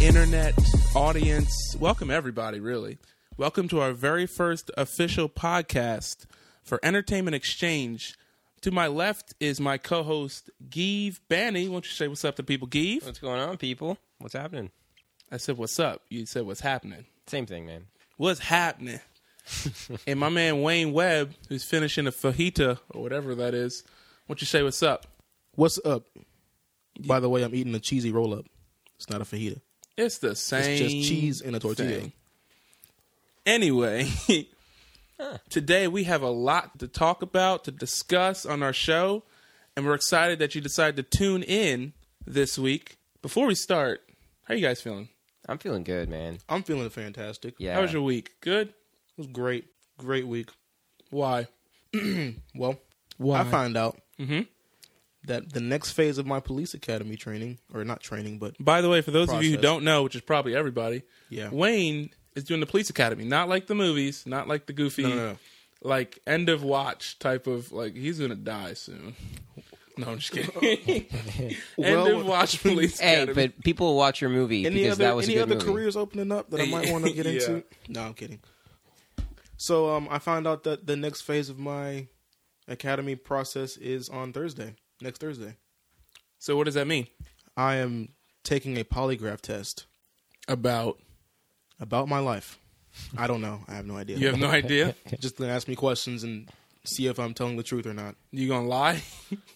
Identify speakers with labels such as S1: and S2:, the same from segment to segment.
S1: internet audience. Welcome, everybody, really. Welcome to our very first official podcast for Entertainment Exchange. To my left is my co host, Geeve Banny. Why don't you say what's up to people, Geeve?
S2: What's going on, people? What's happening?
S1: I said, What's up? You said, What's happening?
S2: Same thing, man.
S1: What's happening? and my man, Wayne Webb, who's finishing a fajita or whatever that is. Why don't you say, What's up?
S3: What's up? By the way, I'm eating a cheesy roll up. It's not a fajita.
S1: It's the same.
S3: It's just cheese and a tortilla.
S1: thing. Anyway, today we have a lot to talk about, to discuss on our show, and we're excited that you decided to tune in this week. Before we start, how you guys feeling?
S2: I'm feeling good, man.
S3: I'm feeling fantastic.
S2: Yeah.
S1: How was your week? Good?
S3: It was great. Great week.
S1: Why?
S3: Well,
S1: Why?
S3: I find out
S2: Mm-hmm.
S1: Mhm.
S3: that the next phase of my police academy training, or not training, but
S1: By the way, for those of you who
S3: Process.
S1: don't know, which is probably everybody,
S3: Yeah.
S1: Wayne is doing the police academy, not like the movies, not like the goofy,
S3: No, no, no.
S1: like end of watch type of like he's gonna die soon. No, I'm just kidding. end
S3: Well-
S1: of watch police
S2: Hey,
S1: academy.
S2: but people will watch your movie
S3: any
S2: because
S3: other
S2: that was
S3: any
S2: a good
S3: other
S2: movie.
S3: careers opening up that I might want to get
S1: Yeah.
S3: into? No, I'm kidding. So um, I found out that the next phase of my academy process is on Thursday. Next Thursday,
S1: so what does that mean?
S3: I am taking a polygraph test
S1: About
S3: about my life. I don't know. I have no idea.
S1: you have no idea.
S3: just gonna ask me questions and see if I'm telling the truth or not.
S1: You gonna lie?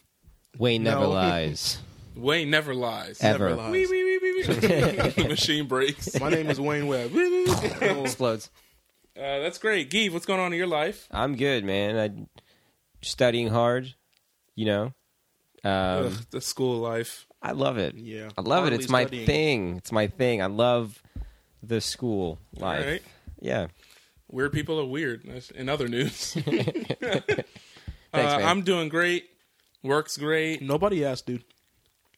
S2: Wayne never
S3: No.
S2: lies.
S1: Wayne never lies.
S2: Ever.
S3: Never lies.
S1: Wee, wee, wee, wee, wee. the machine breaks. Uh,
S3: My name is Wayne Webb.
S2: Explodes.
S1: that's great, Geeve. What's going on in your life?
S2: I'm good, man. I'm studying hard, you know. Um,
S1: Ugh, the school life.
S2: I love it.
S3: Yeah.
S2: I love it.
S3: Hardly
S2: It's my
S3: studying.
S2: thing. It's my thing. I love the school life.
S1: Alright.
S2: Yeah.
S1: Weird people are weird. That's in other news,
S2: Thanks,
S1: Uh,
S2: man.
S1: I'm doing great. Works great.
S3: Nobody asked, dude.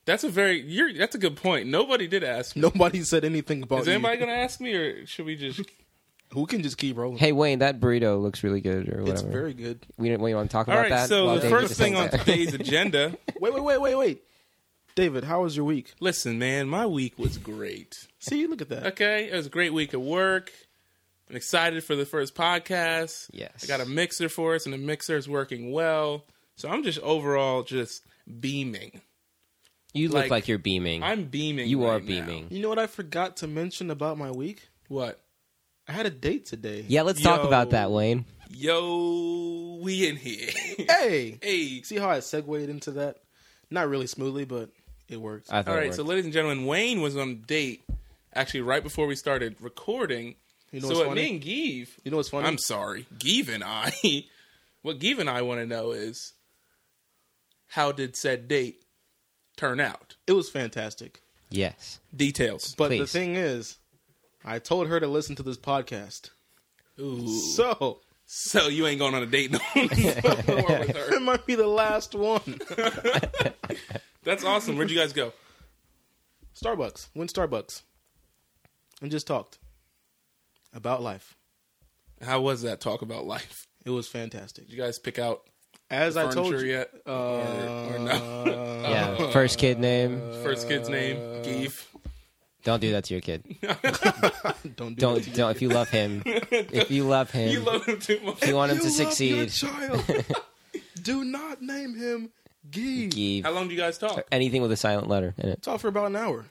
S1: That's a very. You're, that's a good point. Nobody did ask. Me.
S3: Nobody said anything about
S1: Is
S3: you.
S1: anybody gonna ask me, or should we just?
S3: Who can just keep rolling?
S2: Hey Wayne, that burrito looks really good, or whatever.
S3: it's very good.
S2: We don't. We want to talk
S1: All
S2: about
S1: right.
S2: that.
S1: so
S2: while
S1: the
S2: David
S1: first
S2: decides
S1: thing on
S2: that?
S1: today's agenda.
S3: Wait, wait, wait, wait, wait. David, how was your week?
S1: Listen, man, my week was great.
S3: See, look at that.
S1: Okay, it was a great week at work. I'm excited for the first podcast.
S2: Yes.
S1: I got a mixer for us, and the mixer is working well. So I'm just overall just beaming.
S2: you look
S1: like-
S2: like, you're beaming.
S1: I'm beaming.
S2: you are
S1: right now.
S2: beaming.
S3: You know what I forgot to mention about my week?
S1: What?
S3: I had a date today.
S2: Yeah, let's talk
S1: Yo.
S2: about that, Wayne.
S1: Yo, we in here.
S3: Hey.
S1: hey.
S3: See how I segued into that? Not really smoothly, but it worked.
S2: I thought
S1: All
S2: it
S1: right,
S2: worked.
S1: so ladies and gentlemen, Wayne was on a date actually right before we started recording.
S3: you
S1: so
S3: know what's
S1: what
S3: funny?
S1: me and Give
S3: you know what's funny?
S1: I'm sorry, Give and I. what Give and I want to know is how did said date turn out?
S3: it was fantastic.
S2: yes.
S1: Details.
S3: But the
S2: Please.
S3: thing is, I told her to listen to this podcast.
S1: Ooh. So,
S3: So
S1: you ain't going on a date no more with her.
S3: it might be the last one.
S1: That's awesome. Where'd you guys go?
S3: Starbucks. Went Starbucks. And just talked about life.
S1: How was that talk about life?
S3: It was fantastic.
S1: Did you guys pick out
S3: As I
S1: furniture
S3: told you,
S1: yet?
S3: uh,
S1: or, or no?
S2: Yeah. First kid name.
S1: First kid's name, Give.
S2: Don't do that to your kid.
S3: uh, don't do that to
S2: Don't
S3: your-
S2: don't. If you love him, if you love him,
S1: You love him too much.
S2: if you want him
S3: You
S2: to
S3: love your
S2: succeed,
S3: child. do not name him Gee.
S2: give
S1: How long do you guys talk?
S2: anything with a silent letter in it.
S3: Talked for about an hour,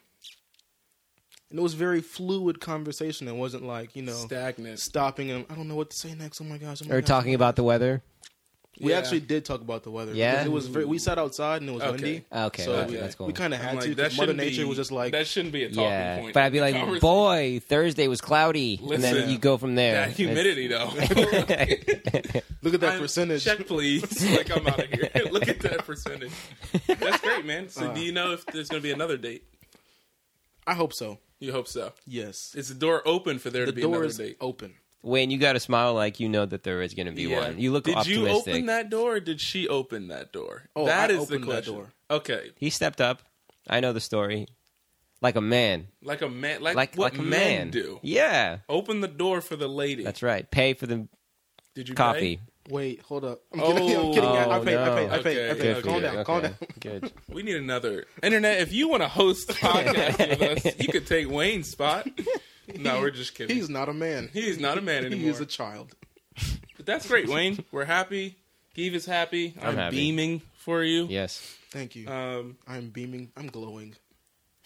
S3: and it was very fluid conversation. It wasn't like you know
S1: Stagnant.
S3: stopping and I don't know what to say next. Oh my gosh! Oh my
S2: Or
S3: gosh.
S2: talking about the weather.
S3: We
S1: Yeah.
S3: actually did talk about the weather.
S2: Yeah?
S3: because it was very, we sat outside and it was
S1: Okay.
S3: windy.
S2: Okay,
S3: so
S2: okay,
S3: we,
S2: that's cool.
S3: we kind of
S1: I'm
S3: had
S1: like,
S3: to.
S1: that
S3: 'cause Mother
S1: shouldn't
S3: Nature
S1: be-
S3: was just like,
S1: that shouldn't be a talking
S2: Yeah,
S1: point.
S2: but I'd be
S1: Conversa-
S2: like, boy, Thursday was cloudy, and
S1: Listen.
S2: then you go from there.
S1: that humidity though.
S3: look at that
S1: I'm-
S3: percentage.
S1: Check please. like I'm out of here. Look at that percentage. That's great, man.
S3: Uh.
S1: So do you know if there's going to be another date?
S3: I hope so.
S1: You hope so.
S3: Yes,
S1: Is the door open for there
S3: the
S1: to be
S3: door
S1: another
S3: is
S1: date?
S3: open.
S2: Wayne, you got to smile like you know that there is going to be
S1: Yeah.
S2: one. You look
S1: did you
S2: optimistic.
S1: open that door or did she open that door?
S3: Oh,
S1: that
S3: I
S1: is the
S3: opened that
S1: question.
S3: door.
S1: Okay.
S2: He stepped up. I know the story. Like a man.
S1: Like a man like,
S2: Like
S1: what
S2: like a
S1: men
S2: man.
S1: do.
S2: Yeah.
S1: Open the door for the lady.
S2: That's right. Pay for the
S1: Did you
S2: coffee.
S1: pay?
S3: Wait, hold up. I'm
S1: Oh.
S3: kidding. I'm kidding. I, I
S2: Oh,
S3: paid. I paid. I
S1: no.
S3: paid. I
S1: Okay,
S3: paid.
S1: okay,
S3: Calm down. Calm down.
S2: Good.
S1: We need another internet. If you want to host a podcast with us, you could take Wayne's spot. No, we're just kidding.
S3: He's not a man.
S1: He's not a man
S3: He
S1: anymore.
S3: is a child.
S1: but that's great, Wayne. We're happy. Give is happy. I'm,
S2: I'm happy.
S1: beaming for you.
S2: Yes.
S3: Thank you.
S1: Um,
S3: I'm beaming. I'm glowing.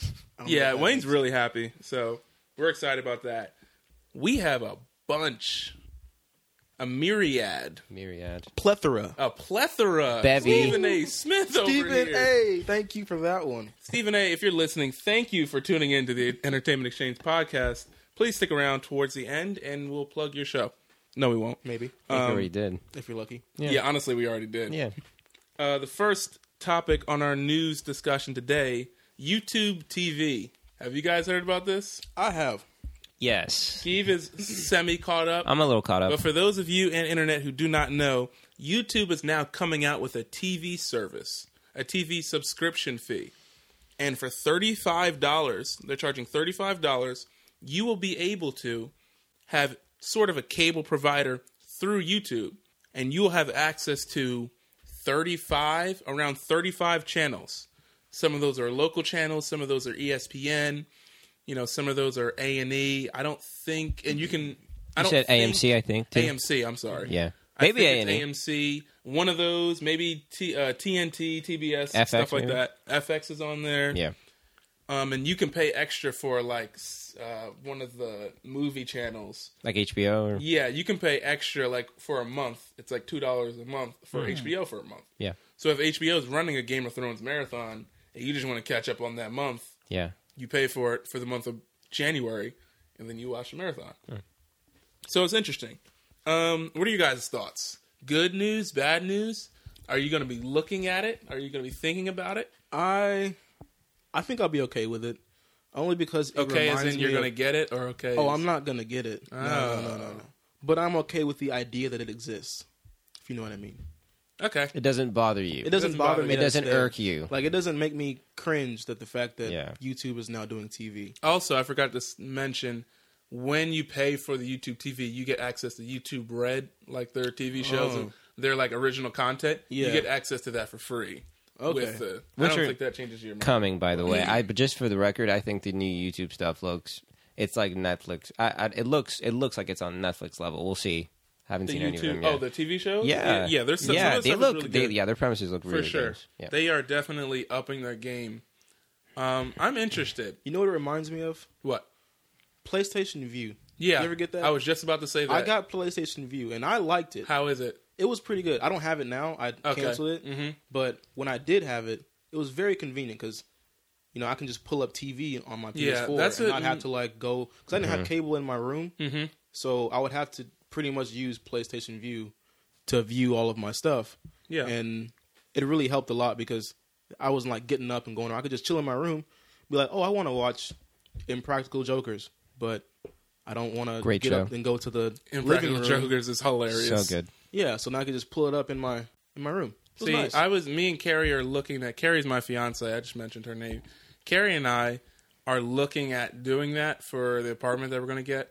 S3: I don't
S1: yeah,
S3: know what that
S1: Wayne's
S3: means.
S1: really happy. So we're excited about that. We have a bunch, a myriad,
S2: Myriad.
S3: plethora.
S1: a plethora.
S2: Bevy.
S1: Stephen A. Smith over
S3: Stephen
S1: here.
S3: A. Thank you for that one.
S1: Stephen A., if you're listening, thank you for tuning in to the Entertainment Exchange podcast. Please stick around towards the end and we'll plug your show. No, we won't.
S3: Maybe
S2: I think
S1: Um,
S2: we already did.
S3: if you're lucky.
S1: Yeah, honestly, we already did.
S2: Yeah.
S1: Uh, the first topic on our news discussion today YouTube TV. Have you guys heard about this?
S3: I have.
S2: Yes.
S1: Steve is semi caught up.
S2: I'm a little caught up.
S1: But for those of you and internet who do not know, YouTube is now coming out with a TV service, a TV subscription fee. And for $35, they're charging $35, you will be able to have sort of a cable provider through YouTube and you'll have access to 35 around 35 channels. Some of those are local channels, some of those are E ESPN, you know, some of those are A&E. I don't think and you can I
S2: You
S1: don't
S2: said
S1: think-
S2: AMC, I think. Too.
S1: AMC. I'm sorry.
S2: Yeah.
S1: I
S2: Maybe E.
S1: think it's
S2: A&E.
S1: AMC. One of those. Maybe T, uh, TNT, TBS,
S2: FX
S1: stuff like
S2: maybe?
S1: that. FX is on there.
S2: Yeah.
S1: Um, and you can pay extra for like s- uh, one of the movie channels.
S2: Like HBO. Or,
S1: Yeah, you can pay extra like for a month. It's like two dollars a month for
S2: Hmm.
S1: HBO for a month.
S2: yeah.
S1: So if HBO is running a Game of Thrones marathon and you just want to catch up on that month,
S2: Yeah.
S1: you pay for it for the month of January, and then you watch the marathon. So it's interesting. Um, what are you guys' thoughts? Good news, bad news? Are you going to be looking at it? Are you going to be thinking about it?
S3: I I think I'll be okay with it, only because it
S1: Okay, as
S3: reminds
S1: in you're
S3: me of-
S1: going to get it, Oh. or okay?
S3: Oh,
S1: as-
S3: I'm not gonna get it. No, no, no, no, no. But I'm okay with the idea that it exists. If you know what I mean.
S1: okay.
S2: It doesn't bother you.
S3: It doesn't, bother me.
S2: It
S3: that it's
S2: doesn't
S3: there.
S2: irk you.
S3: Like it doesn't make me cringe that the fact that
S2: Yeah.
S3: YouTube is now doing TV.
S1: Also, I forgot to s- mention when you pay for the YouTube TV, you get access to YouTube Red, like their TV shows,
S3: Oh.
S1: and their like original content. You
S3: Yeah.
S1: get access to that for free.
S3: Okay.
S1: With the, I
S2: Which
S1: don't
S2: are-
S1: think that changes your mind.
S2: coming by the way i but just for the record i think the new youtube stuff looks it's like netflix i, I it looks it looks like it's on netflix level we'll see haven't
S1: the
S2: seen any of
S1: YouTube.
S2: them yet
S1: Oh, the TV shows.
S2: yeah
S1: yeah. There's some,
S2: yeah
S1: some of the
S2: they
S1: stuff is
S2: look
S1: really
S2: they,
S1: good.
S2: yeah their premises look
S1: for
S2: really
S1: sure.
S2: good yeah
S1: They are definitely upping their game. Um, I'm interested.
S3: You know what it reminds me of?
S1: What?
S3: PlayStation View.
S1: Yeah.
S3: You ever get that?
S1: I was just about to say that.
S3: I got PlayStation View and I liked it.
S1: How is it?
S3: It was pretty good. I don't have it now. I
S1: Okay.
S3: canceled it.
S1: Mhm.
S3: But when I did have it, it was very convenient because you know I can just pull up TV on my PS4
S1: Yeah, that's
S3: and
S1: a-
S3: not have to like go because I didn't have cable in my room,
S1: Mm-hmm.
S3: so I would have to pretty much use PlayStation View to view all of my stuff.
S1: Yeah.
S3: and it really helped a lot because I wasn't like getting up and going. I could just chill in my room, be like, oh, I want to watch Impractical Jokers, but I don't want to
S2: Great
S3: get
S2: show.
S3: up and go to the living
S1: Impractical
S3: room.
S1: Jokers is hilarious.
S2: so good
S3: Yeah, so now I can just pull it up in my in my room. It was
S1: See,
S3: nice.
S1: I was me and Carrie are looking at Carrie's my fiance. I just mentioned her name. Carrie and I are looking at doing that for the apartment that we're going to get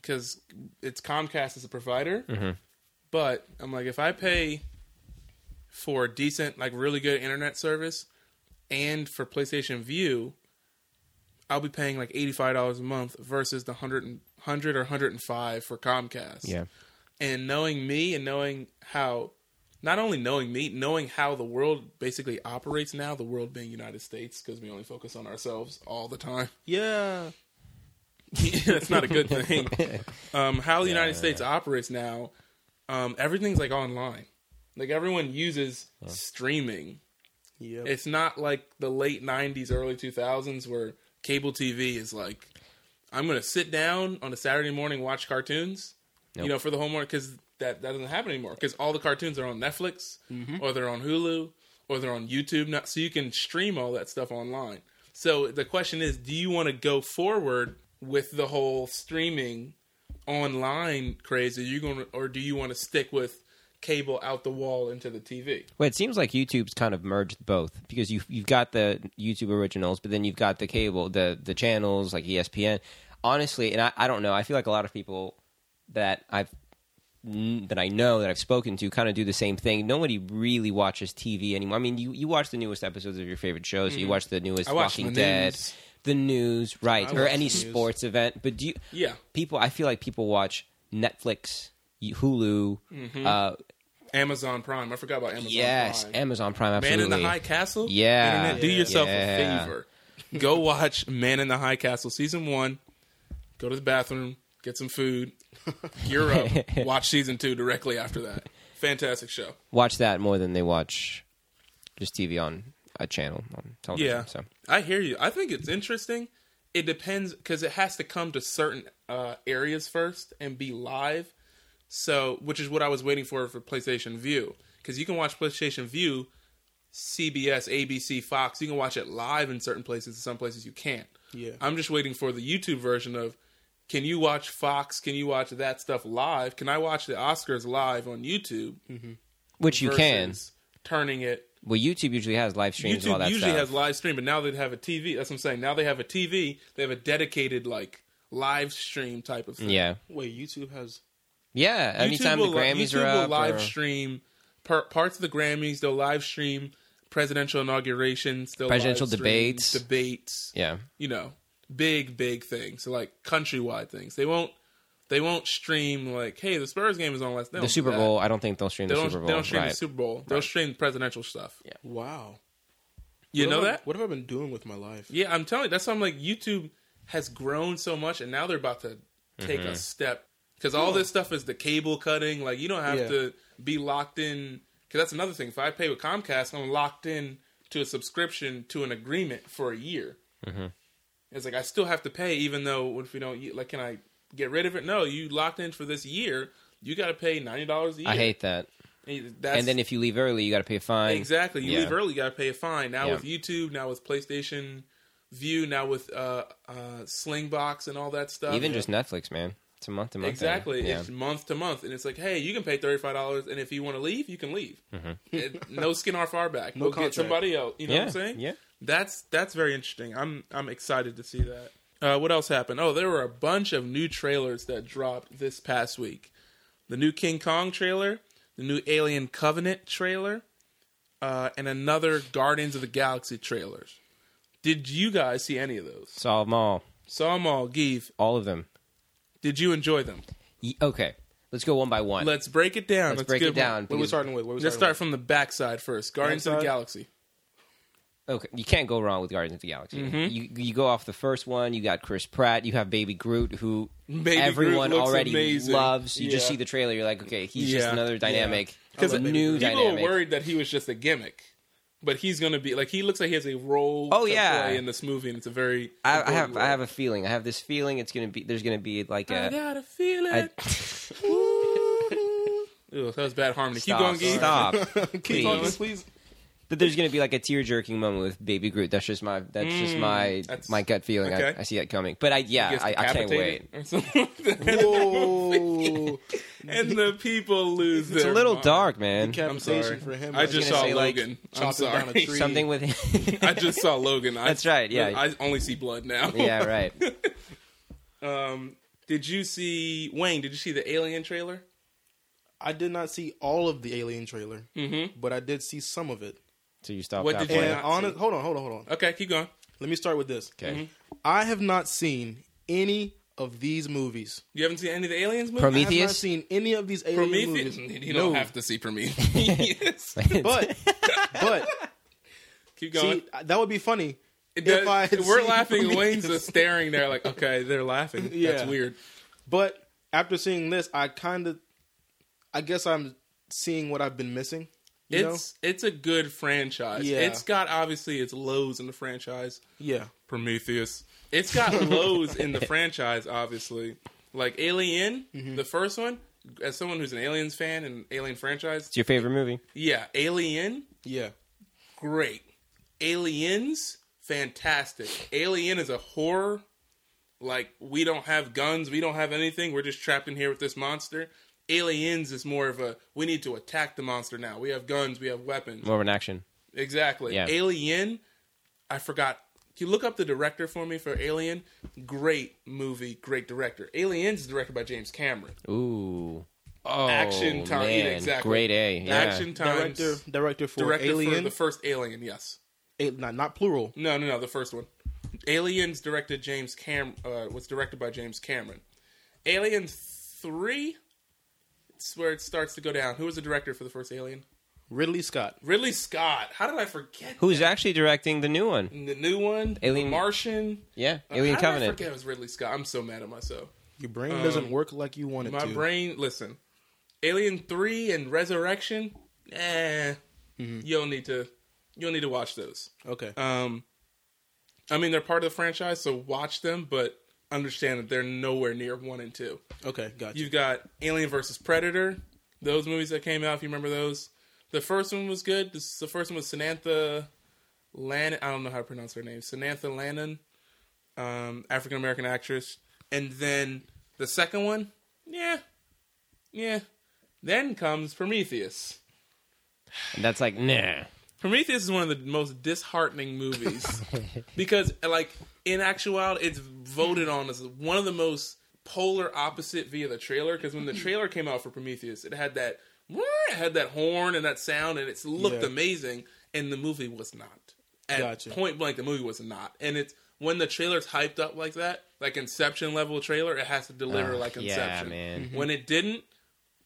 S1: because it's Comcast as a provider. But I'm like, if I pay for decent, like really good internet service, and for PlayStation View, I'll be paying like eighty five dollars a month versus the hundred and hundred or hundred and five for Comcast
S2: yeah
S1: and knowing me and knowing how not only knowing me knowing how the world basically operates now the world being united states because we only focus on ourselves all the time
S3: yeah,
S1: that's not a good thing um, how the united states operates now um, everything's like online like everyone uses streaming
S3: yeah.
S1: it's not like the late 90s early 2000s where cable tv is like i'm gonna sit down on a saturday morning watch cartoons you
S2: Nope.
S1: know for the whole morning because that, that doesn't happen anymore because all the cartoons are on netflix or they're on hulu or they're on youtube not, so you can stream all that stuff online so the question is do you want to go forward with the whole streaming online craze are you going to or do you want to stick with cable out the wall into the tv
S2: well it seems like youtube's kind of merged both because you you've got the youtube originals but then you've got the cable the E the channels like espn honestly and i, I don't know i feel like a lot of people that i've n- that I know that I've spoken to kind of do the same thing. Nobody really watches TV anymore. I mean, you, you watch the newest episodes of your favorite shows. You watch the newest
S1: Mm-hmm. I watch
S2: Walking
S1: the
S2: Dead,
S1: news.
S2: the news, right,
S3: I
S2: or
S3: watch
S2: any
S3: the news.
S2: sports event. But do you,
S1: Yeah.
S2: people? I feel like people watch Netflix, Hulu. Uh,
S1: Amazon Prime. I forgot about Mm-hmm. Amazon
S2: yes,
S1: Prime.
S2: Amazon Prime.
S1: Man
S2: Absolutely.
S1: in the High Castle?
S2: Yeah.
S1: Internet, do
S2: Yeah.
S1: yourself
S2: Yeah.
S1: a favor. Go watch Man in the High Castle season one. Go to the bathroom, get some food, gear up, watch season two directly after that. Fantastic show.
S2: watch that more than they watch just TV on a channel on television.
S1: Yeah.
S2: So
S1: I hear you. I think it's interesting. It depends because it has to come to certain uh, areas first and be live. So, which is what I was waiting for for PlayStation View because you can watch PlayStation View, CBS, ABC, Fox. You can watch it live in certain places. In some places you can't.
S3: Yeah.
S1: I'm just waiting for the YouTube version of. Can you watch Fox? Can you watch that stuff live? Can I watch the Oscars live on YouTube?
S2: which you can.
S1: versus turning it
S2: Well, YouTube usually has live streams and all
S1: YouTube
S2: that
S1: usually
S2: stuff.
S1: has live stream, but now they have a TV. That's what I'm saying. Now they have a TV. They have a dedicated like live stream type of thing.
S2: yeah,
S3: Wait, YouTube has
S2: yeah.
S1: YouTube
S2: Anytime the
S1: will, li-
S2: Grammys
S1: YouTube
S2: are
S1: will
S2: up,
S1: live
S2: or
S1: stream par- parts of the Grammys. They'll live stream presidential inaugurations. They'll
S2: Presidential
S1: live stream
S2: debates.
S1: Debates.
S2: yeah,
S1: You know, big big things. So like countrywide things. They won't. They won't stream like, hey, the Spurs game is on. Let's
S2: the Super Bowl. I don't think they'll stream
S1: They
S2: the
S1: don't,
S2: Super Bowl.
S1: they don't stream
S2: right.
S1: the Super Bowl. They'll stream presidential stuff.
S2: Yeah.
S3: wow.
S1: You
S3: What
S1: know
S3: have I-
S1: that?
S3: What have I been doing with my life?
S1: Yeah, I'm telling you. That's why I'm like, YouTube has grown so much, and now they're about to take
S2: Mm-hmm.
S1: a step because all this stuff is the cable cutting. Like, you don't have
S3: Yeah.
S1: to be locked in. Because that's another thing. If I pay with Comcast, I'm locked in to a subscription to an agreement for a year.
S2: Mm-hmm.
S1: It's like I still have to pay, even though if we don't u- like, can I get rid of it? No, you locked in for this year. You got to pay ninety dollars a year.
S2: I hate that.
S1: And that's,
S2: and then if you leave early, you got to pay a fine.
S1: Exactly. You
S2: Yeah.
S1: leave early, you gotta pay a fine. Now
S2: Yeah.
S1: with YouTube, now with PlayStation View, now with uh, uh, Slingbox and all that stuff.
S2: Even just Netflix, man. It's a month to month.
S1: exactly,
S2: Yeah.
S1: it's month to month, and it's like, hey, you can pay thirty five dollars, and if you want to leave, you can leave. It- no skin off our back.
S3: No
S1: we'll
S3: contract.
S1: get somebody else. You know
S2: Mm-hmm. yeah.
S1: what I'm saying?
S2: Yeah.
S1: That's that's very interesting. I'm I'm excited to see that. Uh, what else happened? Oh, there were a bunch of new trailers that dropped this past week. The new King Kong trailer, the new Alien Covenant trailer, uh, and another Guardians of the Galaxy trailers. Did you guys see any of those?
S2: Solve them all.
S1: Saw them all. Give.
S2: All of them.
S1: Did you enjoy them?
S2: Y- okay. Let's go one by one.
S1: Let's break it down.
S2: Let's break
S1: give
S2: it down.
S1: them-
S3: What are we
S2: because-
S3: starting with? What are we
S1: Let's
S3: starting
S1: start from the backside first. Guardians of the
S3: Backside?
S1: Galaxy.
S2: Okay, you can't go wrong with Guardians of the Galaxy.
S1: Mm-hmm.
S2: You you go off the first one. You got Chris Pratt. You have Baby Groot, who
S1: Baby
S2: everyone
S1: Groot looks
S2: already
S1: amazing.
S2: loves. You just
S3: Yeah.
S2: see the trailer. You're like, okay, he's just
S1: Yeah.
S2: another dynamic.
S1: I love
S2: a
S1: Baby
S2: new
S1: Groot. people
S2: dynamic.
S1: were worried that he was just a gimmick, but he's going to be like he looks like he has a role.
S2: Oh,
S1: to
S2: yeah.
S1: play in this movie, and it's a very.
S2: I, I have
S1: important
S2: I have
S1: role.
S2: a feeling. I have this feeling. It's gonna be there's gonna be like
S1: I
S2: a
S1: got a feeling.
S2: I-
S1: Ew, that was bad harmony.
S2: stop
S1: Keep going, Gee.
S2: stop.
S3: Keep going,
S2: please.
S3: please.
S2: That there's gonna be like a tear jerking moment with Baby Groot. That's just my that's just my
S1: Mm, that's-
S2: my gut feeling.
S1: okay.
S2: I, I see that coming. But I yeah
S1: Gets
S2: I, I can't
S1: decapitated
S2: wait.
S1: or something like that.
S3: Whoa.
S1: and the people lose.
S2: It's a little dark, man.
S1: I'm sorry.
S3: Decapitation for him.
S1: I
S3: right
S1: just
S3: there.
S1: saw
S2: say, like,
S1: Logan. I'm
S3: chopping down a
S1: sorry.
S3: tree.
S2: Something with
S1: I just saw Logan. I,
S2: That's right, yeah.
S1: I only see blood now.
S2: yeah right.
S1: Um, did you see Wayne? Did you see the Alien trailer?
S3: I did not see all of the Alien trailer,
S1: Mhm.
S3: but I did see some of it.
S2: So you stop.
S1: What did you-
S2: halfway.
S1: Why
S3: And
S1: not
S3: honest,
S1: see?
S3: hold on, hold on, hold on.
S1: Okay, keep going.
S3: Let me start with this.
S2: Okay.
S1: Mm-hmm.
S3: I have not seen any of these movies.
S1: You haven't seen any of the Aliens movies?
S2: Prometheus?
S3: I have not seen any of these alien
S1: Prometheus.
S3: movies.
S1: You don't
S3: No.
S1: have to see Prometheus.
S3: But but
S1: Keep going.
S3: see, that would be funny.
S1: It
S3: if
S1: does-
S3: I had
S1: we're
S3: seen
S1: laughing.
S3: Prometheus.
S1: Wayne's just staring there, like, okay, they're laughing.
S3: Yeah.
S1: That's weird.
S3: But after seeing this, I kind of, I guess I'm seeing what I've been missing. You
S1: It's it's a good franchise.
S3: Yeah.
S1: It's got obviously its lows in the franchise.
S3: know? yeah,
S1: Prometheus. It's got lows in the franchise, obviously. Like Alien,
S3: Mm-hmm.
S1: the first one. As someone who's an Aliens fan and Alien franchise,
S2: It's your favorite movie.
S1: yeah, Alien,
S3: yeah.
S1: great. Aliens, fantastic. Alien is a horror. Like we don't have guns, we don't have anything. We're just trapped in here with this monster. Aliens is more of a we need to attack the monster now. We have guns, we have weapons.
S2: More of an action.
S1: Exactly.
S2: Yeah.
S1: Alien. I forgot. Can you look up the director for me for Alien? Great movie, great director. Aliens is directed by James Cameron.
S2: Ooh. Oh,
S1: Action time,
S2: man.
S1: exactly.
S2: Great A. Yeah.
S1: Action times.
S3: Director, director for
S1: director
S3: Alien.
S1: for the first Alien. Yes.
S3: A- not, not plural.
S1: No, no, no. The first one. Aliens directed James Cam uh, was directed by James Cameron. Alien three. It's where it starts to go down. Who was the director for the first Alien?
S3: Ridley Scott.
S1: Ridley Scott. How did I forget?
S2: Who's actually directing the new one?
S1: the new one?
S2: Alien-
S1: The Martian.
S2: Yeah,
S1: Uh,
S2: Alien
S1: how Did I
S2: Covenant.
S1: forget it was Ridley Scott. I'm so mad at myself.
S3: Your brain doesn't work like you want it
S1: Um, My
S3: to.
S1: brain, listen, Alien Three and Resurrection. Eh,
S2: Mm-hmm.
S1: you'll need to you'll need to watch those.
S3: okay.
S1: Um, I mean they're part of the franchise, so watch them, but understand that they're nowhere near one and two.
S3: Okay. Gotcha.
S1: You've got Alien versus Predator. Those movies that came out, if you remember those. The first one was good. This, the first one was Samantha Lannon. I don't know how to pronounce her name. Samantha Lannon, um, African American actress. And then the second one, yeah, yeah. Then comes Prometheus.
S2: And that's like, nah.
S1: Prometheus is one of the most disheartening movies because, like, in actuality, it's voted on as one of the most polar opposite via the trailer. Because when the trailer came out for Prometheus, it had that it had that horn and that sound, and it looked
S3: Yeah.
S1: amazing. And the movie was not. At
S3: Gotcha.
S1: point blank, the movie was not. And it's when the trailer's hyped up like that, like Inception level trailer, it has to deliver
S2: Ugh,
S1: like
S2: yeah,
S1: Inception.
S2: man.
S1: When it didn't,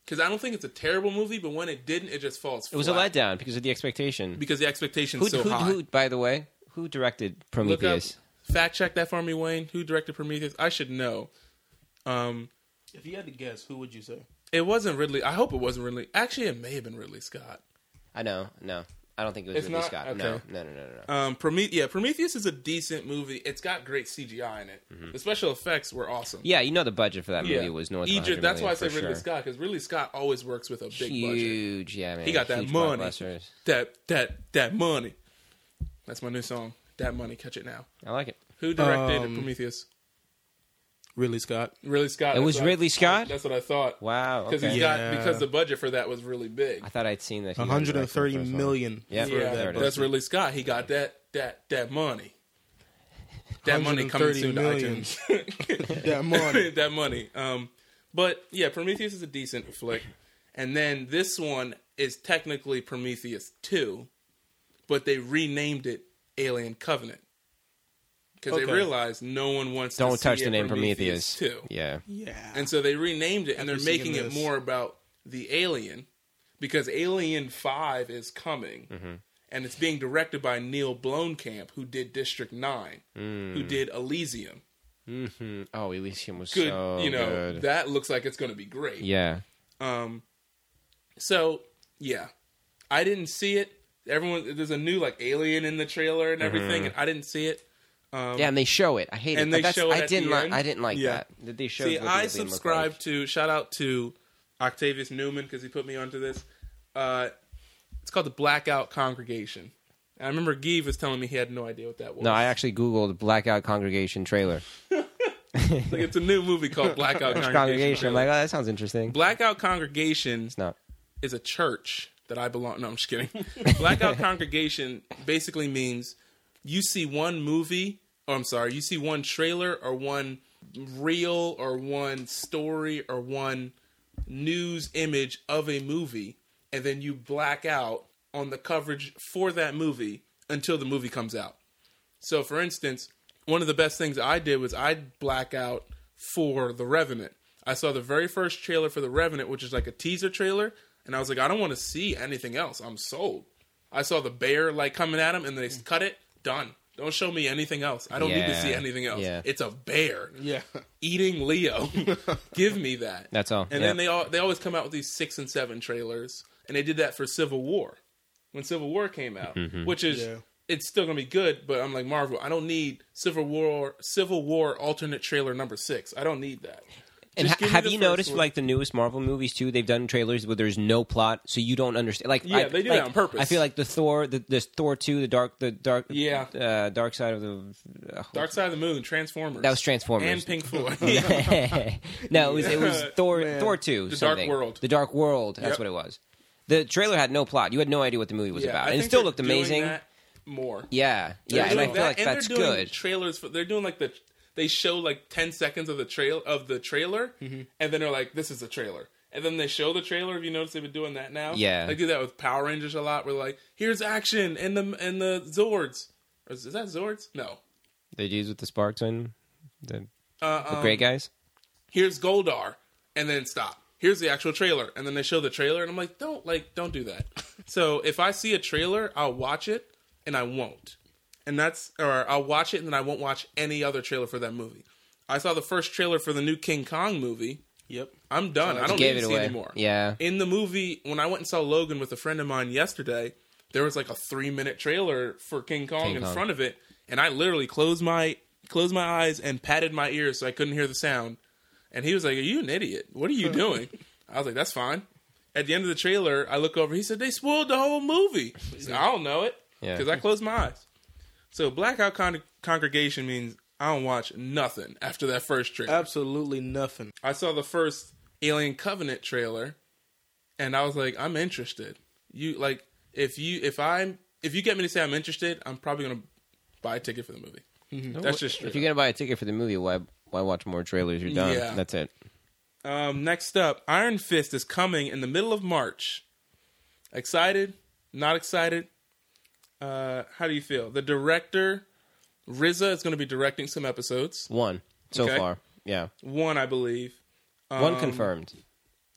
S1: because I don't think it's a terrible movie, but when it didn't, it just falls.
S2: It was a letdown because of the expectation.
S1: because the expectation's
S2: who,
S1: so
S2: who,
S1: high.
S2: who, by the way, who directed
S1: Look up,
S2: Prometheus?
S1: fact check that for me, Wayne. Who directed Prometheus? I should know. Um,
S3: If you had to guess, who would you say?
S1: it wasn't Ridley. I hope it wasn't Ridley. Actually, it may have been Ridley Scott.
S2: I know, no. I don't think it was
S1: It's
S2: Ridley
S1: not?
S2: Scott.
S1: Okay.
S2: No, no, no, no, no, no.
S1: Um, Prometheus. Yeah, Prometheus is a decent movie. It's got great CGI in it. The special effects were awesome.
S2: Yeah, you know the budget for Mm-hmm. that movie
S1: Yeah.
S2: was north of
S1: Egypt.
S2: 100
S1: That's why I
S2: million,
S1: said
S2: for
S1: Ridley
S2: sure.
S1: Scott because Ridley Scott always works with a big budget.
S2: Huge, yeah, man.
S1: He got that
S2: huge
S1: money.
S2: blockbusters.
S1: That that that money. That's my new song. That money. Catch it now.
S2: I like it.
S1: Who directed
S3: Um,
S1: Prometheus?
S3: Ridley Scott.
S1: Ridley Scott.
S2: It
S1: that's
S2: was
S1: what I-
S2: Ridley Scott?
S1: That's what I thought.
S2: Wow.
S1: because
S2: Okay.
S1: he's
S3: Yeah.
S1: got because the budget for that was really big.
S2: I thought I'd seen that. he was
S3: 130
S2: directing the first one.
S3: million.
S2: Yeah.
S3: for
S1: Yeah,
S2: there
S3: that
S2: it is.
S1: that's Ridley Scott. He got that that that money. That money coming
S3: 130
S1: soon
S3: million.
S1: to iTunes.
S3: That money.
S1: that money. Um, but yeah, Prometheus is a decent flick, and then this one is technically Prometheus two, but they renamed it Alien Covenant because
S3: Okay.
S1: they realized no one wants
S2: Don't
S1: to
S2: touch
S1: see
S2: the
S1: a
S2: name
S1: Prometheus,
S2: Prometheus.
S1: two.
S2: Yeah.
S3: Yeah.
S1: And so they renamed it and they're
S3: After
S1: making
S3: seeing
S1: it
S3: this.
S1: more about the alien because Alien 5 is coming. And it's being directed by Neil Blomkamp, who did District 9, who did Elysium.
S2: Mm-hmm. Oh, Elysium was
S1: Good,
S2: so
S1: you know,
S2: good.
S1: that looks like it's going to be great.
S2: yeah.
S1: Um, so yeah, I didn't see it. Everyone, there's a new like alien in the trailer and everything, and I didn't see it. Um,
S2: Yeah, and they show it. I hate
S1: and
S2: it.
S1: they
S2: but that's,
S1: show it
S2: I
S1: at
S2: didn't
S1: the
S2: like.
S1: end.
S2: I didn't like
S1: Yeah.
S2: that. That they showed.
S1: See,
S2: what the
S1: I
S2: alien looked
S1: subscribe
S2: Like.
S1: to shout out to Octavius Newman because he put me onto this. Uh, it's called the Blackout Congregation. And I remember Give was telling me he had no idea what that was.
S2: No, I actually googled Blackout Congregation trailer.
S1: Like, it's a new movie called Blackout Congregation.
S2: Congregation. I'm
S1: really.
S2: like, oh, that sounds interesting.
S1: Blackout Congregation
S2: It's not.
S1: is a church that I belong. No, I'm just kidding. Blackout Congregation basically means you see one movie, or I'm sorry, you see one trailer or one reel or one story or one news image of a movie, and then you black out on the coverage for that movie until the movie comes out. So, for instance, one of the best things I did was I black out for The Revenant. I saw the very first trailer for The Revenant, which is like a teaser trailer, and I was like, I don't want to see anything else. I'm sold. I saw the bear like coming at him, and they cut it. Done. Don't show me anything else. I don't need to
S2: Hmm. Yeah.
S1: see anything else.
S2: Yeah.
S1: It's a bear
S3: yeah.
S1: eating Leo. Give me that.
S2: That's all.
S1: And
S2: Yeah.
S1: then they all they always come out with these six and seven trailers, and they did that for Civil War when Civil War came out,
S2: Mm-hmm,
S1: which is
S3: Yeah.
S1: it's still gonna be good. But I'm like Marvel, I don't need Civil War Civil War alternate trailer number six. I don't need that.
S2: And
S1: Just
S2: ha-
S1: give me
S2: have
S1: the
S2: you
S1: first
S2: noticed,
S1: one.
S2: like the newest Marvel movies too? They've done trailers where there's no plot, so you don't understand. Like,
S1: Yeah,
S2: I,
S1: they do
S2: like,
S1: that on purpose.
S2: I feel like the Thor, the, this Thor two, the dark, the dark,
S1: Yeah.
S2: uh, dark side of the uh,
S1: Dark Side of the Moon, Transformers,
S2: That was Transformers.
S1: and Pink Floyd.
S2: no, it was it was Thor
S3: Man.
S2: Thor two.
S1: The Dark
S2: something.
S1: World.
S2: The Dark World. That's
S1: Yep.
S2: what it was. The trailer had no plot. You had no idea what the movie was
S1: Yeah,
S2: about,
S1: I
S2: and it
S1: think
S2: still
S1: they're
S2: looked
S1: doing
S2: amazing.
S1: that more.
S2: Yeah,
S1: They're
S2: yeah, and I
S1: doing
S2: feel
S1: that,
S2: like
S1: and
S2: that's
S1: they're doing
S2: good.
S1: Trailers, for, they're doing like the
S2: Mm-hmm.
S1: they show like ten seconds of the trail of the trailer, and then they're like, "This is a trailer," and then they show the trailer. Have you noticed they've been doing that now?
S2: Yeah.
S1: they do that with Power Rangers a lot. Where like, here's action and the and the Zords. Or Is, is that Zords? No.
S2: The dudes with the sparks in the,
S1: Uh,
S2: the
S1: um,
S2: great guys.
S1: Here's Goldar, and then stop. Here's the actual trailer, and then they show the trailer, and I'm like, don't like, don't do that. so if I see a trailer, I'll watch it, and I won't. And that's or I'll watch it, and then I won't watch any other trailer for that movie. I saw the first trailer for the new King Kong movie.
S3: Yep.
S1: I'm done. I don't
S2: Gave
S1: need
S2: it
S1: to see
S2: away.
S1: anymore.
S2: Yeah.
S1: In the movie, when I went and saw Logan with a friend of mine yesterday, there was like a three minute trailer for King Kong
S2: King
S1: in
S2: Kong.
S1: front of it, and I literally closed my closed my eyes and patted my ears so I couldn't hear the sound. And he was like, "Are you an idiot? What are you doing?" I was like, "That's fine." At the end of the trailer, I look over. He said, "They spoiled the whole movie." I, said, I don't know it
S2: Yeah.
S1: because I closed my eyes. So blackout con- congregation means I don't watch nothing after that first trailer.
S3: Absolutely nothing.
S1: I saw the first Alien Covenant trailer, and I was like, I'm interested. You like if you if I'm if you get me to say I'm interested, I'm probably gonna buy a ticket for the movie. That's just
S2: Mm-hmm. if
S1: straight.
S2: you're gonna buy a ticket for the movie, why why watch more trailers? You're done.
S1: Yeah.
S2: That's it.
S1: up. um, next up, Iron Fist is coming in the middle of March. Excited? Not excited? Uh, how do you feel? The director Riza is going to be directing some episodes.
S2: One so
S1: Okay.
S2: far. Yeah,
S1: One, I believe.
S2: one
S1: Um,
S2: confirmed.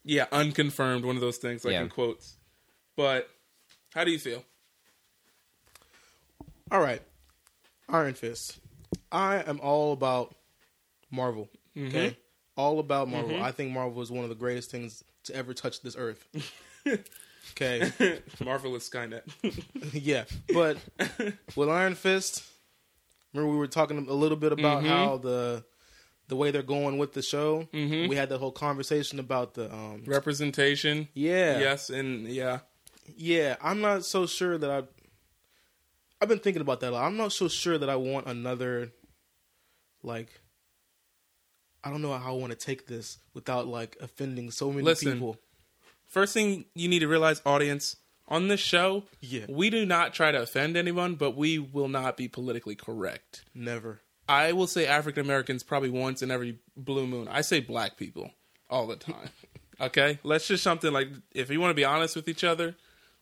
S1: Yeah, unconfirmed. One of those things, like
S2: Yeah.
S1: in quotes. But how do you feel?
S3: All right, Iron Fist. I am all about Marvel. Okay, all about Marvel. I think Marvel is one of the greatest things to ever touch this earth. okay,
S1: Marvelous Skynet.
S3: yeah, but with Iron Fist, remember we were talking a little bit about how the the way they're going with the show. We had that whole conversation about the um,
S1: Representation.
S3: yeah,
S1: Yes, and yeah.
S3: Yeah, I'm not so sure that I. I've been thinking about that a lot. I'm not so sure that I want another, like. I don't know how I want to take this without like offending so many
S1: Listen.
S3: people.
S1: First thing you need to realize, audience, on this show,
S3: Yeah.
S1: we do not try to offend anyone, but we will not be politically correct.
S3: Never.
S1: I will say African Americans probably once in every blue moon. I say black people all the time. okay? Let's just something like if you want to be honest with each other,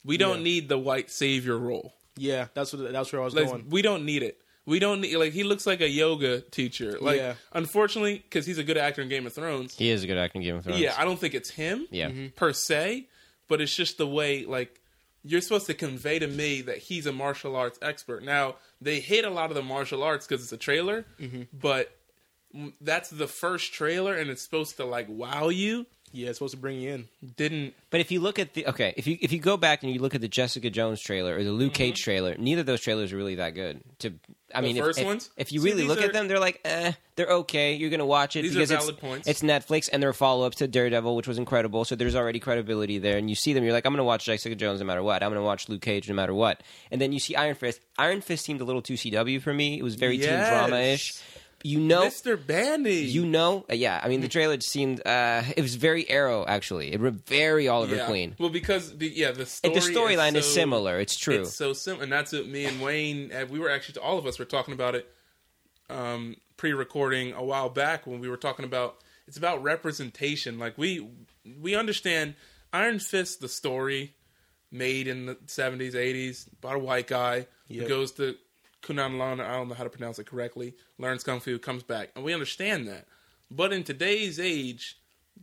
S1: we don't
S3: Yeah.
S1: need the white savior role.
S3: Yeah, that's what that's where I was
S1: Like,
S3: going.
S1: we don't need it. We don't need like he looks like a yoga teacher. Like
S3: Yeah.
S1: unfortunately, because he's a good actor in Game of Thrones.
S2: He is a good actor in Game of Thrones.
S1: Yeah, I don't think it's him.
S2: Yeah. Mhm.
S1: per se, but it's just the way like you're supposed to convey to me that he's a martial arts expert. Now they hit a lot of the martial arts because it's a trailer,
S2: Mm-hmm.
S1: but mm, that's the first trailer and it's supposed to like wow you.
S3: yeah, it's supposed to bring you in.
S1: Didn't
S2: But if you look at the okay, if you if you go back and you look at the Jessica Jones trailer or the Luke Cage trailer, neither of those trailers are really that good. To I mean, if-
S1: Mm-hmm. first
S2: if,
S1: ones?
S2: if you
S1: See,
S2: really
S1: these
S2: look
S1: are-
S2: at them, they're like, eh, they're okay. You're gonna watch it
S1: These are
S2: because
S1: valid
S2: it's
S1: points.
S2: it's Netflix and they're follow ups to Daredevil, which was incredible. So there's already credibility there, and you see them, you're like, I'm gonna watch Jessica Jones no matter what. I'm gonna watch Luke Cage no matter what. And then you see Iron Fist. Iron Fist seemed a little too CW for me. It was very
S1: Yes.
S2: teen drama ish. You know,
S1: Mr. Bandy?
S2: you know, uh, yeah. I mean, the trailer just seemed uh, it was very Arrow actually. It was very Oliver
S1: yeah.
S2: Queen.
S1: Well, because the, yeah, the
S2: It-
S1: story
S2: the storyline is,
S1: so-
S2: similar. It's true.
S1: It's so simple, and that's what me and Wayne. uh, We were actually all of us were talking about it, um, pre-recording a while back when we were talking about it's about representation. Like we we understand Iron Fist, the story made in the seventies, eighties, about a white guy who
S3: Yep.
S1: goes to Kunan Lana. I don't know how to pronounce it correctly. Learns kung fu, comes back, and we understand that. But in today's age,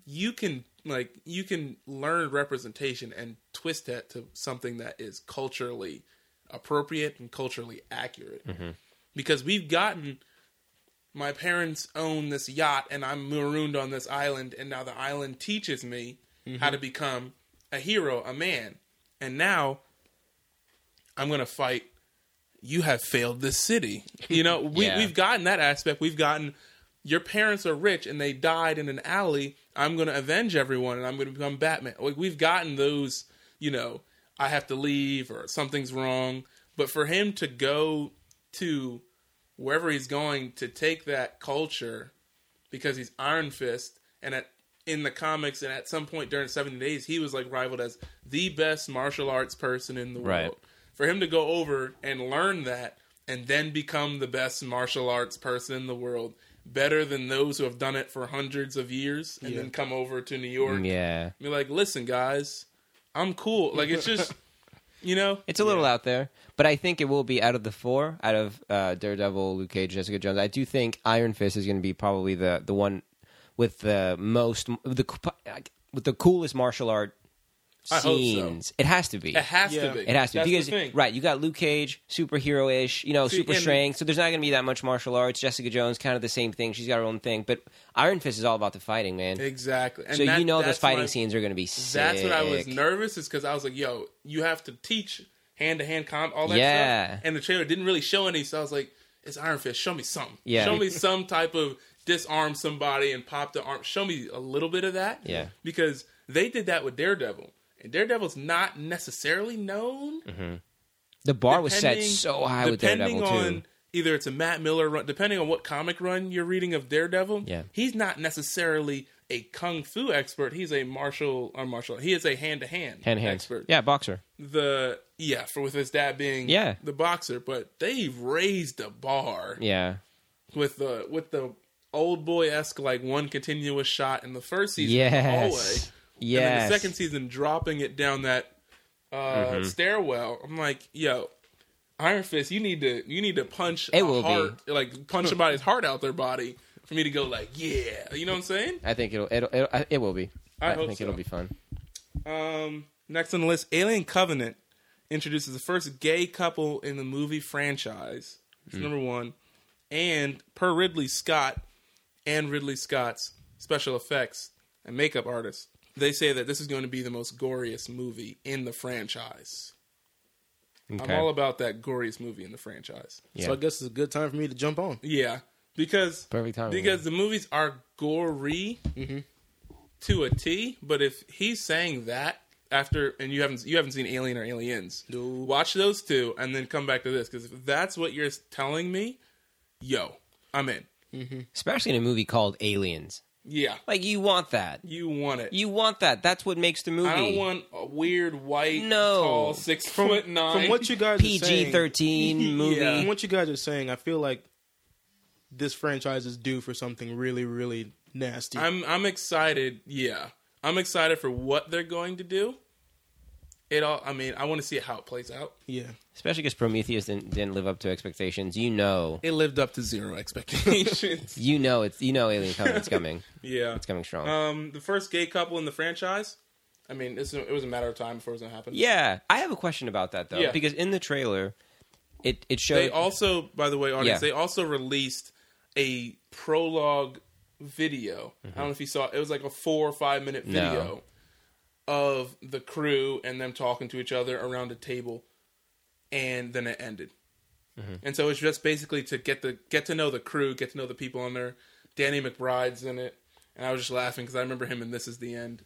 S1: you can like you can learn representation and twist that to something that is culturally appropriate and culturally accurate because we've gotten my parents own this yacht and I'm marooned on this island and now the island teaches me how to become a hero, a man. And now I'm going to fight you have failed this city. You know, we
S2: Yeah.
S1: we've gotten that aspect. We've gotten your parents are rich and they died in an alley. I'm going to avenge everyone and I'm going to become Batman. Like we've gotten those, you know, I have to leave or something's wrong. But for him to go to wherever he's going to take that culture because he's Iron Fist and at in the comics and at some point during 70 days he was like rivaled as the best martial arts person in the
S2: Right.
S1: world. For him to go over and learn that and then become the best martial arts person in the world better than those who have done it for hundreds of years and
S3: Yeah.
S1: then come over to New York.
S2: Yeah.
S1: Be like, listen, guys, I'm cool. Like it's just, you know,
S2: It's a little out there, but I think it will be out of the four, out of uh, Daredevil, Luke Cage, Jessica Jones. I do think Iron Fist is going to be probably the the one with the most the with the coolest martial art
S1: I hope so.
S2: scenes. It has to be.
S1: it has
S3: Yeah.
S1: to be.
S2: It has to
S1: That's
S2: be because
S1: the thing.
S2: right, you got Luke Cage, superhero ish, you know,
S1: See,
S2: super
S1: and-
S2: strength. So there's not going to be that much martial arts. Jessica Jones, kind of the same thing. She's got her own thing, but Iron Fist is all about the fighting, man.
S1: Exactly. And
S2: so
S1: that-
S2: you know those
S1: that's
S2: fighting
S1: my-
S2: scenes are going to be sick.
S1: That's what I was nervous is because I was like, yo, you have to teach hand to hand comp all that
S2: Yeah.
S1: stuff. And the trailer didn't really show any, so I was like, it's Iron Fist. Show me something.
S2: Yeah.
S1: Show me some type of disarm somebody and pop the arm. Show me a little bit of that.
S2: Yeah.
S1: Because they did that with Daredevil. And Daredevil's not necessarily known.
S2: the bar was set
S1: depending-
S2: so high with
S1: depending
S2: Daredevil
S1: on
S2: too.
S1: Either it's a Matt Miller run, depending on what comic run you're reading of Daredevil.
S2: Yeah.
S1: he's not necessarily a kung fu expert. He's a martial or martial. He is a hand to hand
S2: Hand hands.
S1: expert.
S2: Yeah, boxer.
S1: The yeah, for with his dad being
S2: Yeah.
S1: the boxer, but they've raised the bar
S2: Yeah.
S1: with the with the old boy esque like one continuous shot in the first season. hallway.
S2: Yes.
S1: And then
S2: Yes. Mm-hmm.
S1: the second season dropping it down that uh, stairwell. I'm like, yo, Iron Fist, you need to you need to punch
S2: It
S1: a
S2: will be.
S1: heart, like punch somebody's heart out their body for me to go like, yeah, you know what I'm saying?
S2: I think it'll it'll, it'll I- it will be.
S1: I hope
S2: think
S1: so.
S2: it'll be fun.
S1: Um, next on the list, Alien Covenant introduces the first gay couple in the movie franchise. It's
S2: Hmm.
S1: number one, and per Ridley Scott and Ridley Scott's special effects and makeup artist, they say that this is going to be the most goriest movie in the franchise.
S2: Okay.
S1: I'm all about that goriest movie in the franchise.
S2: Yeah.
S3: So I guess it's a good time for me to jump on.
S1: Yeah, because
S2: Perfect timing.
S1: because the movies are gory to a T. But if he's saying that after, and you haven't you haven't seen Alien or Aliens, watch those two and then come back to this because if that's what you're telling me, yo, I'm in.
S2: especially in a movie called Aliens.
S1: Yeah,
S2: Like you want that.
S1: you want it.
S2: You want that. That's what makes the movie.
S1: I don't want a weird white,
S2: No.
S1: tall, six foot nine.
S3: From what you guys are
S2: PG
S3: saying,
S2: thirteen movie.
S1: Yeah.
S3: from what you guys are saying, I feel like this franchise is due for something really, really nasty.
S1: I'm I'm excited. Yeah, I'm excited for what they're going to do. It all. I mean, I want to see how it plays out.
S3: yeah,
S2: Especially because Prometheus didn't, didn't live up to expectations. You know,
S1: It lived up to zero expectations.
S2: you know it's you know Alien Covenant's coming.
S1: yeah.
S2: It's coming strong.
S1: Um, the first gay couple in the franchise. I mean, it's, it was a matter of time before it was gonna happen.
S2: yeah, I have a question about that though,
S1: Yeah.
S2: because in the trailer, it it showed.
S1: They also, by the way, audience.
S2: Yeah.
S1: They also released a prologue video. I don't know if you saw. It It was like a four or five minute
S2: No.
S1: video of the crew and them talking to each other around a table, and then it ended.
S2: Mm-hmm.
S1: And so it's just basically to get the get to know the crew, get to know the people on there. Danny McBride's in it, and I was just laughing because I remember him in This Is the End.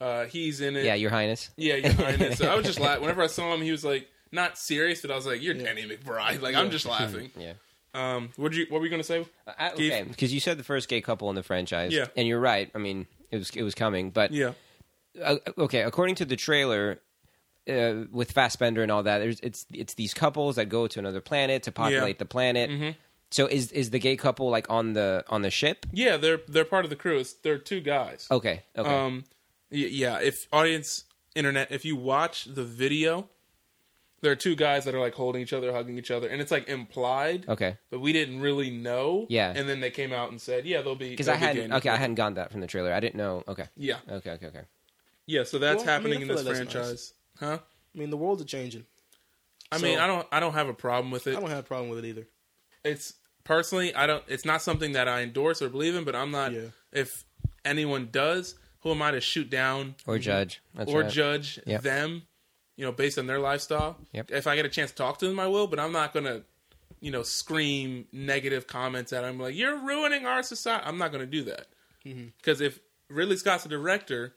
S1: Uh, he's in it.
S2: yeah, Your Highness.
S1: Yeah, your highness. So I was just laughing. Whenever I saw him, he was like not serious, but I was like, "You're Danny McBride." Like I'm just laughing.
S2: Yeah.
S1: Um, what you what were you gonna say?
S2: Uh, I,
S1: Keith?
S2: okay, because you said the first gay couple in the franchise.
S1: Yeah.
S2: and you're right. I mean, it was it was coming, but
S1: Yeah,
S2: uh, okay, according to the trailer, uh, with Fassbender and all that, there's, it's it's these couples that go to another planet to populate the planet.
S1: Mm-hmm.
S2: So is is the gay couple like on the on the ship?
S1: yeah. They're they're part of the crew. It's, they're two guys.
S2: Okay, okay,
S1: Um, y- yeah. If audience internet, if you watch the video, there are two guys that are like holding each other, hugging each other, and it's like implied.
S2: okay.
S1: But we didn't really know.
S2: Yeah.
S1: And then they came out and said, "Yeah, they'll be."
S2: Because I
S1: they'll be
S2: hadn't
S1: gay.
S2: okay, I hadn't gotten that from the trailer. I didn't know. Okay,
S1: Yeah,
S2: okay, okay, okay.
S1: yeah. So that's
S3: Well, I mean,
S1: happening
S3: I
S1: in
S3: feel
S1: this
S3: like that's nice.
S1: franchise, huh?
S3: I mean the worlds are changing.
S1: I mean,
S3: So-
S1: I don't, I don't have a problem with it.
S3: I don't have a problem with it either.
S1: it's personally I don't it's not something that I endorse or believe in, but I'm not
S3: Yeah.
S1: if anyone does, who am I to shoot down
S2: Or judge. That's
S1: Mm-hmm. or
S2: right.
S1: judge
S2: Yep.
S1: them, you know, based on their lifestyle.
S2: Yep.
S1: If I get a chance to talk to them, I will, but I'm not gonna, you know, scream negative comments at them like, You're ruining our society. I'm not gonna do that. Because if Ridley Scott's a director,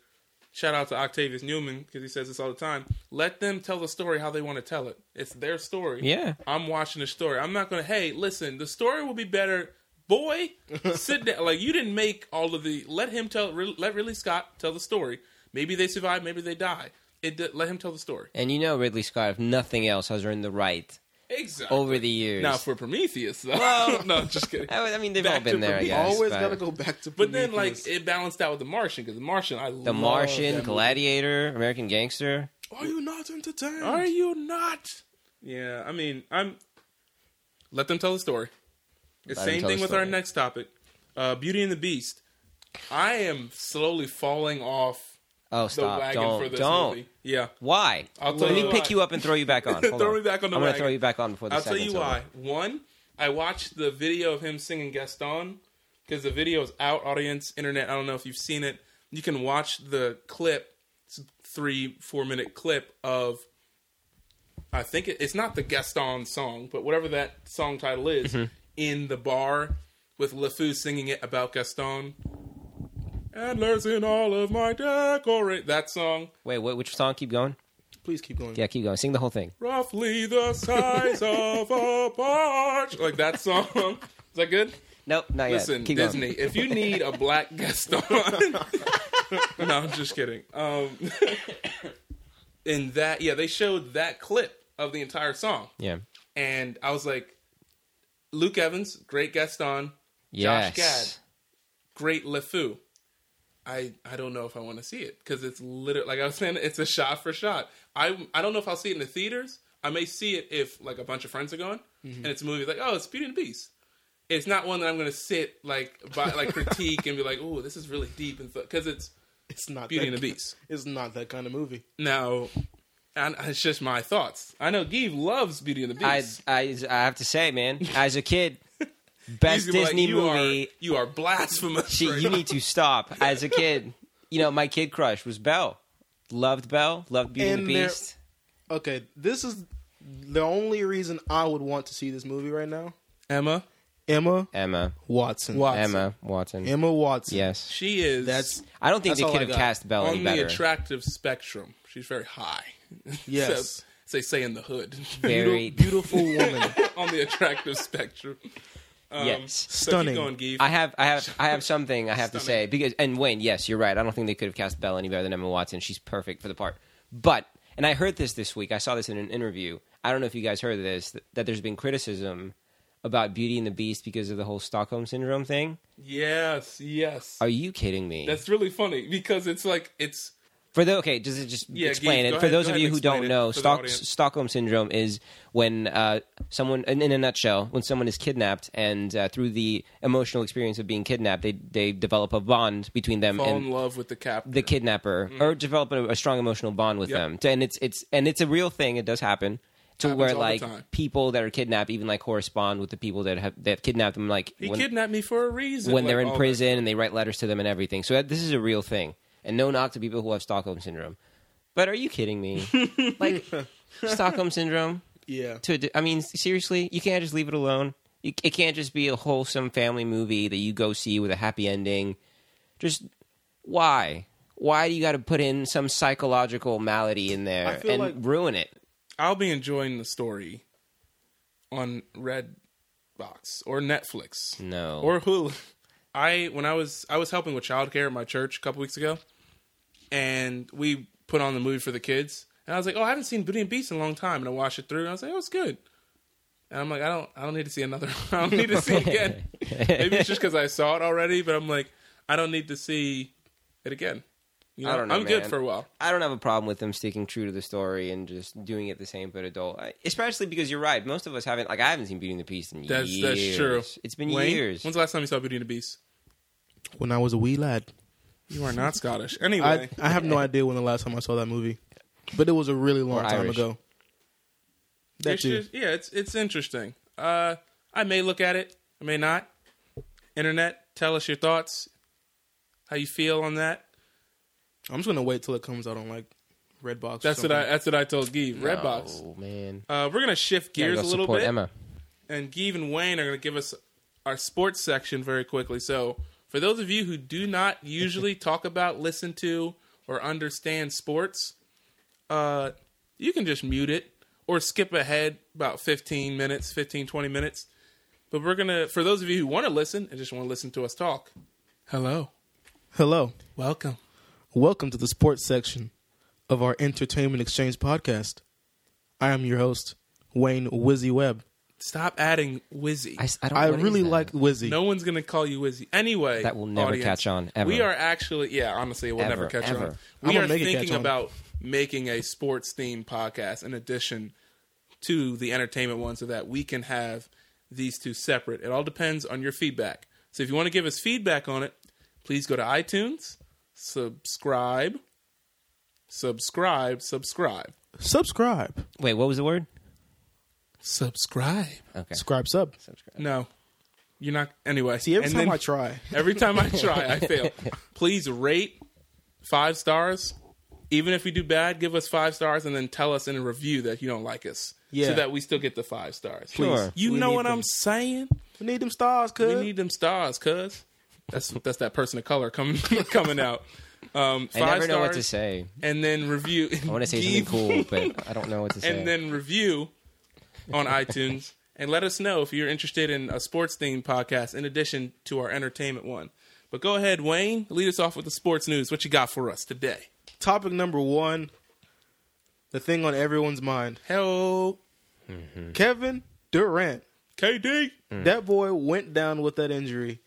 S1: shout out to Octavius Newman, because he says this all the time, let them tell the story how they want to tell it. It's their story.
S2: Yeah.
S1: I'm watching the story. I'm not gonna. Hey, listen, the story will be better. Boy, sit down. Like you didn't make all of the. Let him tell. Re, let Ridley Scott tell the story. Maybe they survive. Maybe they die. It d- let him tell the story.
S2: And you know Ridley Scott, if nothing else, has earned the right
S1: Exactly.
S2: over the years.
S1: Now for Prometheus, though.
S2: Well-
S1: no, just kidding.
S2: I, would- I mean, they've
S1: Back
S2: all
S1: to
S2: been there, I
S1: Prometheus.
S2: guess.
S3: Always
S2: but-
S3: gotta go back to.
S1: But then, like,
S3: Prometheus.
S1: it balanced out with The Martian because The Martian, I love that
S2: The Martian,
S1: movie.
S2: Gladiator, American Gangster.
S3: are you not entertained?
S1: Are you not? Yeah, I mean, I'm. Let them tell the story. The
S2: Let them
S1: same
S2: tell
S1: thing
S2: the
S1: with our
S2: story.
S1: next topic, uh, Beauty and the Beast. I am slowly falling off
S2: Oh,
S1: the
S2: stop!
S1: wagon for
S2: Don't,
S1: this
S2: don't.
S1: movie. Yeah,
S2: Why?
S1: I'll tell
S2: Let me
S1: you
S2: pick
S1: why.
S2: you up and throw you back on. Hold
S1: Throw me back on the
S2: I'm gonna
S1: wagon.
S2: throw you back on before the
S1: I'll tell
S2: segment's
S1: you
S2: over.
S1: why. One, I watched the video of him singing Gaston because the video is out. Audience, internet. I don't know if you've seen it. You can watch the clip, it's a three four minute clip of. I think it, it's not the Gaston song, but whatever that song title is,
S2: Mm-hmm.
S1: in the bar with LeFou singing it about Gaston. Antlers in all of my decorate. That song,
S2: Wait, what, which song? Keep going.
S3: Please keep going.
S2: Yeah, keep going. Sing the whole thing.
S1: roughly the size of a barge. Like that song. Is that good?
S2: Nope, not
S1: Listen,
S2: yet. Keep
S1: Disney,
S2: Going.
S1: if you need a black Gaston, no, I'm just kidding. Um, in that, yeah, they showed that clip of the entire song,
S2: Yeah.
S1: and I was like, Luke Evans, great Gaston,
S2: Yes.
S1: Gad. great LeFou. I I don't know if I want to see it because it's literally like I was saying, it's a shot for shot. I I don't know if I'll see it in the theaters. I may see it if like a bunch of friends are going,
S2: Mm-hmm.
S1: and it's a movie like oh, it's Beauty and the Beast. It's not one that I'm gonna sit like by, like critique and be like, oh, this is really deep and because it's
S3: It's not
S1: Beauty
S3: that
S1: and the
S3: ki-
S1: Beast.
S3: It's not that kind of movie.
S1: now. And it's just my thoughts. I know Give loves Beauty and the
S2: I,
S1: Beast.
S2: I I have to say, man, as a kid,
S1: He's
S2: best
S1: gonna be
S2: Disney
S1: like, you
S2: movie.
S1: Are, you are blasphemous.
S2: She,
S1: right
S2: you
S1: now.
S2: need to stop. As a kid, you know, my kid crush was Belle. Loved Belle. Loved Beauty and,
S3: And
S2: the
S3: there-
S2: Beast.
S3: Okay, this is the only reason I would want to see this movie right now.
S1: Emma.
S3: Emma
S2: Emma.
S3: Watson.
S2: Emma Watson.
S3: Emma Watson.
S2: Yes.
S1: She is.
S3: That's
S2: I don't think
S3: That's all
S2: they
S3: I
S2: could have
S3: got.
S2: cast Belle
S1: on
S2: any
S1: the
S2: better.
S1: attractive spectrum. She's very high.
S3: Yes.
S1: so, as they say in the hood.
S2: Very.
S3: beautiful woman.
S1: on the attractive spectrum. Um,
S2: Yes.
S1: so keep
S3: Stunning.
S1: going, Geef.
S2: I have, I have, I have something I have to say
S1: Stunning.
S2: because, and Wayne, yes, you're right. I don't think they could have cast Belle any better than Emma Watson. She's perfect for the part. But, and I heard this this week. I saw this in an interview. I don't know if you guys heard this that, that there's been criticism about Beauty and the Beast because of the whole Stockholm syndrome thing.
S1: yes, yes.
S2: Are you kidding me?
S1: That's really funny because it's like it's
S2: For the okay, just just
S1: Yeah, Keith,
S2: explain it.
S1: go
S2: For
S1: ahead-
S2: those
S1: go
S2: of
S1: ahead
S2: you
S1: and
S2: who
S1: explain
S2: don't
S1: it
S2: know,
S1: for the
S2: Stock,
S1: audience.
S2: Stockholm syndrome is when uh, someone, in, in a nutshell, when someone is kidnapped, and uh, through the emotional experience of being kidnapped, they they develop a bond between them
S1: fall
S2: and
S1: in love with the cap.
S2: the kidnapper, or develop a, a strong emotional bond with
S1: Mm-hmm. Yep.
S2: them. And it's it's and it's a real thing. It does happen to
S1: Happens
S2: where
S1: all the
S2: like
S1: time.
S2: people that are kidnapped even like correspond with the people that have that kidnapped them. Like
S1: he
S2: when-
S1: kidnapped me for a reason.
S2: when
S1: like,
S2: they're in
S1: all that.
S2: prison and they write letters to them and everything. So that, this is a real thing. And no knock to people who have Stockholm syndrome. But are you kidding me? like Stockholm syndrome?
S3: yeah.
S2: To a d- I mean, s- seriously, you can't just leave it alone. You, it can't just be a wholesome family movie that you go see with a happy ending. Just why? Why do you got to put in some psychological malady in
S3: I
S2: there
S3: feel
S2: and
S3: like-
S2: ruin it?
S1: I'll be enjoying the story on Redbox or Netflix.
S2: No.
S1: Or Hulu. I when I was I was helping with childcare at my church a couple weeks ago, and we put on the movie for the kids. And I was like, "Oh, I haven't seen Beauty and the Beast in a long time." And I watched it through, and I was like, "Oh, it's good." And I'm like, "I don't, I don't need to see another. I don't need to see it again. Maybe it's just because I saw it already, but I'm like, I don't need to see it again. You know,
S2: I don't know,
S1: I'm good
S2: man.
S1: for a while.
S2: I don't have a problem with them sticking true to the story and just doing it the same but adult. I- Especially because you're right. Most of us haven't. Like I haven't seen Beauty and the Beast in
S1: That's
S2: years.
S1: that's true.
S2: It's been
S1: Wayne,
S2: years.
S1: When's the last time you saw Beauty and the Beast?
S3: When I was a wee lad,
S1: You are not Scottish. Anyway,
S3: I I have no idea when the last time I saw that movie, but it was a really long
S2: Or
S3: time
S2: Irish.
S3: ago. That
S1: It's
S3: too.
S1: just- yeah, it's it's interesting. Uh, I may look at it. I may not. Internet, tell us your thoughts. How you feel on that?
S3: I'm just gonna wait till it comes out on like Redbox. or
S1: That's what I.
S3: something.
S1: That's what I told Give. Redbox.
S2: Oh man.
S1: Uh, we're gonna shift
S2: Gotta
S1: gears a
S2: go
S1: little
S2: support
S1: bit,
S2: Emma.
S1: and Give and Wayne are gonna give us our sports section very quickly. So, for those of you who do not usually talk about, listen to, or understand sports, uh, you can just mute it or skip ahead about 15 minutes, 15, 20 minutes. But we're going to, for those of you who want to listen and just want to listen to us talk, hello,
S3: Hello,
S1: welcome.
S3: welcome to the sports section of our Entertainment Exchange podcast. I am your host, Wayne Wizzy Webb.
S1: Stop adding Wizzy.
S2: I, s- I don't.
S3: I
S2: what is
S3: really
S2: that?
S3: like Wizzy.
S1: no one's gonna call you Wizzy anyway.
S2: That will never
S1: audience,
S2: catch on, ever.
S1: We are actually, yeah, honestly, it will
S2: Ever,
S1: never catch
S2: ever.
S1: on. We
S3: I'ma
S1: are
S3: make it catch
S1: thinking
S3: on.
S1: about making a sports themed podcast in addition to the entertainment one, so that we can have these two separate. It all depends on your feedback. So if you want to give us feedback on it, please go to iTunes, subscribe, subscribe, subscribe,
S3: Subscribe.
S2: Wait, what was the word?
S1: subscribe.
S2: Okay.
S3: Subscribe sub.
S1: No, you're not. Anyway,
S3: See, every
S1: and
S3: time
S1: then-
S3: I try,
S1: Every time I try, I fail. Please rate five stars. Even if we do bad, give us five stars and then tell us in a review that you don't like us.
S3: Yeah.
S1: So that we still get the five stars.
S2: Sure.
S1: Please. You
S3: We
S1: know
S3: need
S1: what
S3: them.
S1: I'm saying?
S3: we need them stars,
S1: We
S3: cuz.
S1: need them stars, cuz. That's that's that person of color coming coming out. Um, five
S2: I never
S1: stars,
S2: know what to say.
S1: And then review.
S2: I want to say something cool, but I don't know what to say.
S1: and then review on iTunes and let us know if you're interested in a sports themed podcast in addition to our entertainment one. But go ahead, Wayne, lead us off with the sports news. What you got for us today?
S3: Topic number one the thing on everyone's mind
S1: Hello,
S2: Hmm.
S3: Kevin Durant.
S1: KD.
S3: That boy went down with that injury.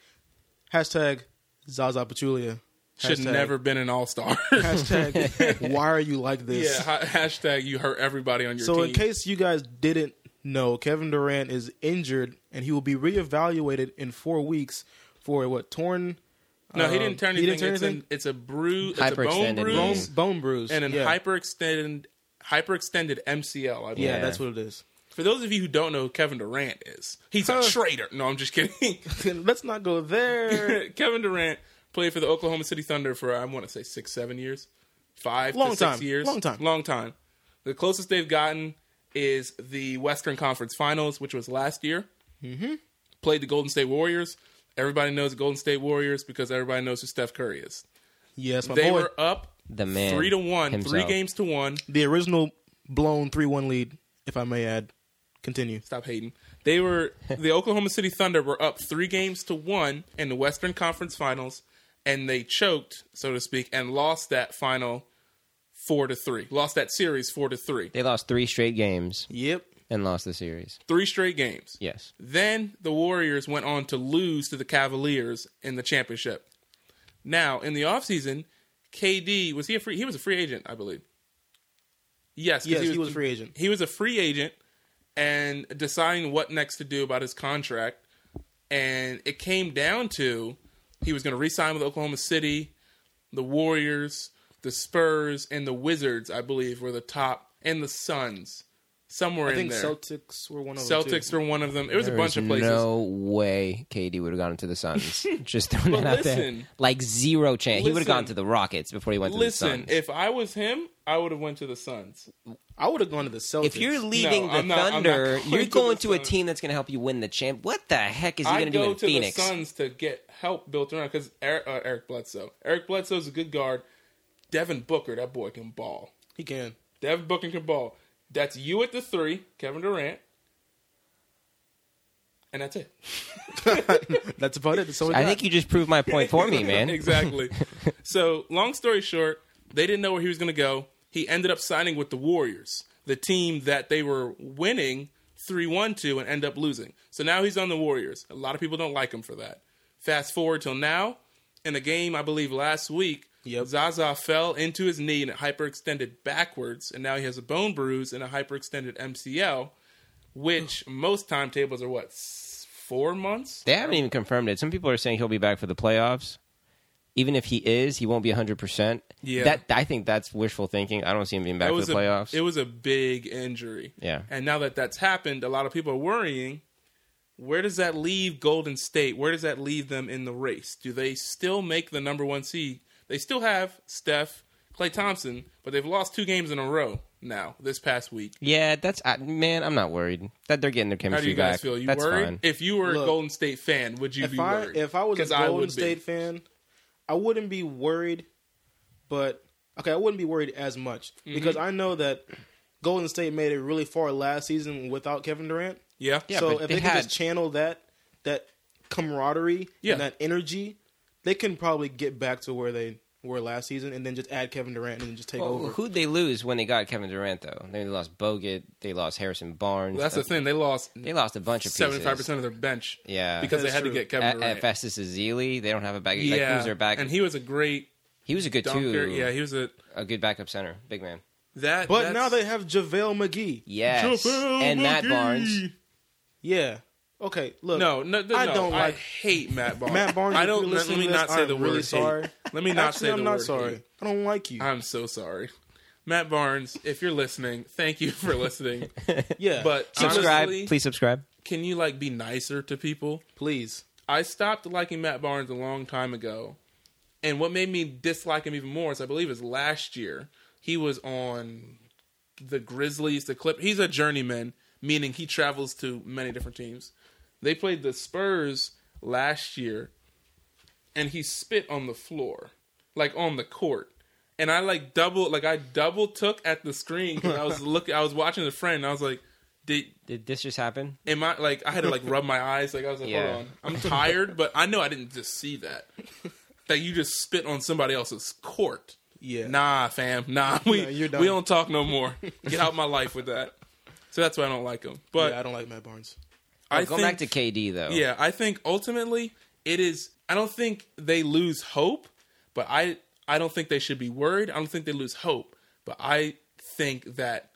S3: Hashtag Zaza Pachulia.
S1: Should
S3: Hashtag-
S1: never been an all star.
S3: Hashtag why are you like
S1: yeah,
S3: this?
S1: ha- hashtag you hurt everybody on your
S3: so
S1: team.
S3: in case you guys didn't know, Kevin Durant is injured and he will be reevaluated in four weeks for what torn?
S1: no, he
S3: um,
S1: didn't turn anything.
S3: he didn't turn
S1: it's,
S3: anything?
S1: An, it's a bruise, it's a bone
S2: Hyperextended
S3: Bone,
S1: bruise,
S2: knee.
S3: bone bruise
S1: and an
S3: yeah.
S1: hyperextended hyperextended MCL. I believe.
S3: Yeah,
S2: Yeah.
S3: that's what it is.
S1: For those of you who don't know, who Kevin Durant is he's a traitor. No, I'm just kidding.
S3: Let's not go there.
S1: Kevin Durant played for the Oklahoma City Thunder for I want to say six, seven years, five,
S3: Long
S1: to
S3: time.
S1: six years,
S3: Long time.
S1: long time. The closest they've gotten is the Western Conference Finals, which was last year. Mm-hmm. Played the Golden State Warriors. Everybody knows the Golden State Warriors because everybody knows who Steph Curry is.
S3: yes, my
S1: they
S3: boy.
S1: were up
S2: the man.
S1: three to one, three
S2: himself.
S1: games to one.
S3: the original blown three one lead, if I may add. Continue.
S1: Stop hating. They were the Oklahoma City Thunder were up three games to one in the Western Conference Finals, and they choked, so to speak, and lost that final four to three. Lost that series four to three.
S2: They lost three straight games
S3: Yep.
S2: and lost the series.
S1: Three straight games.
S2: Yes.
S1: Then the Warriors went on to lose to the Cavaliers in the championship. Now, in the offseason, KD was he a free he was a free agent, I believe. Yes, 'cause
S3: Yes, he was a free agent.
S1: He was a free agent and deciding what next to do about his contract. And it came down to he was going to re-sign with Oklahoma City, the Warriors, the Spurs, and the Wizards. I believe were the top, and the Suns somewhere
S3: I
S1: in
S3: think
S1: there.
S3: Celtics were one of them.
S1: Celtics were one of them. It was
S2: There
S1: a bunch
S2: is
S1: of places.
S2: No way KD would have gone to the Suns. Just throwing
S1: But
S2: that out there.
S1: listen.
S2: Like zero chance. he would
S1: Listen.
S2: have gone to the Rockets before he went to
S1: Listen,
S2: the Suns.
S1: if I was him, I would have went to the Suns.
S3: I would have gone to the Celtics.
S2: If you're leaving
S1: No,
S2: the
S1: I'm not- I'm not
S2: Thunder,
S1: going
S2: you're
S1: to
S2: going
S1: the
S2: to a
S1: Suns.
S2: team that's going to help you win the champ. What the heck is he
S1: I
S2: going to do
S1: go
S2: in
S1: to
S2: Phoenix?
S1: the Suns to get help built around because Eric, uh, Eric Bledsoe. Eric Bledsoe's a good guard. Devin Booker, that boy can ball.
S3: he can.
S1: Devin Booker can ball. That's you at the three, Kevin Durant, and that's it.
S3: That's about it. So
S2: I think you just proved my point for me, man.
S1: exactly. So, long story short, they didn't know where he was going to go. He ended up signing with the Warriors, the team that they were winning 3 1 to and end up losing. So now he's on the Warriors. A lot of people don't like him for that. Fast forward till now, in a game, I believe last week,
S3: Yep.
S1: Zaza fell into his knee and it hyperextended backwards, and now he has a bone bruise and a hyperextended MCL, which most timetables are what, s- four months?
S2: They haven't even confirmed it. Some people are saying he'll be back for the playoffs. Even if he is, he won't be 100%.
S1: Yeah.
S2: That, I think that's wishful thinking. I don't see him being back
S1: It
S2: for
S1: was a,
S2: the playoffs.
S1: It was a big injury.
S2: Yeah.
S1: And now that that's happened, a lot of people are worrying. Where does that leave Golden State? Where does that leave them in the race? Do they still make the number one seed? They still have Steph, Clay Thompson, but they've lost two games in a row now this past week.
S2: yeah, that's I, man. I'm not worried that they're getting their
S1: How do
S2: chemistry
S1: you guys
S2: back.
S1: feel? You
S2: that's
S1: worried?
S2: fine.
S1: If you were a
S3: Look,
S1: Golden State fan, would you
S3: if
S1: be
S3: I
S1: worried?
S3: if I was a
S1: 'Cause I
S3: Golden
S1: would be.
S3: State fan, I wouldn't be worried, but okay, I wouldn't be worried as much
S1: Mm-hmm.
S3: because I know that Golden State made it really far last season without Kevin Durant.
S1: yeah.
S2: Yeah,
S3: so
S2: but
S3: if
S2: they
S3: they, can
S2: had-
S3: just channel that that camaraderie
S1: Yeah.
S3: and that energy, they can probably get back to where they were last season, and then just add Kevin Durant and then just take
S1: Oh,
S2: Well,
S3: over.
S2: who'd they lose when they got Kevin Durant though? They lost Bogut. They lost Harrison Barnes.
S1: Well, that's the thing. They lost
S2: They lost a bunch of pieces.
S1: seventy five percent of their bench
S2: Yeah.
S1: because they
S3: That's
S1: had to
S3: true.
S1: get Kevin
S2: At, at
S1: Durant.
S2: Festus Azili, they don't have a back. Yeah.
S1: yeah,
S2: Like, who's their back?
S1: and
S2: he,
S1: he was a great
S2: was a good
S1: dunker.
S2: two.
S1: Yeah, he was a
S2: a good backup center, big man.
S1: that.
S3: but
S1: that's-
S3: now they have JaVale McGee.
S2: Yes,
S1: JaVale
S2: and Matt
S1: McGee.
S2: Barnes.
S3: Yeah. Okay. Look.
S1: No, no, no,
S3: I
S1: no,
S3: don't
S1: I
S3: like-
S1: hate Matt Barnes.
S3: Matt Barnes,
S1: I
S3: if
S1: don't.
S3: you're
S1: Let, let me
S3: listening to
S1: not
S3: this,
S1: say
S3: I'm
S1: the
S3: really
S1: word.
S3: sorry.
S1: Hate. Let me not
S3: Actually,
S1: say
S3: I'm
S1: the
S3: not
S1: word.
S3: sorry.
S1: hate.
S3: I don't like you.
S1: I'm so sorry, Matt Barnes. If you're listening, thank you for listening.
S3: yeah.
S1: But
S2: subscribe,
S1: honestly,
S2: please subscribe.
S1: can you like be nicer to people?
S3: please.
S1: I stopped liking Matt Barnes a long time ago. And what made me dislike him even more is I believe is last year he was on the Grizzlies, the Clip. He's a journeyman, meaning he travels to many different teams. They played the Spurs last year and he spit on the floor, like on the court. And I like double like I double took at the screen cuz I was looking I was watching a friend and I was like did
S2: Did this just happen?
S1: Am I like I had to like rub my eyes like I was like
S2: Yeah.
S1: hold on I'm tired but I know I didn't just see that that you just spit on somebody else's court
S3: Yeah.
S1: nah fam nah we
S3: No, you're done.
S1: we don't talk no more get out my life with that so that's why I don't like him but
S3: yeah, I don't like Matt Barnes.
S1: I
S2: Oh, go
S1: think
S2: back to KD though.
S1: yeah I think ultimately it is I don't think they lose hope but I I don't think they should be worried I don't think they lose hope but I think that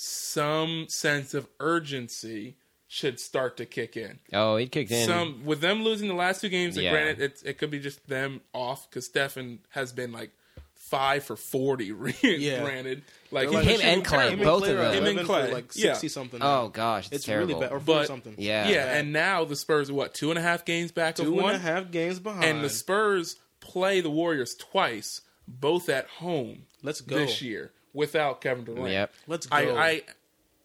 S1: some sense of urgency should start to kick in
S2: Oh, it kicked in.
S1: some with them losing the last two games.
S2: Yeah.
S1: And granted, it, it could be just them off because Stefan has been like five for forty.
S3: Yeah.
S1: granted, like,
S3: They're
S1: he was
S3: like-
S2: Him and
S1: shooting
S2: Clay,
S1: terrible.
S2: both of
S3: Clay are
S2: them. Him
S1: and
S3: 11
S1: Clay,
S3: For like
S1: yeah.
S3: sixty something.
S2: oh gosh, it's,
S3: it's
S2: terrible.
S3: really bad. Or
S1: But-
S3: forty something.
S2: Yeah.
S1: Yeah. and now the Spurs are what two and a half games back of
S3: Two
S1: one,
S3: and a half games behind.
S1: and the Spurs play the Warriors twice, both at home
S3: Let's go.
S1: this year without Kevin Durant.
S2: Yep.
S3: Let's go.
S1: I, I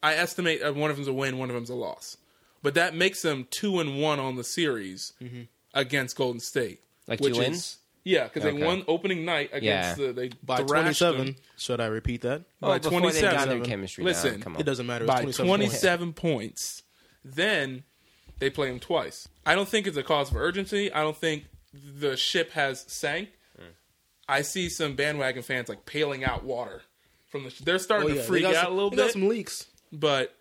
S1: I estimate uh, one of them's a win, one of them's a loss, but that makes them two and one on the series
S3: Mm-hmm.
S1: against Golden State.
S2: Like
S1: which
S2: two wins?
S1: is- yeah, because
S2: Okay.
S1: they won opening night against
S2: Yeah.
S1: the they
S3: by
S1: thrashed
S3: twenty-seven.
S1: them
S3: Should I repeat that?
S2: oh,
S1: by
S2: before they got their
S1: 27.
S2: chemistry
S1: Listen,
S2: down. Come on.
S3: It doesn't matter. It was
S1: by
S3: 27
S1: twenty
S3: points.
S1: seven points. Then they play them twice. I don't think it's a cause for urgency. I don't think the ship has sank.
S3: Mm.
S1: I see some bandwagon fans like paling out water from the. Sh- they're
S3: Oh,
S1: starting
S3: yeah.
S1: to
S3: They
S1: freak
S3: got
S1: out
S3: some-
S1: a little
S3: they
S1: bit.
S3: Got some leaks.
S1: But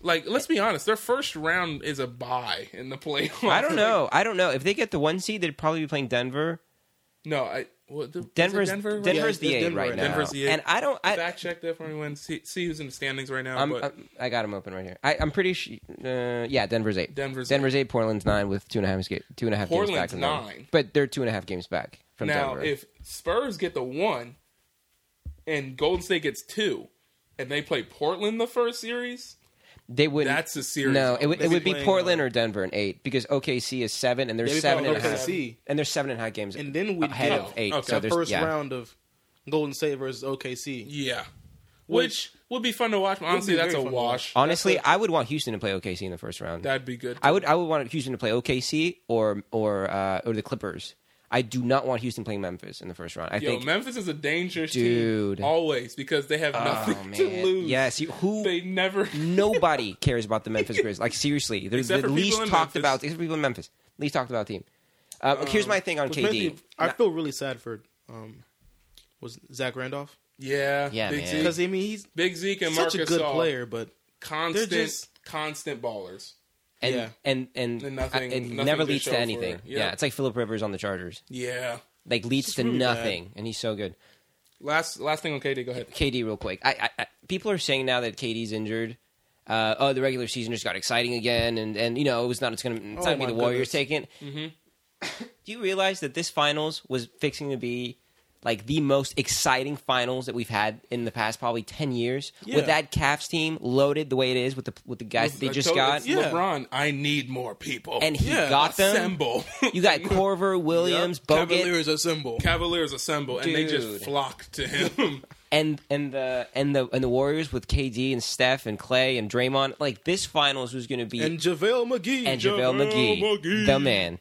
S1: like, let's be honest, their first round is a bye in the playoffs.
S2: I don't know. I don't know. If they get the one seed, they'd probably be playing Denver.
S1: No, I what, the, was it
S2: Denver's
S1: Denver.
S2: Denver's
S3: Yeah, it's
S2: the eight
S3: Denver
S2: right
S3: right
S2: now.
S3: now.
S1: Denver's the eight.
S2: And I don't. I,
S1: Fact check that for anyone. See, see who's in the standings right now.
S2: I'm,
S1: but
S2: I'm- i got them open right here. I, I'm pretty sure. Uh, yeah, Denver's eight.
S1: Denver's
S2: Denver's eight. Portland's nine with two and a half ga- two and a half games back.
S1: Portland's
S2: from them.
S1: nine.
S2: but they're two and a half games back from
S1: now,
S2: Denver.
S1: if Spurs get the one, and Golden State gets two, and they play Portland the first series,
S2: they would
S1: that's a series.
S2: No, it would
S1: They
S2: it would be
S3: playing,
S2: Portland or Denver in eight because OKC is seven and they're
S3: Yeah, we
S2: seven and
S3: played
S2: a half
S3: OKC.
S2: and they're seven and a half games
S3: And then we'd
S2: ahead
S3: get
S2: of eight.
S1: okay.
S2: So
S1: Our
S2: there's
S3: First
S2: yeah.
S3: round of Golden State versus OKC.
S1: yeah, which would be fun to watch. But honestly,
S3: be
S1: that's a
S3: very fun to
S1: wash.
S2: Honestly, I would want Houston to play OKC in the first round.
S1: That'd be good.
S2: Um, I would I would want Houston to play OKC or or uh, or the Clippers. I do not want Houston playing Memphis in the first round. I
S1: Yo,
S2: think
S1: Memphis is a dangerous
S2: Dude. Oh,
S1: team always because they have nothing to lose.
S2: Yes, you, who
S1: they never.
S2: nobody cares about the Memphis Grizzlies. Like seriously, they're
S1: Except
S2: the
S1: for people
S2: least
S1: in Memphis.
S2: talked
S1: Um,
S2: about. Except for people in Memphis, least talked about team. Uh, here's my thing on
S3: Which
S2: KD.
S3: makes me- I feel really sad for um, was Zach Randolph
S1: Yeah,
S2: Yeah,
S1: Big
S2: man.
S1: Zeke.
S3: because I mean he's
S1: Big Zeke and Marcus
S3: such a good
S1: Gasol,
S3: player, but
S1: Constant,
S3: They're just-
S1: constant ballers.
S2: and,
S3: yeah.
S2: and and
S1: And nothing-
S2: I- it
S1: nothing
S2: never
S1: to
S2: leads
S1: show
S2: to
S1: for it.
S2: anything.
S1: Yeah.
S2: Yeah, it's like Philip Rivers on the Chargers.
S1: Yeah.
S2: Like leads to
S3: really bad.
S2: nothing, and he's so good.
S1: Last last thing on KD. Go ahead.
S2: KD, real quick. I, I, I people are saying now that KD's injured. Uh, oh, the regular season just got exciting again, and and you know it was not. It's gonna. It's not
S3: Oh,
S2: gonna be
S3: my
S2: the Warriors
S3: goodness. Mm-hmm.
S2: taking. it. Do you realize that this finals was fixing to be like the most exciting finals that we've had in the past probably ten years?
S3: Yeah.
S2: With that Cavs team loaded the way it is, with the with the guys that they
S1: I
S2: just
S1: told-
S2: got,
S1: it's
S3: yeah.
S1: LeBron, I need more people.
S2: and he got them.
S1: Assemble.
S2: You got Corver, Williams, Bogut,
S3: Cavaliers a symbol.
S1: Cavaliers assemble, and they
S2: Dude.
S1: just flock to him.
S2: and and the and the and the Warriors with KD and Steph and Clay and Draymond. Like this finals was going to be
S3: and JaVale McGee.
S2: and JaVale McGee, the man.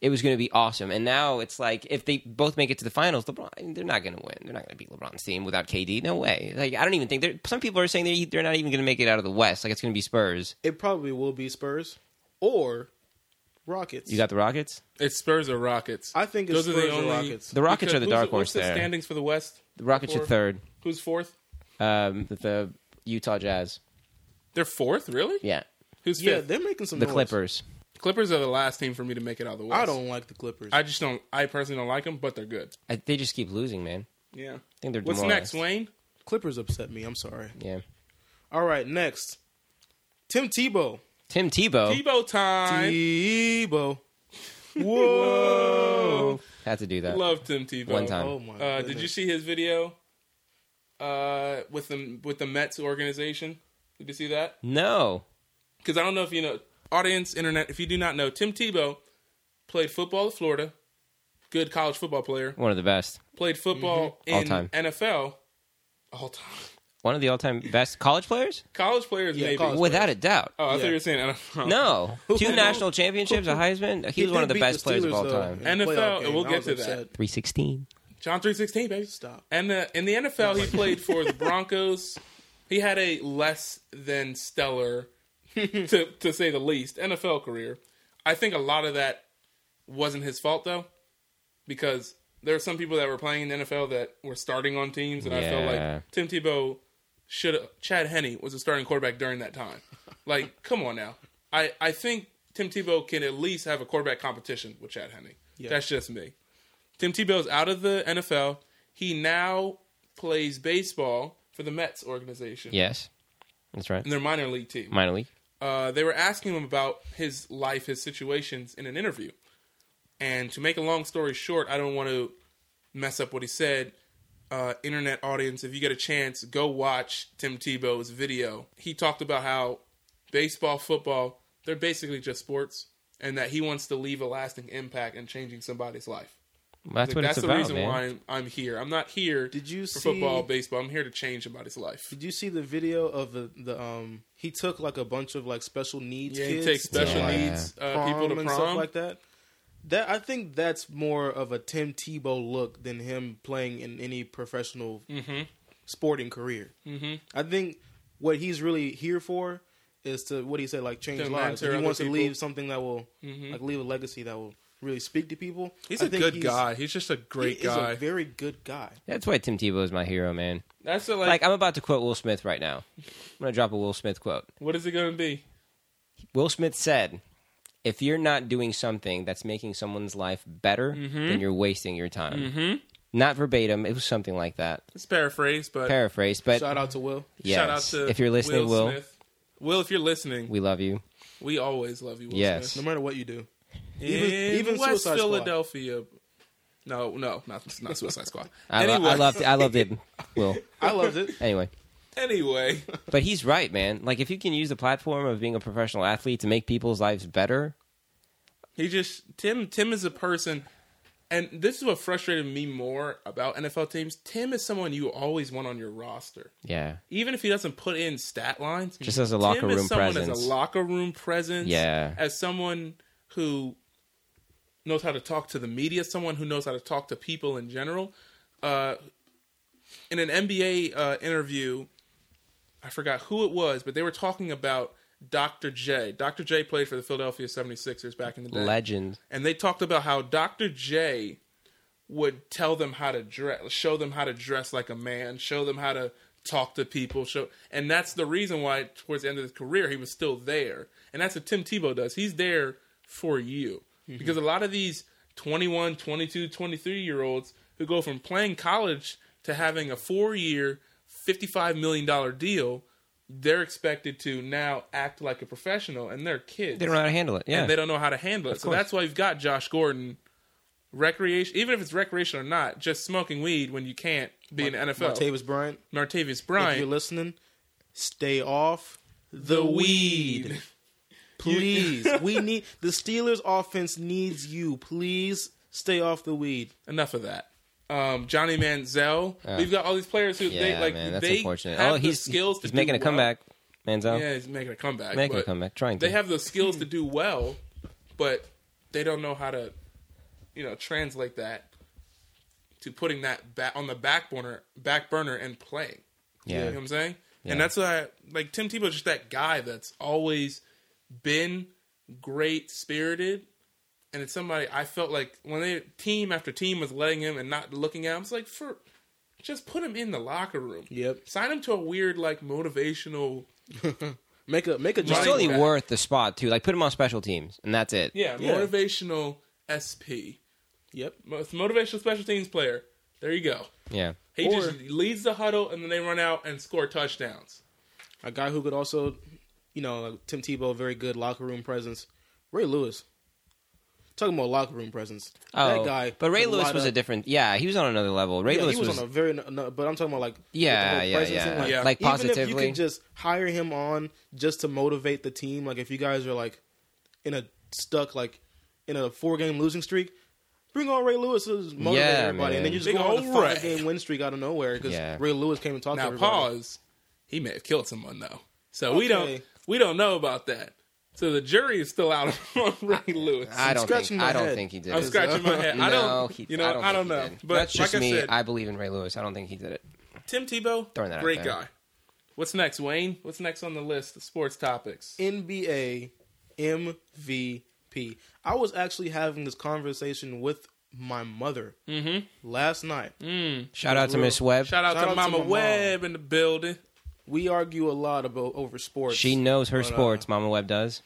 S2: It was going to be awesome. And now it's like if they both make it to the finals, LeBron, they're not going to win. They're not going to beat LeBron's team without KD. No way. Like I don't even think they're. Some people are saying they're they're not even going to make it out of the West. Like it's going to be Spurs.
S3: It probably will be Spurs or Rockets.
S2: You got the Rockets.
S1: It's Spurs or Rockets.
S3: I think it's
S1: Those are the
S3: Spurs or
S1: only-
S3: Rockets.
S2: The Rockets
S1: Because
S2: are the
S1: who's
S2: dark
S1: what's
S2: horse
S1: the
S2: there.
S1: standings for the West?
S2: The Rockets are
S1: Four.
S2: third.
S1: Who's fourth?
S2: Um, the, the Utah Jazz.
S1: They're fourth, really?
S2: Yeah,
S1: Who's
S3: yeah,
S1: fifth?
S3: they're making some.
S2: the
S3: noise.
S2: Clippers.
S1: Clippers are the last team for me to make it out of the West.
S3: I don't like the Clippers.
S1: I just don't. I personally don't like them, but they're good.
S2: I, they just keep losing, man.
S1: Yeah.
S2: I think they're
S1: What's
S2: demoralized.
S1: next, Wayne?
S3: Clippers upset me. I'm sorry.
S2: Yeah,
S3: All right, next, Tim Tebow.
S2: Tim Tebow
S1: Debo time.
S3: Tebow.
S1: Whoa.
S2: had to do that.
S1: Love Tim Tebow.
S2: One time.
S3: Oh my.
S1: Uh, did you
S3: goodness.
S1: see his video uh, with the with the Mets organization? Did you see that?
S2: No,
S1: because I don't know if you know, audience, internet, if you do not know, Tim Tebow played football at Florida, good college football player,
S2: one of the best.
S1: played football
S3: Mm-hmm.
S2: All
S1: in
S2: time.
S1: NFL, all time.
S2: One of the all-time best college players,
S1: College players,
S3: Yeah,
S1: maybe.
S3: college-
S2: without a doubt.
S1: Oh, I thought
S3: Yeah.
S1: you were saying NFL.
S2: No, two
S3: Who-
S2: national championships, a Heisman. He,
S3: He
S2: was one of the
S3: did beat
S2: best players of
S3: Steelers,
S2: all
S3: though,
S2: time.
S3: in the
S1: NFL,
S3: playoff
S1: and we'll
S3: game. I
S1: get
S3: was
S1: to that.
S3: upset.
S2: Three sixteen.
S1: John three sixteen, baby.
S3: Stop.
S1: And the, in the NFL, he played for the Broncos. He had a less than stellar, to to say the least, NFL career. I think a lot of that wasn't his fault though, because there are some people that were playing in the NFL that were starting on teams, and I felt
S2: Yeah.
S1: like Tim Tebow should. Chad Henney was a starting quarterback during that time. Like, come on now. I I think Tim Tebow can at least have a quarterback competition with Chad Henney.
S3: Yeah.
S1: That's just me. Tim Tebow's out of the NFL. He now plays baseball for the Mets organization.
S2: Yes, that's right.
S1: In their minor league team.
S2: Minor league.
S1: Uh, they were asking him about his life, his situations in an interview. And to make a long story short, I don't want to mess up what he said. Uh, internet audience, if you get a chance, go watch Tim Tebow's video. He talked about how baseball, football, they're basically just sports, and that he wants to leave a lasting impact in changing somebody's life.
S2: That's
S1: Like,
S2: what it's
S1: the
S2: about,
S1: reason
S2: man.
S1: why I'm, I'm here. I'm not here
S3: Did you
S1: for
S3: see-
S1: football, baseball. I'm here to change somebody's life.
S3: Did you see the video of the, the um? He took like a bunch of like special needs
S1: Yeah,
S3: kids.
S1: he takes special
S2: Yeah.
S1: needs uh, people to prom.
S3: and stuff like that. That I think that's more of a Tim Tebow look than him playing in any professional
S1: Mm-hmm.
S3: sporting career. Mm-hmm. I think what he's really here for is to what he said, like change
S1: To
S3: lives.
S1: mentor
S3: He
S1: other
S3: wants
S1: people. Mm-hmm.
S3: to leave something that will like leave a legacy that will really speak to people.
S1: He's
S3: a
S1: a good guy. He's just a
S3: He
S1: great
S3: is
S1: guy.
S3: a very good guy.
S2: That's why Tim Tebow is my hero, man.
S1: That's the, like,
S2: Like I'm about to quote Will Smith right now. I'm gonna drop a Will Smith quote.
S1: What is it going to be?
S2: Will Smith said, "If you're not doing something that's making someone's life better, then you're wasting your time." Mm-hmm. Not verbatim. It was something like that,
S1: It's paraphrased, but
S2: paraphrased. But
S3: Shout out to Will.
S2: yes,
S1: shout out to
S2: if you're listening, Will,
S1: Smith. Will, if you're listening,
S2: we love you.
S1: we always love you. Will
S2: Yes.
S3: No
S1: Smith.
S3: matter what you do,
S1: even,
S3: Even- even
S1: West
S3: Suicide Squad.
S1: Philadelphia. No, no, not not Suicide Squad.
S2: I, lo-
S1: anyway,
S2: I loved. I loved it. Will.
S3: I loved it.
S2: Anyway,
S1: Anyway,
S2: but he's right, man. Like if you can use the platform of being a professional athlete to make people's lives better,
S1: he just Tim. Tim is a person, and this is what frustrated me more about NFL teams. Tim is someone you always want on your roster.
S2: yeah,
S1: even if he doesn't put in stat lines,
S2: Just as a
S1: Tim
S2: locker
S1: is
S2: room
S1: someone
S2: presence.
S1: as a locker room presence,
S2: Yeah.
S1: as someone who knows how to talk to the media, someone who knows how to talk to people in general. Uh, in an NBA uh, interview, I forgot who it was, but they were talking about Dr. J. Dr. J played for the Philadelphia 76ers back in the day
S2: legend.
S1: and they talked about how Dr. J would tell them how to dress, show them how to dress like a man, show them how to talk to people, show and that's the reason why towards the end of his career he was still there. And that's what Tim Tebow does. He's there for you. Because a lot of these 21, 22, 23 year olds who go from playing college to having a 4-year, 55 million dollar deal, they're expected to now act like a professional and they're kids
S2: They don't know how to handle it. Yeah,
S1: and they don't know how to handle it. So
S2: course.
S1: that's why you've got Josh Gordon recreation, even if it's recreation or not, just smoking weed when you can't be in the NFL.
S3: Martavis Bryant.
S1: Martavius
S3: If
S1: Bryant,
S3: you're listening, stay off the,
S1: the
S3: weed.
S1: weed.
S3: Please. we need the Steelers offense needs you. Please stay off the weed.
S1: Enough of that. Um, Johnny Manziel. We've got all these players who they
S2: Yeah,
S1: like.
S2: man, that's
S1: they
S2: unfortunate.
S1: Have
S2: Oh,
S1: the
S2: he's
S1: skills. to
S2: He's
S1: do
S2: making a
S1: well.
S2: comeback, Manzo.
S1: Yeah, he's making a comeback.
S2: making a
S1: but
S2: comeback, trying to. Hmm.
S1: They have the skills to do well, but they don't know how to, you know, translate that to putting that back on the back burner, back burner, and playing. You know
S2: yeah,
S1: what I'm saying? And
S2: Yeah.
S1: that's why, like, Tim Tebow's just that guy that's always been great spirited, and it's somebody I felt like when they team after team was letting him and not looking at him, it's like for just put him in the locker room.
S3: Yep.
S1: Sign him to a weird like motivational.
S3: Make a make a
S2: He's
S1: Running
S3: giant.
S2: totally
S1: back.
S2: worth the spot too. Like put him on special teams, and that's it.
S1: Yeah,
S3: Yeah.
S1: motivational SP.
S3: Yep.
S1: Most motivational special teams player. There you go.
S2: Yeah.
S1: He
S3: Or-
S1: just leads the huddle and then they run out and score touchdowns.
S3: A guy who could also, you know, like Tim Tebow, very good locker room presence. Ray Lewis. Talking about locker room presence.
S2: Oh,
S3: that guy.
S2: But Ray
S3: could
S2: Lewis
S3: light
S2: was
S3: up-
S2: a different. Yeah, he was on another level. Ray
S3: yeah,
S2: Lewis
S3: he was, on a very. No, but I'm talking about like. with the
S2: yeah,
S3: whole
S2: yeah,
S3: presence
S2: yeah,
S3: and, like,
S1: Yeah.
S2: Like
S3: Even if you
S2: positively.
S3: could just hire him on just to motivate the team, like if you guys are like in a stuck like in a four game losing streak, bring on Ray Lewis to motivate
S2: Yeah,
S3: everybody,
S2: man.
S3: and then you just
S1: Big
S3: go on a
S1: ol' Ray.
S3: five game win streak out of nowhere because
S2: Yeah.
S3: Ray Lewis came and talked to
S1: Now
S3: everybody.
S1: pause. He may have killed someone though. So we
S3: Okay.
S1: don't we don't know about that. So the jury is still out on Ray Lewis.
S2: I don't think.
S3: scratching my
S2: I don't
S3: head.
S2: think he did.
S1: I'm
S2: it.
S1: scratching my head. I
S2: No,
S1: don't.
S2: he-
S1: you know, I don't,
S2: think he
S1: know.
S2: did.
S1: But
S2: that's just
S1: like
S2: me.
S1: I said,
S2: I believe in Ray Lewis. I don't think he did it.
S1: Tim Tebow,
S2: Throwing that out
S1: great
S2: there.
S1: guy. What's next, Wayne? What's next on the list of sports topics?
S3: NBA MVP. I was actually having this conversation with my mother
S1: Mm-hmm.
S3: last night.
S1: Mm.
S2: Shout out to Miss Webb.
S1: Shout out
S3: Shout
S1: to
S3: out to
S1: Mama
S3: my mom.
S1: Webb in the building.
S3: We argue a lot about over sports.
S2: She knows her
S3: But, uh,
S2: sports. Mama Webb does.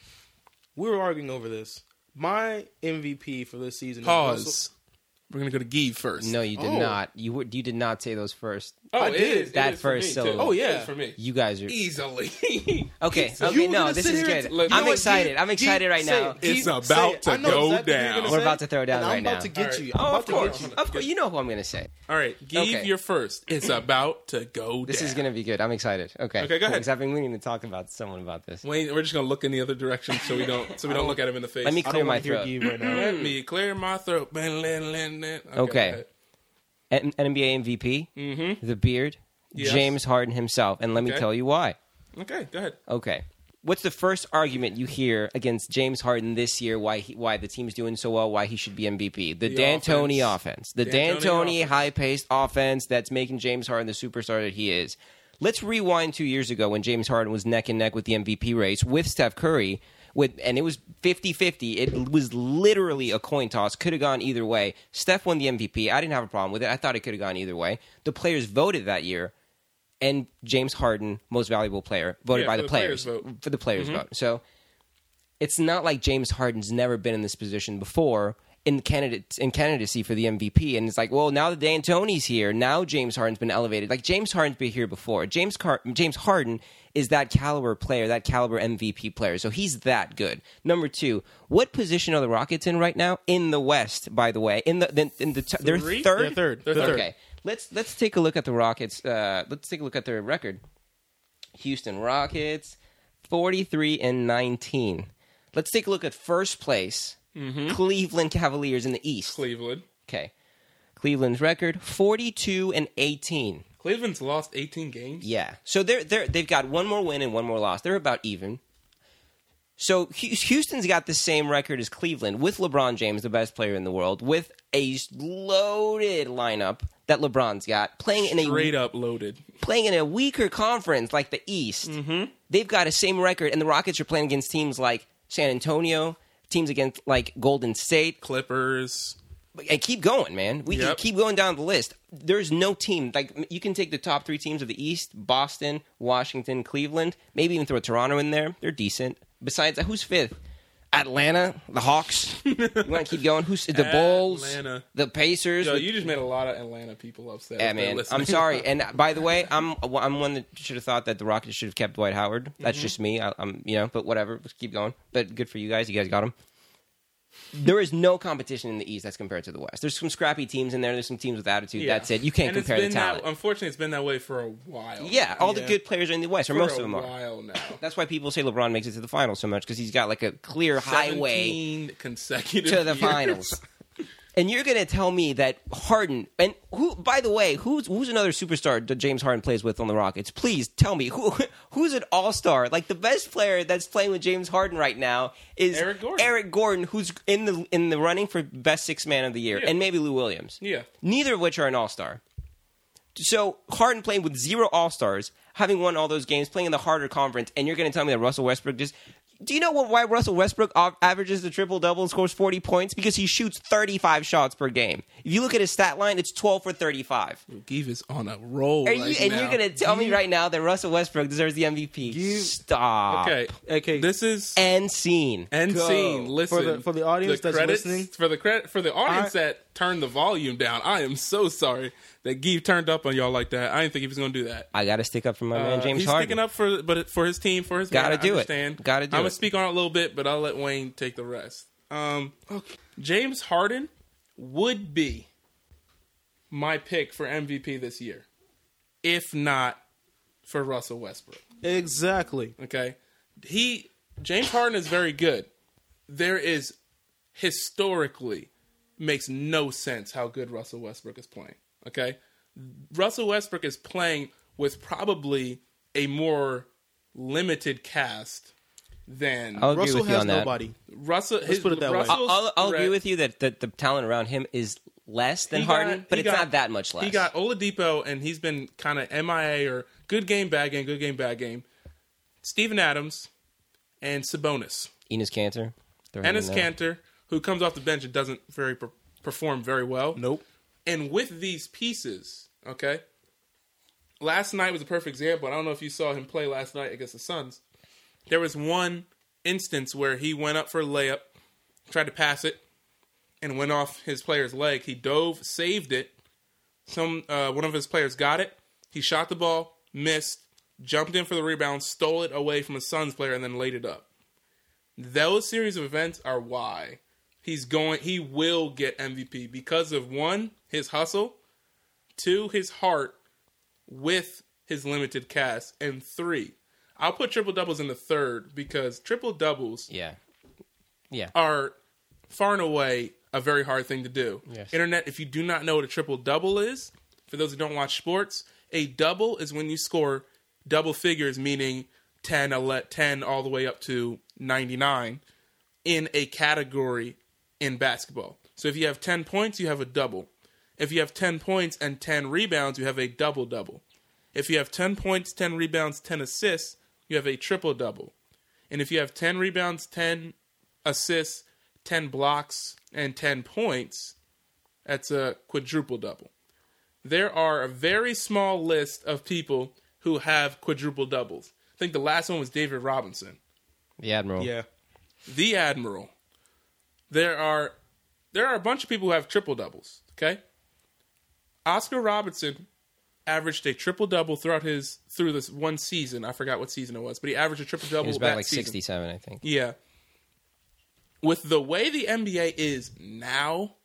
S3: we were arguing over this. My MVP for this season. is Russell-
S1: Pause. We're gonna go to Gee first.
S2: No, you did
S3: Oh.
S2: not. You were, you did not say those first.
S1: oh,
S3: I
S1: it
S3: did.
S1: is- it
S2: That
S1: is for
S2: first
S1: me,
S2: syllable.
S1: too.
S3: Oh, yeah.
S1: It is for me.
S2: You guys are
S1: Easily.
S2: okay.
S3: E- you
S2: Okay,
S3: were
S2: no,
S3: gonna
S2: this
S3: sit
S2: is
S3: here
S2: good.
S3: and- Look,
S2: I'm
S3: you know what,
S2: excited.
S3: G-
S2: I'm excited
S3: G-
S2: right
S3: say
S2: now.
S3: it. G-
S1: It's
S3: say it.
S1: about
S3: I
S1: to
S3: know
S1: go
S3: exactly what you're
S1: down.
S3: gonna
S1: We're
S3: say,
S2: about to throw down
S3: and
S2: right
S3: I'm
S2: now.
S3: about to get
S1: All
S3: you.
S1: right.
S3: I'm
S2: Oh,
S3: about
S2: of
S3: to get
S2: course,
S3: you.
S2: of course. You know who I'm going to say.
S1: All right, Gee,
S2: Okay.
S1: you're first. It's about to go
S2: This
S1: down.
S2: is going to be good. I'm excited. Okay.
S1: Okay, go ahead.
S2: Because I've been meaning to talk about someone about this.
S1: Wayne, we're just gonna look in the other direction so we don't so we don't look at him in the face.
S2: Let me
S3: I
S2: clear
S3: don't
S2: my
S3: want to hear
S2: throat.
S3: you right now.
S1: Let me clear my throat. Lin, lin, lin, lin. Okay.
S2: Okay.
S1: go ahead.
S2: N- NBA MVP,
S3: Mm-hmm.
S2: the beard,
S1: Yes.
S2: James Harden himself, and let me
S1: Okay.
S2: tell you why.
S1: Okay. Go ahead.
S2: Okay. What's the first argument you hear against James Harden this year? Why he, why the team's doing so well? Why he should be MVP? The,
S1: The
S2: D'Antoni
S1: offense.
S2: offense, the
S1: D'Antoni
S2: D'Antoni,
S1: offense.
S2: high-paced offense that's making James Harden the superstar that he is. Let's rewind two years ago when James Harden was neck and neck with the MVP race with Steph Curry. With, and it was 50-50 it was literally a coin toss could have gone either way steph won the mvp i didn't have a problem with it i thought it could have gone either way the players voted that year and james harden most valuable player voted
S1: Yeah, for
S2: by the,
S1: the
S2: players,
S1: players' vote. Mm-hmm.
S2: for the players vote so it's not like James Harden's never been in this position before in candidates in candidacy for the MVP, and it's like, well, now that D'Antoni's here, now James Harden's been elevated. Like James Harden's been here before. James Car- James Harden is that caliber player, that caliber MVP player. So he's that good. Number two, what position are the Rockets in right now in the West? By the way, in the in, in the t- they're
S1: Three?
S2: 3rd
S3: They're third. They're third.
S2: Okay, let's let's take a look at the Rockets. Uh, let's take a look at their record. Houston Rockets, 43 and 19. Let's take a look at first place, Cleveland Cavaliers in the East.
S1: Cleveland.
S2: Okay. Cleveland's record 42 and 18.
S1: Cleveland's lost 18 games.
S2: Yeah. So they're they're they've got one more win and one more loss. They're about even. So Hu- Houston's got the same record as Cleveland with LeBron James, the best player in the world, with a loaded lineup that LeBron's got playing in a
S1: Straight up loaded.
S2: playing in a weaker conference like the East,
S1: Mm-hmm.
S2: they've got a same record, and the Rockets are playing against teams like San Antonio, teams against like Golden State.
S1: Clippers.
S2: But- And keep going, man. We can
S1: Yep.
S2: keep going down the list. There's no team like you can take the top three teams of the East: Boston, Washington, Cleveland. Maybe even throw Toronto in there. They're decent. Besides, uh, who's fifth? Atlanta, the Hawks. you want to keep going? Who's the Bulls?
S1: Atlanta.
S2: The Pacers.
S1: Yo,
S2: with-
S1: you just made a lot of Atlanta people upset.
S2: yeah,
S1: if they're
S2: man.
S1: listening.
S2: I'm sorry. And uh, by the way, I'm I'm one that should have thought that the Rockets should have kept Dwight Howard.
S1: Mm-hmm.
S2: That's just me. I, I'm you know, but whatever. Let's keep going. But good for you guys. You guys got him. There is no competition in the East that's compared to the West. There's some scrappy teams in there. There's some teams with attitude.
S1: Yeah.
S2: That's it. You can't
S1: And it's
S2: compare the
S1: been that-
S2: talent.
S1: unfortunately, it's been that way for a while.
S2: yeah, all
S3: Yeah.
S2: the good players are in the West, or
S1: For
S2: most
S1: a
S2: of them are.
S1: while now.
S2: That's why people say LeBron makes it to the finals so much because he's got like a clear highway
S1: 17 consecutive
S2: to the
S1: years.
S2: finals. And you're going to tell me that Harden and who? By the way, who's who's another superstar that James Harden plays with on the Rockets? Please tell me who who's an all star? Like the best player that's playing with James Harden right now is
S1: Eric Gordon.
S2: Eric Gordon, who's in the in the running for best six man of the year,
S1: Yeah.
S2: and maybe Lou Williams.
S1: Yeah.
S2: neither of which are an all star. So Harden playing with zero All Stars, having won all those games, playing in the harder conference, and you're going to tell me that Russell Westbrook just Do you know what, why Russell Westbrook av- averages the triple double and scores 40 points? Because he shoots 35 shots per game. If you look at his stat line, it's 12 for 35.
S1: Give is on a roll.
S2: And,
S1: right
S2: you, and
S1: now.
S2: you're going to tell me right now that Russell Westbrook deserves the MVP.
S3: You-
S2: Stop.
S1: Okay.
S3: Okay.
S1: This is
S2: And scene.
S1: end
S3: Go.
S1: scene. Listen
S3: For the- for the audience that's
S1: credits,
S3: listening.
S1: For the credit for the audience
S3: I-
S1: that turned the volume down. I am so sorry that Give turned up on y'all like that. I didn't think he was going to do that.
S2: I got to stick up for my man,
S1: Uh,
S2: James
S1: he's
S2: Harden.
S1: sticking up for but for his team for his
S2: Gotta
S1: man,
S2: do
S1: I
S2: it.
S1: understand.
S2: Gotta do
S1: I'm
S2: it.
S1: gonna speak on it a little bit, but I'll let Wayne take the rest. Um, James Harden would be my pick for MVP this year, if not for Russell Westbrook.
S3: Exactly.
S1: Okay. He James Harden is very good. There is historically makes no sense how good Russell Westbrook is playing. Okay? Russell Westbrook is playing with probably a more limited cast than
S2: I'll agree
S3: Russell
S2: with you
S3: has
S2: on that.
S3: nobody.
S1: Russell. Let's
S3: put it that way.
S2: I'll, I'll- I'll agree with you that the, the talent around him is less than Harden, but it's not that much less.
S1: He got Oladipo, and he's been kind of MIA or good game, bad game, good game, bad game. Steven Adams and Sabonis.
S2: Enos Cantor. Throw him
S1: Ennis
S2: in there.
S1: Cantor, who comes off the bench and doesn't very per- perform very well.
S3: Nope.
S1: And with these pieces, okay. Last night was a perfect example. and I don't know if you saw him play last night against the Suns. There was one instance where he went up for a layup, tried to pass it, and went off his player's leg. He dove, saved it. Some uh, one of his players got it. He shot the ball, missed, jumped in for the rebound, stole it away from a Suns player, and then laid it up those series of events are why he's going he will get MVP because of one his hustle, two his heart with his limited cast and three I'll put triple doubles in the third because triple doubles
S2: Yeah. Yeah.
S1: are far and away a very hard thing to do.
S2: Yes.
S1: Internet, if you do not know what a triple double is, for those who don't watch sports, a double is when you score double figures, meaning 10, 11, 10 all the way up to 99 in a category in basketball. So if you have 10 points, you have a double. If you have 10 points and 10 rebounds, you have a double double. If you have 10 points, 10 rebounds, 10 assists, you have a triple double. And if you have 10 rebounds, 10 assists, 10 blocks, and 10 points, that's a quadruple double. There are a very small list of people who have quadruple doubles. I think the last one was David Robinson,
S2: The Admiral.
S3: Yeah.
S1: the Admiral. There are there are a bunch of people who have triple doubles, okay? Oscar Robertson averaged a triple double throughout his through this one season. I forgot what season it was, but he averaged a triple
S2: He
S1: double
S2: was
S1: that
S2: about like
S1: season.
S2: 67, I think.
S1: Yeah. With the way the NBA is now,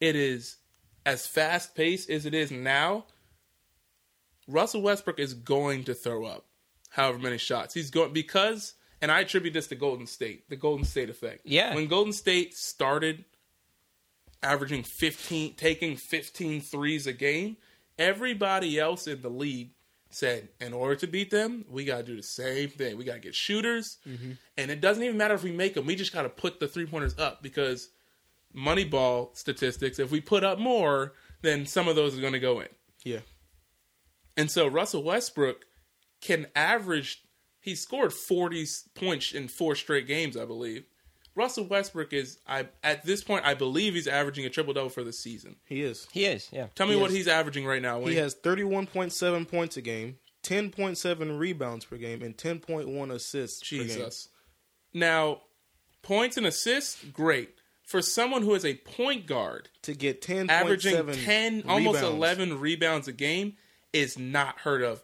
S1: it is as fast paced as it is now. Russell Westbrook is going to throw up however many shots. He's going because and I attribute this to Golden State, the Golden State effect.
S2: Yeah.
S1: When Golden State started averaging 15 taking 15 threes a game, everybody else in the league said in order to beat them, we got to do the same thing. We got to get shooters. And it doesn't even matter if we make them. We just got to put the three-pointers up because Moneyball statistics, if we put up more, then some of those are going to go in.
S3: Yeah.
S1: And so Russell Westbrook can average, he scored 40 points in four straight games, I believe. Russell Westbrook is, I at this point, I believe he's averaging a triple double for the season.
S3: He is.
S2: He is, yeah.
S1: Tell me
S3: He
S1: what
S3: is.
S1: he's averaging right now. Wayne.
S3: He has 31.7 points a game, 10.7 rebounds per game, and 10.1 assists per game.
S1: Jesus. Now, points and assists, great. For someone who is a point guard,
S3: To get 10.7
S1: averaging 10, almost
S3: rebounds.
S1: 11 rebounds a game is not heard of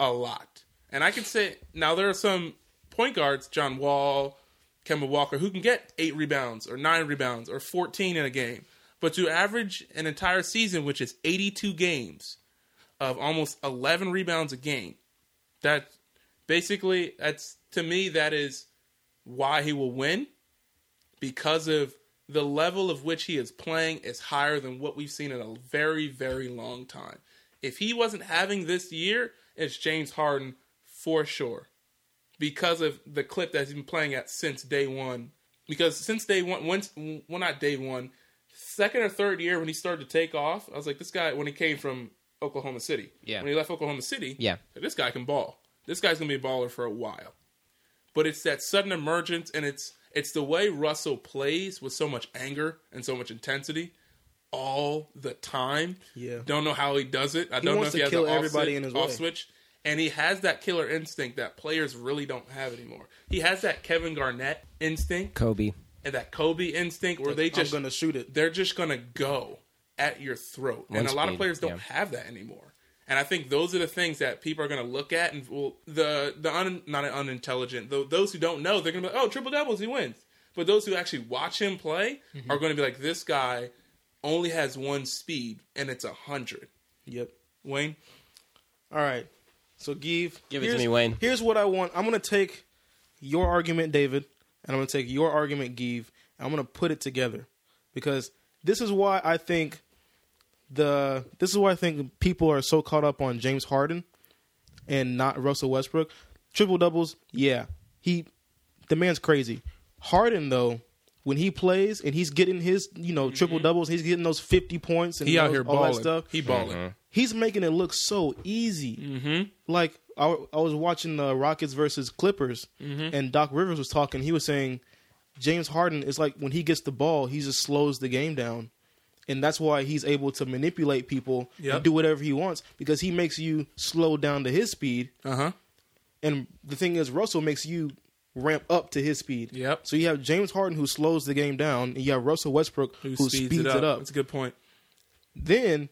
S1: a lot. And I can say, now there are some point guards, John Wall, Kemba Walker, who can get eight rebounds or nine rebounds or 14 in a game. But to average an entire season, which is 82 games, of almost 11 rebounds a game, that basically, that's to me, that is why he will win because of the level of which he is playing is higher than what we've seen in a very, very long time. If he wasn't having this year, it's James Harden for sure because of the clip that he's been playing at since day one. Because since day one, once, well, not day one, second or third year when he started to take off, I was like, this guy, when he came from Oklahoma City,
S2: Yeah.
S1: when he left Oklahoma City,
S2: Yeah.
S1: this guy can ball. This guy's going to be a baller for a while but it's that sudden emergence and it's it's the way Russell plays with so much anger and so much intensity all the time.
S3: Yeah.
S1: Don't know how he does it. I don't know
S3: wants
S1: if
S3: to
S1: he has
S3: kill
S1: an off
S3: everybody
S1: switch-
S3: in his
S1: off
S3: way.
S1: switch. And he has that killer instinct that players really don't have anymore. He has that Kevin Garnett instinct
S2: Kobe.
S1: and that Kobe instinct where they just
S3: I'm gonna shoot it.
S1: they're just gonna go at your throat. and
S2: One
S1: a lot
S2: speed,
S1: of players don't
S2: yeah.
S1: have that anymore. And I think those are the things that people are going to look at, and well, the the un, not an unintelligent, tho- those who don't know, they're going to be like, oh, triple doubles, he wins. But those who actually watch him play
S2: Mm-hmm.
S1: are going to be like, this guy only has one speed, and it's a hundred.
S3: Yep.
S1: Wayne,
S3: All right. So give
S2: Give it to
S3: here's-
S2: me, Wayne.
S3: Here's what I want. I'm gonna take your argument, David, and I'm gonna take your argument, Give, and I'm gonna put it together because this is why I think the this is why I think people are so caught up on James Harden and not Russell Westbrook. Triple doubles, yeah. He the man's crazy. Harden though, when he plays and he's getting his, you know, triple doubles, he's getting those 50 points and
S1: Mm-hmm. he out
S3: those-
S1: here
S3: all
S1: balling.
S3: that stuff
S1: He balling.
S2: Uh-huh.
S3: he's making it look so easy. Mm-hmm. Like I, I was watching the Rockets versus Clippers, and Doc Rivers was talking. He was saying James Harden is like when he gets the ball, he just slows the game down, and that's why he's able to manipulate people
S1: Yep.
S3: and do whatever he wants because he makes you slow down to his speed.
S1: Uh huh.
S3: And the thing is, Russell makes you ramp up to his speed.
S1: Yep.
S3: So you have James Harden who slows the game down, and you have Russell Westbrook who, speeds, it up.
S1: That's a good point.
S3: Then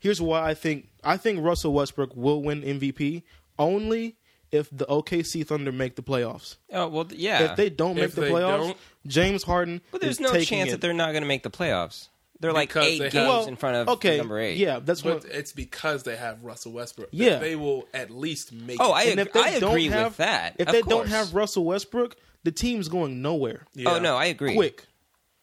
S3: here's why I think I think Russell Westbrook will win MVP only if the OKC Thunder make the playoffs.
S2: Oh well, th- yeah.
S3: If they don't make
S1: If
S3: the
S1: they
S3: playoffs,
S1: don't-
S3: James Harden.
S2: but there's
S3: is
S2: no
S3: taking
S2: chance
S3: it.
S2: that they're not going to make the playoffs. They're like
S1: Because
S2: eight
S1: they
S2: games
S1: have-
S3: Well,
S2: in front of
S3: okay,
S2: number eight.
S3: Yeah, that's what.
S1: But it's because they have Russell Westbrook. that
S3: Yeah.
S1: they will at least make.
S2: Oh,
S1: it.
S2: I
S3: and
S2: agree,
S3: if they
S2: I
S3: don't
S2: agree
S3: have
S2: with that.
S3: if
S2: Of
S3: they
S2: course.
S3: don't have Russell Westbrook, the team's going nowhere
S1: Yeah.
S2: oh no, I agree.
S3: quick.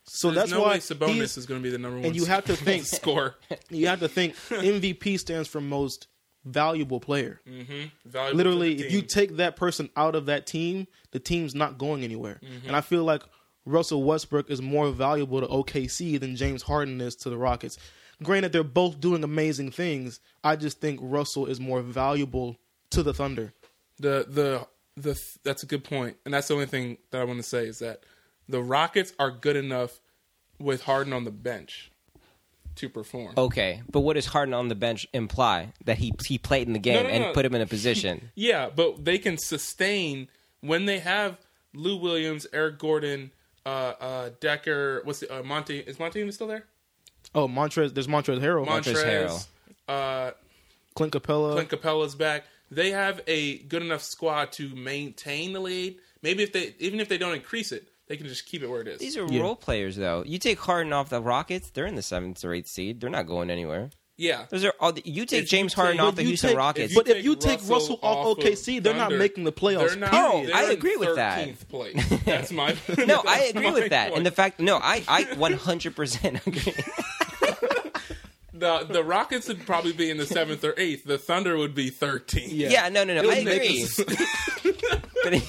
S3: So
S1: There's
S3: that's
S1: no
S3: why
S1: way Sabonis
S3: he's-
S1: is going to be the number one.
S3: and you have to think
S1: score.
S3: you have to think MVP stands for most valuable player.
S1: Mm. Valuable to
S3: literally
S1: the
S3: if you
S1: team.
S3: take that person out of that team the team's not going anywhere
S1: Mm-hmm.
S3: and i feel like russell westbrook is more valuable to okc than james harden is to the rockets granted they're both doing amazing things i just think russell is more valuable to the thunder
S1: the the the th- that's a good point, and that's the only thing that I want to say is that the Rockets are good enough with Harden on the bench to perform.
S2: Okay, but what does Harden on the bench imply? That he he played in the game
S1: no,
S2: and
S1: no.
S2: put him in a position.
S1: Yeah, but they can sustain when they have Lou Williams, Eric Gordon, uh, uh, Decker. What's the, uh, Monty? Is Monty even still there?
S3: oh montrez there's montrez harrell
S2: Montrezl
S1: Montrez, uh,
S3: clint capella
S2: Uh-huh.
S1: Clint Capella's back. They have a good enough squad to maintain the lead. Maybe if they even if they don't increase it, they can just keep it where it is.
S2: These are role players, though. You take Harden off the Rockets, they're in the seventh or eighth seed. They're not going anywhere.
S1: yeah.
S2: Those are all. The, you take
S1: If you
S2: James
S1: take-
S2: Harden
S1: but
S2: off the
S3: you
S2: Houston
S3: take-
S2: Rockets.
S3: but if you take Russell off
S1: of
S3: OKC, they're not making the playoffs,
S1: They're not,
S2: period.
S1: they're
S2: I
S1: in
S2: agree with that.
S1: 13th place. That's my
S2: no,
S1: that's
S2: I agree
S1: my
S2: with that. And the
S1: point.
S2: fact, no, I I 100 percent agree.
S1: the the Rockets would probably be in the seventh or eighth. The Thunder would be 13th.
S3: Yeah.
S2: Yeah, no, no, no,
S1: It
S2: I
S1: would make
S2: agree.
S1: us-
S2: But-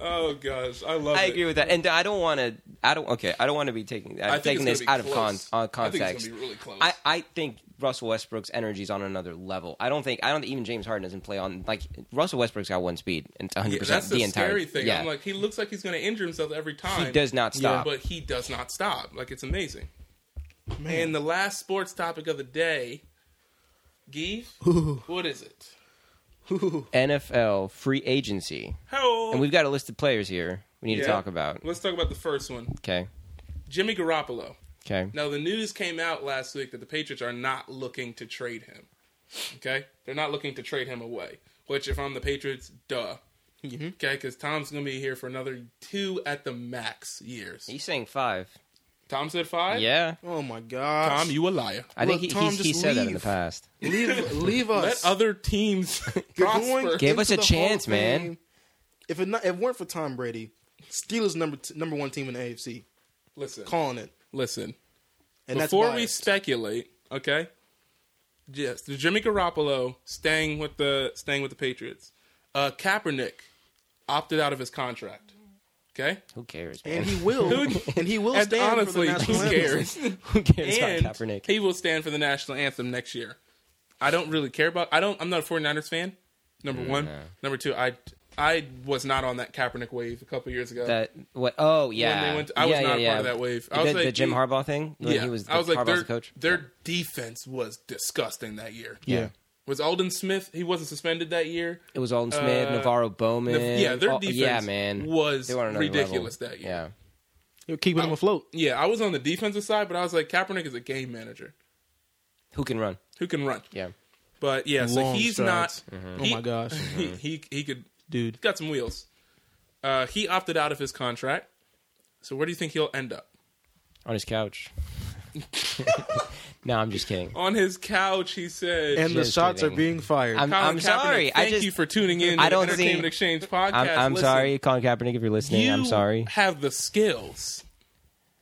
S1: oh gosh, I love.
S2: I
S1: it.
S2: agree with that, and I don't want to. I don't. Okay, I don't want to be taking. I'm
S1: I think
S2: taking
S1: it's
S2: this
S1: gonna be
S2: out of con,
S1: close.
S2: uh,
S1: I think
S2: context.
S1: it's gonna be really close.
S2: I, I think Russell Westbrook's energy is on another level. I don't think. I don't think even James Harden doesn't play on like Russell Westbrook's got one speed and it's 100
S1: Yeah,
S2: percent
S1: that's
S2: the
S1: the
S2: entire.
S1: scary thing.
S2: Yeah,
S1: I'm like, he looks like he's going to injure himself every time.
S2: does not stop.
S1: but he does not stop. Like it's amazing. And the last sports topic of the day, Geef, what is it?
S2: NFL free agency,
S1: How?
S2: and we've got a list of players here we need
S1: Yeah.
S2: to talk about.
S1: Let's talk about the first one,
S2: Okay,
S1: Jimmy Garoppolo.
S2: okay,
S1: Now the news came out last week that the Patriots are not looking to trade him. Okay, they're not looking to trade him away. Which, if I'm the Patriots, duh.
S2: Mm-hmm.
S1: Okay, because Tom's going to be here for another two at the max years.
S2: he's saying five.
S1: Tom said five.
S2: Yeah,
S3: oh my god
S1: Tom, you a liar.
S2: I
S3: Look,
S2: think he,
S3: Tom,
S2: he's, he
S3: just
S2: said that in the
S3: leave.
S2: past.
S3: leave, leave us
S1: Let other teams
S3: You're going
S1: prosper.
S2: Give us
S3: into
S2: a
S3: the
S2: chance,
S3: Hall of
S2: man.
S3: Fame. If it, not, if it weren't for Tom Brady, Steelers number t- number one team in the AFC,
S1: Listen,
S3: calling it.
S1: listen.
S3: And
S1: Before
S3: that's
S1: we
S3: biased.
S1: speculate, okay? Yes, the Jimmy Garoppolo staying with the staying with the Patriots. Uh, Kaepernick opted out of his contract. Okay,
S2: Who cares, man?
S3: and he will, and he will
S1: and
S3: stand
S1: honestly,
S3: for the
S1: who
S3: national anthem.
S1: cares?
S2: Who cares
S1: and
S2: about Kaepernick?
S1: he will stand for the national anthem next year. I don't really care about. I don't. I'm not a 49ers fan. Number one. Number two. I I was not on that Kaepernick wave a couple years ago.
S2: That what? Oh yeah,
S1: When they went to- I was
S2: yeah,
S1: not a
S2: yeah,
S1: part of
S2: yeah.
S1: that wave. I
S2: The,
S1: was
S2: the
S1: like,
S2: Jim
S1: he-
S2: Harbaugh thing. When
S1: yeah,
S2: he was. The,
S1: I was like,
S2: Harbaugh's
S1: their
S2: the coach.
S1: their defense was disgusting that year.
S3: Yeah.
S1: Was Alden Smith? He wasn't suspended that year.
S2: It was Alden Smith,
S1: Uh,
S2: Navarro Bowman.
S1: the- yeah, their
S2: all-
S1: defense
S2: oh, yeah, man,
S1: was
S2: They were on another
S1: ridiculous
S2: level.
S1: that year.
S2: Yeah,
S3: You're keeping him afloat.
S1: Yeah, I was on the defensive side, but I was like, Kaepernick is a game manager
S2: who can run?
S1: who can run.
S2: Yeah,
S1: But yeah, so
S3: Long
S1: he's
S3: strides.
S1: not.
S2: Mm-hmm.
S1: Mm-hmm.
S3: Oh
S1: he-
S3: my gosh.
S1: he, he he could
S3: Dude.
S1: got some wheels. Uh, he opted out of his contract. So where do you think he'll end up?
S2: on his couch. no, I'm just kidding.
S1: On his couch, he said.
S3: And the
S2: Just
S3: shots
S2: kidding.
S3: are being fired.
S2: I'm-
S1: Colin
S2: I'm
S1: Kaepernick,
S2: sorry.
S1: Thank
S2: I just-
S1: you for tuning in. to
S2: I don't
S1: the
S2: see-
S1: Entertainment Exchange podcast.
S2: I'm, I'm
S1: Listen,
S2: sorry, Colin Kaepernick, if you're listening. I'm
S1: you
S2: sorry.
S1: Have the skills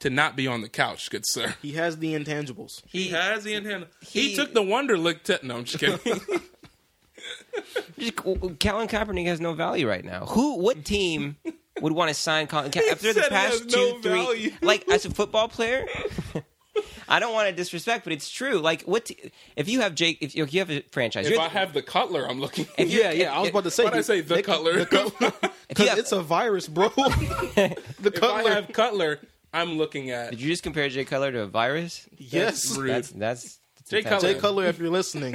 S1: to not be on the couch, good sir.
S3: he has the intangibles.
S1: He, has the intent. He,
S2: he-
S1: took the wonder lick. Te- no, I'm just kidding.
S2: Just, Colin Kaepernick has no value right now. Who? What team would want to sign Colin Kaepernick after the
S1: said he has
S2: past two,
S1: no
S2: three?
S1: value.
S2: Like as a football player, I don't want to disrespect, but it's true. Like what? T- if you have Jake, if you, if you have a franchise,
S1: if
S2: you're
S1: I
S2: the-
S1: have the Cutler, I'm looking.
S2: if you're-
S3: Yeah, yeah. I was about to say.
S1: Why'd I say the Cutler?
S2: if you
S3: Because
S2: have-
S3: it's a virus, bro. the
S1: if I
S3: Cutler.
S1: have Cutler, I'm looking at
S2: Did you just compare Jay Cutler to a virus?
S3: yes.
S1: rude.
S2: That's that's, that's
S1: Jay
S2: intense.
S1: Cutler.
S3: Jay Cutler, if you're listening,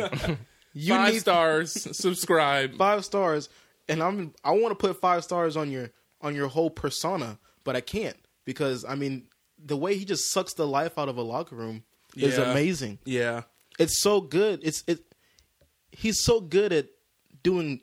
S3: you
S1: five
S3: need
S1: stars. subscribe.
S3: five stars, and I'm I want to put five stars on your on your whole persona, but I can't because I mean the way he just sucks the life out of a locker room is
S1: Yeah.
S3: amazing.
S1: Yeah,
S3: It's so good. It's it. He's so good at doing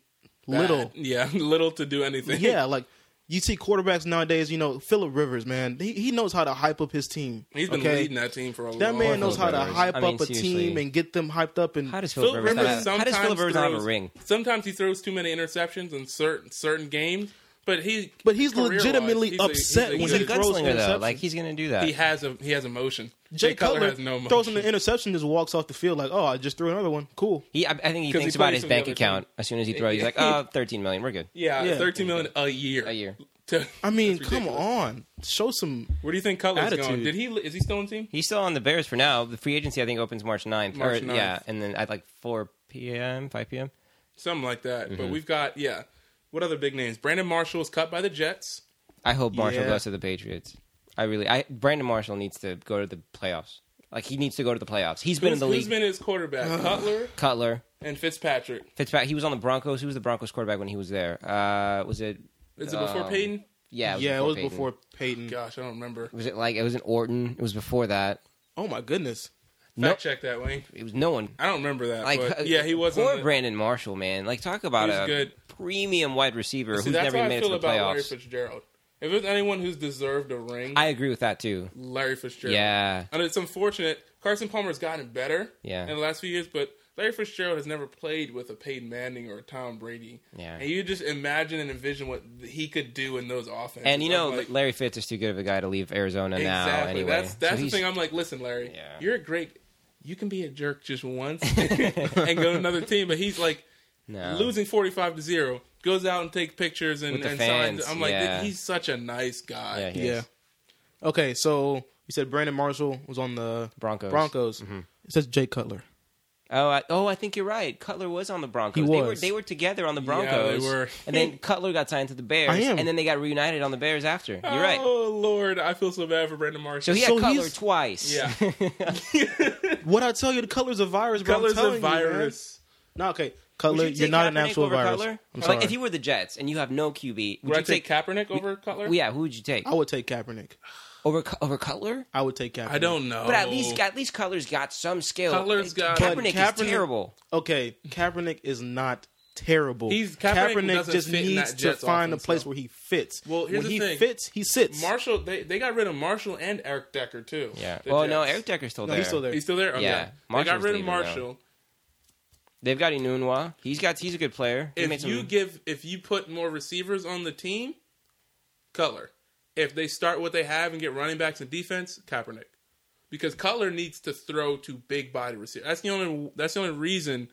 S3: little.
S1: Bad. Yeah, little to do anything.
S3: Yeah, like you see quarterbacks nowadays. You know Philip Rivers, man. He he knows how to hype up his team.
S1: he's been
S3: okay?
S1: leading that team for a
S3: That
S1: long.
S3: man
S1: time.
S3: knows how to
S2: Rivers.
S3: hype
S2: I mean,
S3: up a team
S2: seriously.
S3: and get them hyped up and
S2: How does Philip
S1: Philip
S2: Rivers,
S1: Rivers
S2: not have, how does Philip
S1: sometimes
S2: Rivers not have
S1: throws-
S2: a ring?
S1: Sometimes he throws too many interceptions in certain certain games, but he
S3: But he's
S1: career-wise,
S3: legitimately
S1: he's a-
S3: upset
S1: he's
S3: when
S2: He's
S1: good-
S2: a
S3: he throws
S2: gunslinger though.
S3: interceptions.
S2: Like he's gonna do that.
S1: he has a he has emotion.
S3: Uh, Jay, Cutler,
S1: has no emotion.
S3: throws him the interception, just walks off the field like, oh, I just threw another one. Cool.
S2: He, I, I think he
S1: 'Cause he
S2: thinks about
S1: plays
S2: his
S1: for the
S2: bank
S1: other
S2: account as soon as he throws. He's like, oh, 13 million, we're good.
S1: yeah,
S3: Yeah.
S1: thirteen million a year.
S2: A year.
S1: To-
S3: I mean,
S1: That's
S3: come
S1: ridiculous.
S3: on. Show some.
S1: Where do you think Cutler's going?
S3: Attitude.
S1: Did he is he still on team?
S2: He's still on the Bears for now. The free agency I think opens March 9th.
S1: March
S2: or,
S1: 9th.
S2: Yeah, and then at like 4 p.m., 5 p.m.
S1: Something like that. But
S2: Mm-hmm.
S1: we've got yeah. What other big names? Brandon Marshall was cut by the Jets.
S2: I hope Marshall
S3: Yeah.
S2: goes to the Patriots. I really, I Brandon Marshall needs to go to the playoffs. Like he needs to go to the playoffs. He's been
S1: Who's,
S2: in the
S1: who's
S2: league.
S1: been his quarterback? Cutler
S2: Cutler,
S1: and Fitzpatrick.
S2: Fitzpatrick. He was on the Broncos. Who was the Broncos quarterback when he was there? Uh, was it?
S1: Is it before
S2: um,
S1: Payton?
S2: Yeah, it was
S3: yeah, it
S2: before
S3: was
S2: Payton.
S3: before Peyton.
S1: Gosh, I don't remember. Fact
S2: Was it like it was in Orton? It was before that.
S3: Oh, my goodness.
S2: Nope.
S1: check that, Wayne.
S2: It was no one
S1: I don't remember that.
S2: Like, uh,
S1: but yeah, he was
S2: Poor
S1: on the-
S2: Brandon Marshall, man. Like, talk about
S1: He's
S2: a
S1: good.
S2: premium wide receiver
S1: See,
S2: who's
S1: that's
S2: never
S1: how
S2: even
S1: I
S2: made it to
S1: feel
S2: the
S1: about Larry
S2: playoffs.
S1: Fitzgerald. If there's anyone who's deserved a ring,
S2: I agree with that too.
S1: Larry Fitzgerald.
S2: Yeah,
S1: and it's unfortunate. Carson Palmer's gotten better,
S2: Yeah.
S1: in the last few years, but Larry Fitzgerald has never played with a Peyton Manning or a Tom Brady.
S2: Yeah.
S1: and you just imagine and envision what he could do in those offenses.
S2: and you
S1: I'm
S2: know
S1: like,
S2: Larry Fitz is too good of a guy to leave Arizona now.
S1: exactly.
S2: Anyway,
S1: That's
S2: So
S1: that's the
S2: he's-
S1: thing. I'm like, listen, Larry,
S2: Yeah.
S1: you're a great. You can be a jerk just once and go to another team, but he's like
S2: No.
S1: losing 45 to 0 goes out and take pictures and,
S2: With the
S1: and
S2: fans,
S1: signs i'm like
S2: yeah.
S1: he's such a nice guy
S2: Yeah, he
S3: Yeah.
S2: is.
S3: Okay, so you said Brandon Marshall was on the
S2: Broncos.
S3: Broncos.
S2: Mm-hmm.
S3: It says Jay Cutler.
S2: Oh, I, oh, I think you're right. Cutler was on the Broncos.
S3: He
S2: They were
S3: was.
S2: they were together on the
S1: Yeah, they
S2: Broncos.
S1: were.
S2: and then Cutler got signed to the Bears.
S3: I am.
S2: And then they got reunited on the Bears after. You're right.
S1: oh lord i feel so bad for brandon
S2: So
S1: marshall
S2: he had
S3: So
S2: Cutler
S3: he's-
S2: twice.
S1: yeah
S3: What I tell you, the Cutler's a virus, bro. I'm
S1: Cutler's
S3: telling
S1: a
S3: you, man.
S1: virus
S3: no, okay.
S2: Would
S3: Cutler,
S2: you
S3: you're
S2: take
S3: not an
S2: Kaepernick
S3: actual
S2: over
S3: virus.
S2: Cutler?
S3: I'm
S2: like,
S3: sorry.
S2: if you were the Jets and you have no QB, would
S1: would
S2: you
S1: i take kaepernick over cutler
S2: Yeah, who would you take
S3: I would take Kaepernick.
S2: over Cu- over Cutler?
S3: I would take Kaepernick.
S1: i don't know
S2: But at least at least Cutler's got some skill.
S1: Oh. Cutler's got-
S2: Kaepernick,
S3: But
S2: is
S3: Kaepernick-
S2: terrible.
S3: Okay, Kaepernick is not terrible.
S1: He's- Kaepernick
S3: Kaepernick,
S1: doesn't
S3: just
S1: fit in
S3: needs
S1: that
S3: to
S1: Jets
S3: find a
S1: offense,
S3: place
S1: though.
S3: where he fits.
S1: Well, here's
S3: when
S1: the
S3: he
S1: thing.
S3: fits, he sits.
S1: marshall they, they got rid of marshall and eric decker too
S2: Yeah.
S1: The
S2: Well, no,
S1: Jets.
S2: Eric Decker's still
S3: No,
S2: there.
S3: he's still there.
S1: he's still there okay.
S2: Yeah.
S1: they got
S2: Marshall's
S1: rid of
S2: leaving, though.
S1: marshall
S2: They've got Inunwa. He's got. He's a good player. He made
S1: if
S2: some-
S1: you give if you put more receivers on the team cutler if they start what they have and get running backs and defense kaepernick because Cutler needs to throw to big body receiver. That's the only that's the only reason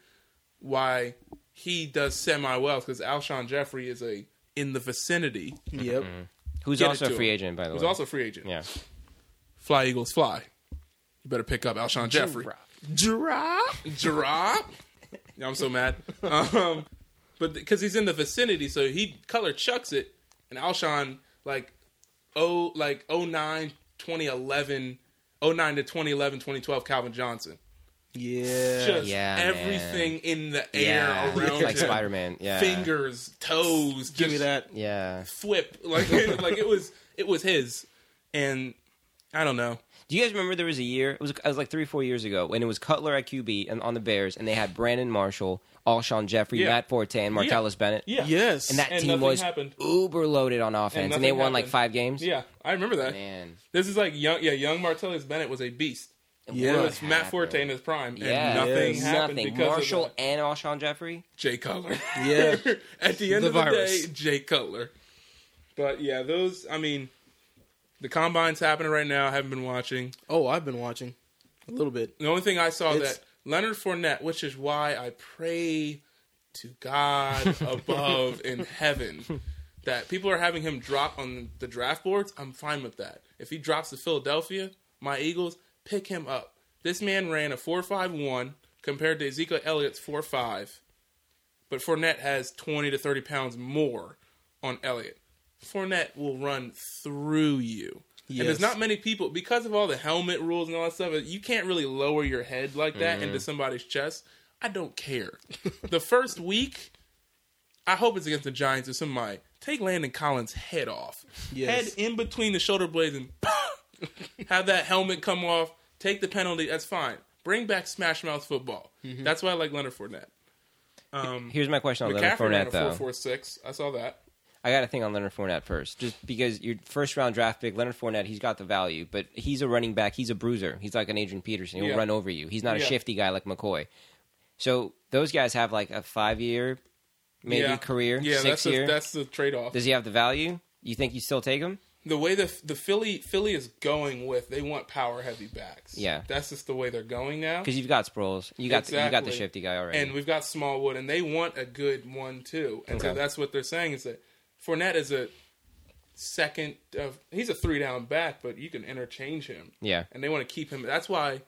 S1: why he does semi well because Alshon Jeffrey is a in the vicinity.
S3: Yep.
S2: who's
S1: get it
S2: also
S1: to
S2: a free
S1: him.
S2: agent, by the
S1: He's
S2: way.
S1: also a free agent.
S2: Oh, yeah.
S1: Fly Eagles fly. You better pick up Alshon Jeffrey.
S3: Drop.
S1: Drop. Yeah, I'm so mad. Um, But because he's in the vicinity, so he color chucks it, and Alshon like oh like 09, 2011, 09 to 2011, 2012 Calvin Johnson.
S3: Yeah.
S1: Just
S2: Yeah, man.
S1: everything in the air
S2: yeah,
S1: around
S2: like
S1: him.
S2: Spider Man. Yeah,
S1: Fingers, toes,
S3: Give me
S1: just
S3: that.
S2: Yeah.
S1: flip. Like like it was it was his, and I don't know.
S2: Do you guys remember there was a year? It was, it was like three, four years ago when it was Cutler at QB and on the Bears, and they had Brandon Marshall, Alshon Jeffrey,
S1: Yeah.
S2: Matt Forte, and
S1: Yeah.
S2: Martellus Bennett.
S1: Yeah.
S3: Yes.
S2: And that
S1: And
S2: team
S1: nothing
S2: was
S1: happened.
S2: uber loaded on offense, and,
S1: nothing
S2: they won like
S1: happened.
S2: five games.
S1: Yeah, I remember that.
S2: man,
S1: This is like young, yeah, young Martellus Bennett was a beast.
S3: Yeah.
S1: it
S2: What
S1: was Matt
S2: happened?
S1: Forte in his prime,
S2: Yeah,
S1: and nothing
S3: Yes.
S1: happened
S2: nothing.
S1: because
S2: Marshall
S1: of that.
S2: and Alshon Jeffrey.
S1: Jay Cutler.
S3: Yeah.
S1: at the end
S3: The
S1: of the
S3: virus.
S1: day, Jay Cutler. But yeah, those. I mean, the combine's happening right now. I haven't been watching.
S3: Oh, I've been watching a little bit.
S1: The only thing I saw
S3: It's-
S1: that Leonard Fournette, which is why I pray to God above in heaven that people are having him drop on the draft boards. I'm fine with that. If he drops to Philadelphia, my Eagles pick him up. This man ran a four five one compared to Ezekiel Elliott's four five, but Fournette has twenty to thirty pounds more on Elliott. Fournette will run through you. And
S3: Yes.
S1: there's not many people because of all the helmet rules and all that stuff. You can't really lower your head like that
S3: Mm-hmm.
S1: into somebody's chest. I don't care. the first week, I hope it's against the Giants or somebody. Take Landon Collins' head off, head
S3: Yes.
S1: in between the shoulder blades, and have that helmet come off. Take the penalty. That's fine. Bring back smash mouth football.
S3: Mm-hmm.
S1: That's why I like Leonard Fournette. Um,
S2: Here's my question on Leonard
S1: McCaffrey ran a
S2: Fournette,
S1: four
S2: though.
S1: four six. I saw that.
S2: I got a thing on Leonard Fournette first, just because your first round draft pick, Leonard Fournette, he's got the value, but he's a running back. He's a bruiser. He's like an Adrian Peterson. He'll
S1: Yeah.
S2: run over you. He's not a
S1: Yeah.
S2: shifty guy like McCoy. So those guys have like a five year, maybe
S1: yeah.
S2: career,
S1: Yeah,
S2: six
S1: that's the-
S2: year.
S1: that's the trade off.
S2: Does he have the value? You think you still take him?
S1: the way the the Philly Philly is going with they want power heavy backs.
S2: Yeah.
S1: that's just the way they're going now.
S2: Because you've got Sproles, you got the, you got the
S1: Exactly.
S2: shifty guy already.
S1: And we've got Smallwood, and they want a good one too. And so
S2: Okay.
S1: that's what they're saying is that Fournette is a second of he's a three down back, but you can interchange him.
S2: yeah,
S1: And they want to keep him. That's why,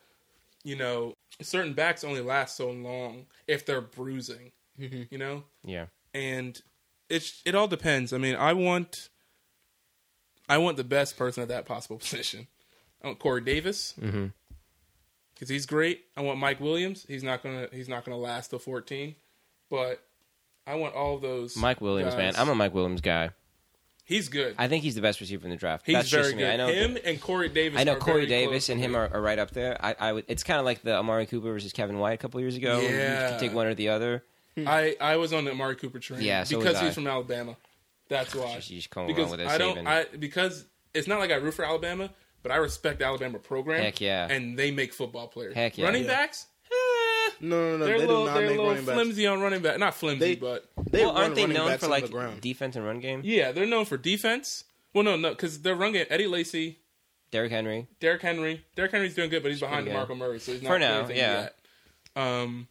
S1: you know, certain backs only last so long if they're bruising.
S2: Mm-hmm.
S1: You know,
S2: yeah.
S1: and it's it all depends. I mean, I want I want the best person at that possible position. I want Corey Davis because
S2: Mhm.
S1: he's great. I want Mike Williams. He's not gonna he's not gonna last till fourteen, but I want all those
S2: Mike Williams, man,
S1: guys.
S2: I'm a Mike Williams guy.
S1: he's good.
S2: I think he's the best receiver in the draft.
S1: he's
S2: That's
S1: very
S2: just me.
S1: good.
S2: I know
S1: him and Corey Davis.
S2: I know
S1: are
S2: Corey
S1: very
S2: Davis
S1: close.
S2: and him are, are right up there. I, I would, it's kind of like the Amari Cooper versus Kevin White a couple years ago. You
S1: Yeah.
S2: could take one or the other.
S1: I I was on the Amari Cooper train.
S2: Yeah, so
S1: because
S2: was I.
S1: he's from Alabama. That's why.
S2: Just- you just come
S1: because
S2: around with this
S1: I don't.
S2: even.
S1: I because it's not like I root for Alabama, but I respect the Alabama program.
S2: Heck yeah.
S1: and they make football players.
S2: Heck yeah.
S1: Running
S2: Yeah.
S1: backs. Eh,
S3: No, no, no.
S1: they're a
S3: they
S1: little,
S3: do not
S1: they're a
S3: make
S1: little
S3: running backs.
S1: flimsy on running back. Not flimsy,
S3: They-
S1: but
S3: They
S2: well, aren't
S3: run
S2: they
S3: running
S2: known
S3: backs
S2: for
S3: on
S2: like
S3: the ground.
S2: defense and run game?
S1: yeah, they're known for defense. Well, no, no, because their run game. Eddie Lacy,
S2: Derrick Henry.
S1: Derrick Henry. Derrick Henry's doing good, but he's behind
S2: pretty good.
S1: DeMarco Murray, so he's not
S2: For
S1: doing
S2: now,
S1: anything
S2: yeah.
S1: yet. Um,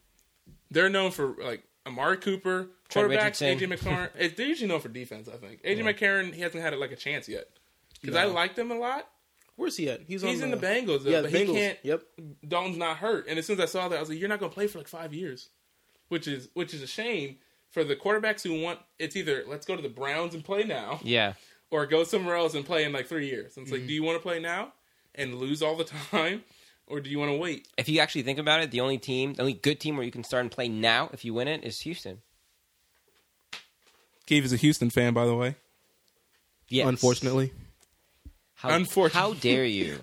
S1: they're known for like Amari Cooper,
S2: Trent
S1: quarterbacks,
S2: Richardson.
S1: AJ McCarron. Eh, they're usually known for defense. I think AJ McCarron he hasn't had like a chance yet because I
S3: No.
S1: liked him a lot.
S3: Where's he at? He's, on
S1: He's in the Bengals, though,
S3: Yeah,
S1: but
S3: the Bengals.
S1: he can't.
S3: Yep.
S1: Dalton's not hurt, and as soon as I saw that, I was like, "You're not going to play for like five years," which is which is a shame for the quarterbacks who want. It's either let's go to the Browns and play now,
S2: Yeah.
S1: or go somewhere else and play in like three years. And it's like, do you want to play now and lose all the time, or do you want to wait?
S2: If you actually think about it, the only team, the only good team where you can start and play now if you win it is Houston.
S1: Cave is a Houston fan, by the way.
S2: Yes.
S3: Unfortunately.
S2: How,
S1: Unfortunately.
S2: How dare you?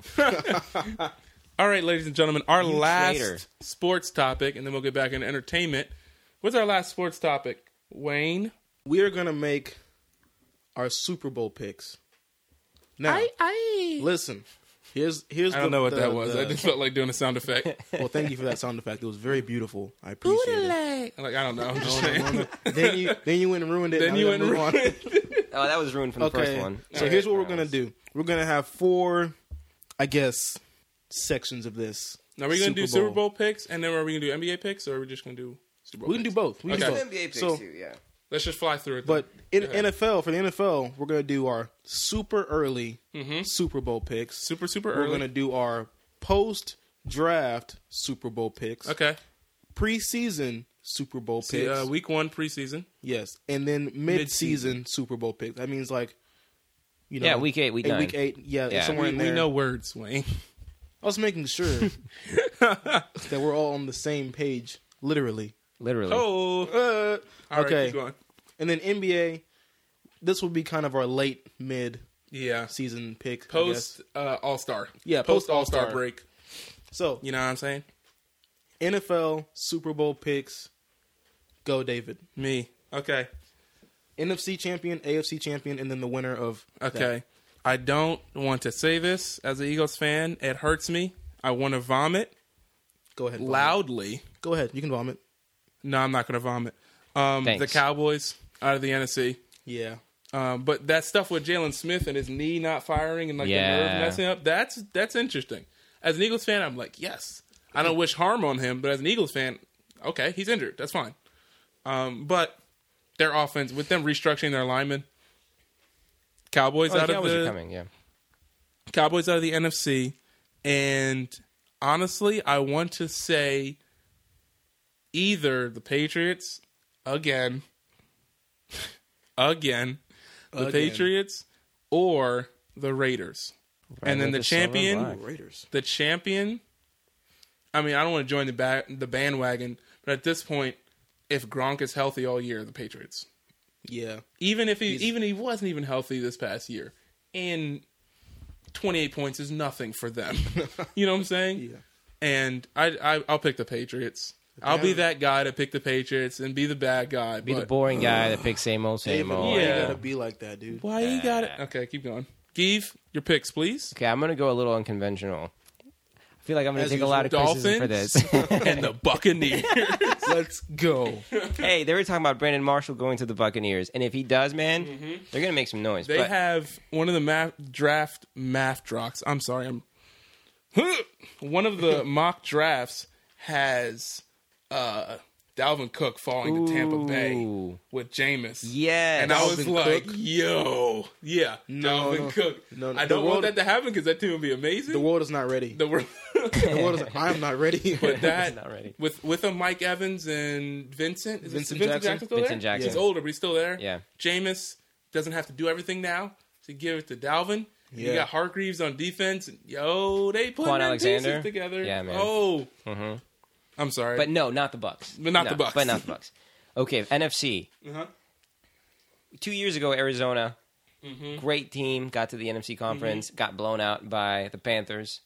S1: All right, ladies and gentlemen, our
S2: You
S1: last
S2: traitor.
S1: sports topic, and then we'll get back into entertainment. What's our last sports topic, Wayne?
S3: We are gonna make our Super Bowl picks. Now, listen. Here's here's
S1: I don't
S3: the-
S1: know what
S3: the-
S1: that was.
S3: the-
S1: I just felt like doing a sound effect.
S3: well, thank you for that sound effect. It was very beautiful. I appreciate it.
S1: I'm like I don't know. I'm just
S3: No,
S1: saying.
S3: no, no. then you then you went and ruined it.
S1: Then
S3: Now
S1: you
S3: we
S1: went
S3: gotta
S1: and
S3: move on.
S1: ruined
S2: Oh, that was ruined from the first one.
S3: So
S1: All
S3: here's
S1: right,
S3: what we're gonna do. We're gonna have four, I guess, sections of this.
S1: Now are we gonna do Super Bowl picks, and then are we gonna do NBA picks, or are we just gonna do Super Bowl?
S3: We can do
S1: picks?
S3: both. We can
S1: Okay.
S3: do both. so,
S2: yeah.
S1: Let's just fly through it.
S3: But in
S1: Yeah.
S3: NFL for the NFL, we're gonna do our super early
S1: Mhm.
S3: Super Bowl picks.
S1: super super
S3: We're
S1: early.
S3: gonna do our post draft Super Bowl picks.
S1: Okay.
S3: Preseason Super Bowl picks.
S1: See, uh, week one preseason.
S3: yes, and then mid-season Super Bowl picks. That means like, you know,
S2: Yeah, week eight, week
S3: eh,
S2: nine.
S3: week eight, yeah,
S2: Yeah.
S1: We,
S3: somewhere in
S1: we
S3: there.
S1: know words, Wayne. Oh.
S3: I was making sure that we're all on the same page, literally.
S2: Literally.
S1: oh,
S3: Uh,
S1: All right,
S3: okay.
S1: keep going.
S3: And then NBA, this will be kind of our late mid-season
S1: Yeah,
S3: pick. I guess.
S1: post uh, All Star.
S3: Yeah,
S1: post
S3: post
S1: All Star
S3: All-Star.
S1: break.
S3: So
S1: You know what I'm saying?
S3: NFL Super Bowl picks. Go David.
S1: Me. Okay.
S3: NFC champion, AFC champion, and then the winner of that.
S1: Okay. I don't want to say this as an Eagles fan. It hurts me. I want to vomit
S3: Go ahead. vomit.
S1: loudly.
S3: Go ahead. You can vomit.
S1: No, I'm not going to vomit. Um, the
S2: Thanks.
S1: Cowboys out of the NFC.
S3: Yeah.
S1: Um, but that stuff with Jalen Smith and his knee not firing and like the nerve
S2: Yeah.
S1: messing up, that's that's interesting. As an Eagles fan, I'm like, yes. I don't wish harm on him, but as an Eagles fan, okay, he's injured. That's fine. Um, but their offense with them restructuring their linemen, Cowboys
S2: Oh,
S1: out
S2: the
S1: of
S2: Cowboys are
S1: the
S2: coming. Yeah.
S1: Cowboys out of the NFC, and honestly, I want to say either the Patriots again, again, the
S3: Again.
S1: Patriots or the Raiders, and then
S2: with
S1: the
S2: the silver and
S1: champion,
S2: black.
S3: Raiders.
S1: the champion. I mean, I don't want to join the ba- the bandwagon, but at this point, if Gronk is healthy all year, the Patriots.
S3: Yeah.
S1: Even if he even he wasn't even healthy this past year, and twenty eight points is nothing for them. you know what I'm saying?
S3: Yeah.
S1: And I, I I'll pick the Patriots. I'll be that guy to pick the Patriots and be the bad guy.
S2: Be the
S1: but-
S2: boring guy that picks same old, same
S3: David,
S2: old.
S3: why you
S1: Yeah.
S3: gotta be like that, dude?
S1: Why you got it? Okay, keep going. Give your picks, please.
S2: Okay, I'm gonna go a little unconventional. I feel like I'm gonna
S3: As
S2: take a lot of criticism for
S1: Dolphins?
S2: this.
S1: and the Buccaneers.
S3: Let's go.
S2: hey, they were talking about Brandon Marshall going to the Buccaneers, and if he does, man, they're gonna make some noise.
S1: Mm-hmm. They
S2: but
S1: have one of the math draft math drafts. I'm sorry, I'm one of the mock drafts has uh Dalvin Cook falling to Tampa Bay
S2: Ooh.
S1: with Jameis.
S2: Yes.
S1: And I was
S3: Dalvin
S1: like,
S3: Cook?
S1: yo, yeah,
S3: No,
S1: Dalvin
S3: no.
S1: Cook.
S3: No, no.
S1: I
S3: The
S1: don't want
S3: world-
S1: that to happen because that team would be amazing.
S3: The world is not ready. The,
S1: The world-
S3: world is. I am not ready.
S1: but that
S2: not ready.
S1: with with a Mike Evans and Vincent, is it
S3: Vincent
S1: Vincent
S3: Jackson?
S1: Jackson still
S2: Vincent
S1: there?
S2: Jackson.
S1: He's older, but he's still there.
S2: Yeah.
S1: Jameis doesn't have to do everything now to give it to Dalvin. And You
S3: Yeah.
S1: got Hargreaves on defense. And, yo, they put
S2: Quan
S1: them
S2: Alexander?
S1: pieces together.
S2: Yeah, man.
S1: Oh, I'm sorry,
S2: but no, not the Bucks.
S1: But not
S2: No,
S1: the Bucks.
S2: But not the Bucks. Okay, NFC.
S1: uh-huh.
S2: Two years ago, Arizona,
S1: Mm-hmm.
S2: great team, got to the NFC conference, got blown out by the Panthers.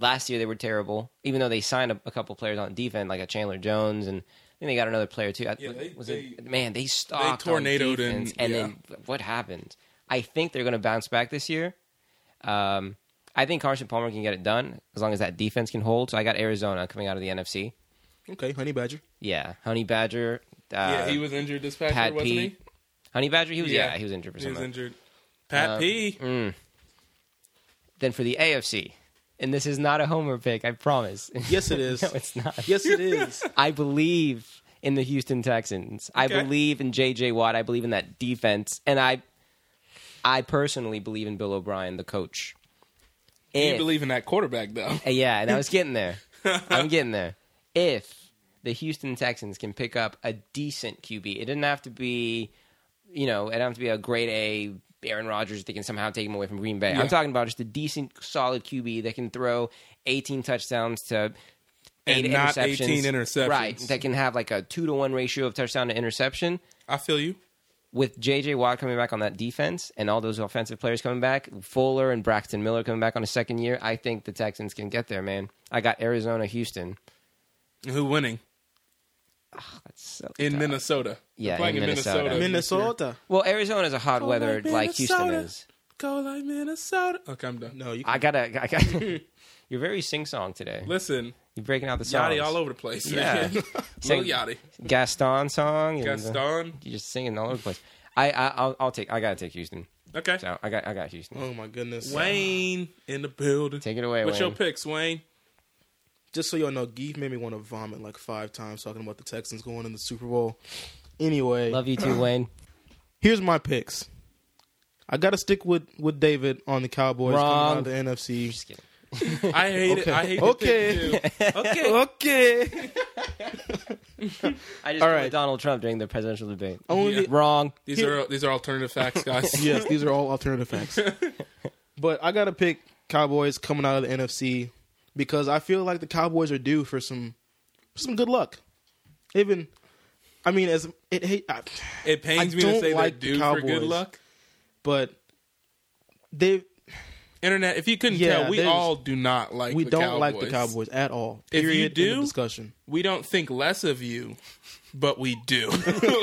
S2: Last year they were terrible, even though they signed a, a couple players on defense, like a Chandler Jones, and then they got another player too. I,
S1: Yeah, they-
S2: was it, man, they stalked
S1: tornadoed
S2: on defense,
S1: and-
S2: and then what happened? I think they're going to bounce back this year. Um, I think Carson Palmer can get it done as long as that defense can hold. So I got Arizona coming out of the NFC.
S3: okay, honey badger.
S2: Yeah, Honey Badger. Uh,
S1: yeah, he was injured this past year,
S2: Pat
S1: wasn't
S2: P. Honey Badger. He was
S1: Yeah.
S2: yeah, he was injured for Uh,
S1: he? He was
S2: something.
S1: injured. Pat P.
S2: Then for the AFC, and this is not a homer pick, I promise.
S3: Yes, it is.
S2: no, it's not.
S3: Yes, it is.
S2: I believe in the Houston Texans. I
S1: Okay.
S2: believe in J.J. Watt. I believe in that defense, and I, I personally believe in Bill O'Brien, the coach.
S1: You
S2: If-
S1: believe in that quarterback though?
S2: Uh, Yeah, and I was getting there. I'm getting there. If the Houston Texans can pick up a decent QB, it didn't have to be, you know, it didn't have to be a great A Aaron Rodgers that can somehow take him away from Green Bay.
S1: Yeah.
S2: I'm talking about just a decent, solid QB that can throw 18 touchdowns to. Eight
S1: And not
S2: interceptions.
S1: 18 interceptions.
S2: Right. That can have like a two to one ratio of touchdown to interception.
S1: I feel you.
S2: With JJ Watt coming back on that defense and all those offensive players coming back, Fuller and Braxton Miller coming back on a second year, I think the Texans can get there, man. I got Arizona, Houston.
S1: Who winning
S2: Oh, That's so
S1: in
S2: tough.
S1: Minnesota? They're
S2: Uh, Yeah,
S1: playing
S2: in
S1: in Minnesota.
S2: Minnesota.
S1: this year.
S3: Minnesota.
S2: Well, Arizona's a hot weather
S1: like
S2: like Houston
S1: Minnesota.
S2: is.
S1: Go like Minnesota. Okay, I'm done.
S3: No, you.
S2: I gotta. I gotta you're very sing song today.
S1: Listen,
S2: You're breaking out the songs.
S1: Yachty all over the place.
S2: Yeah.
S1: Lil
S2: Sing-
S1: Yachty.
S2: Gaston song. and, uh,
S1: Gaston.
S2: you're just singing all over the place. I, I I'll, I'll take. I gotta take Houston.
S1: Okay.
S2: So I got I got Houston.
S3: Oh my goodness.
S1: Wayne in the building.
S2: Take it away.
S1: What's
S2: Wayne.
S1: your picks, Wayne?
S3: Just so y'all know, Geef made me want to vomit like five times talking about the Texans going in the Super Bowl. Anyway,
S2: Love you too, Wayne.
S3: here's my picks. I gotta stick with with David on the Cowboys coming
S2: Wrong.
S3: out of the NFC.
S2: Just kidding.
S1: I hate it. I hate
S3: Okay.
S1: it. Okay.
S3: Okay.
S2: I just
S3: All
S2: All right.
S3: right.
S2: Donald Trump during the presidential debate.
S3: Only
S2: Wrong.
S1: These are these are alternative facts, guys.
S3: yes, these are all alternative facts. but I gotta pick Cowboys coming out of the NFC because I feel like the Cowboys are due for some some good luck. Even, I mean, as it hate, I-
S1: It pains
S3: I
S1: me to
S3: don't
S1: say
S3: like
S1: they're
S3: the
S1: due for good
S3: Cowboys.
S1: luck.
S3: but they
S1: Internet, if you couldn't
S3: Yeah,
S1: tell, we
S3: there's-
S1: all do not like
S3: we
S1: the
S3: don't
S1: Cowboys.
S3: like the Cowboys at all.
S1: If you
S3: Period. End of
S1: do-
S3: discussion.
S1: We don't think less of you, but we do.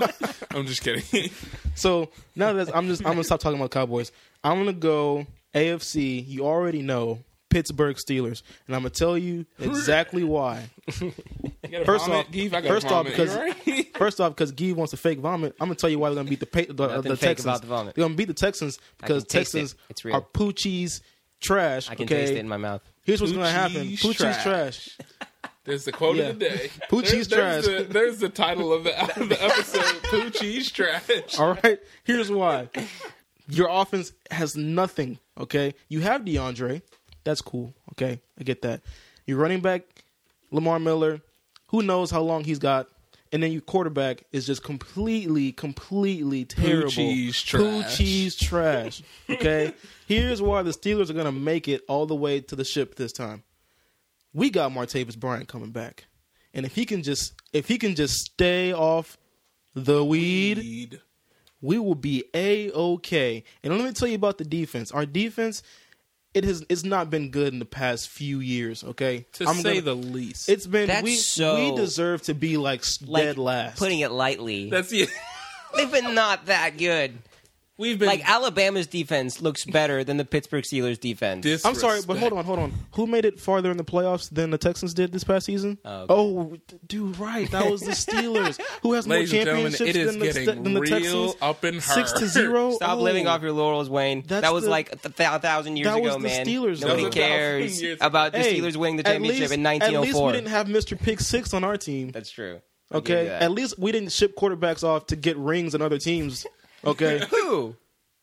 S1: I'm just kidding.
S3: So now that I'm just I'm gonna stop talking about Cowboys. I'm gonna go AFC. You already know Pittsburgh Steelers, and I'm gonna tell you exactly why. First
S1: vomit,
S3: off-
S1: Keith? I gotta
S3: first off,
S1: vomit. You
S3: because-
S1: alright?
S3: First off, because Gee wants to fake vomit, I'm gonna tell you why they're gonna beat the pa- the, uh,
S2: Nothing
S3: the
S2: fake
S3: Texans.
S2: about the vomit.
S3: They're gonna beat the Texans because
S2: can taste it.
S3: Texans
S2: It's real.
S3: are Poochie's trash.
S2: I can
S3: okay,
S2: taste it in my mouth.
S3: here's what's gonna
S1: Poochie's
S3: happen: Poochie's
S1: trash.
S3: trash.
S1: There's the quote
S3: Yeah.
S1: of the day. There's-
S3: Poochie's trash.
S1: There's the, there's the title of the, of the episode. Poochie's trash.
S3: All right, here's why: your offense has nothing. Okay, you have DeAndre, that's cool. Okay, I get that. Your running back, Lamar Miller, who knows how long he's got. And then your quarterback is just completely, completely terrible.
S1: Poochie's trash.
S3: Poochie's trash. Okay? Here's why the Steelers are going to make it all the way to the ship this time. We got Martavis Bryant coming back. And if he can just if he can just stay off the weed,
S1: Indeed.
S3: we will be a okay. And let me tell you about the defense. Our defense, it has it's not been good in the past few years. Okay,
S1: To
S3: I'm
S1: say
S3: gonna-
S1: the least.
S3: it's been
S2: That's
S3: we
S2: so-
S3: we deserve to be like, s- dead last.
S2: Putting it lightly,
S1: That's the.
S2: they've been not that good.
S1: We've been
S2: Like Alabama's defense looks better than the Pittsburgh Steelers defense.
S3: I'm sorry, but hold on, hold on. Who made it farther in the playoffs than the Texans did this past season?
S2: okay.
S3: Oh, dude, right. That was the Steelers. Who has
S1: Ladies
S3: more
S1: and gentlemen,
S3: championships
S1: it is
S3: than, the,
S1: getting
S3: than the
S1: real
S3: Texans?
S1: up in her.
S3: Six to zero.
S2: Stop
S3: Oh.
S2: living off your laurels, Wayne.
S3: That's
S2: That was
S3: the-
S2: like a, th- a thousand years
S3: that
S2: ago,
S3: was the
S2: man. Nobody
S3: Steelers, though. That was a
S2: cares
S1: thousand years ago.
S2: about the
S3: Hey,
S2: Steelers winning the
S3: at
S2: championship
S3: least-
S2: in
S3: At least
S2: 1904.
S3: we didn't have Mr. Pick Six on our team.
S2: That's true. I'll give
S3: Okay,
S2: you that.
S3: at least we didn't ship quarterbacks off to get rings and other teams. Okay,
S2: who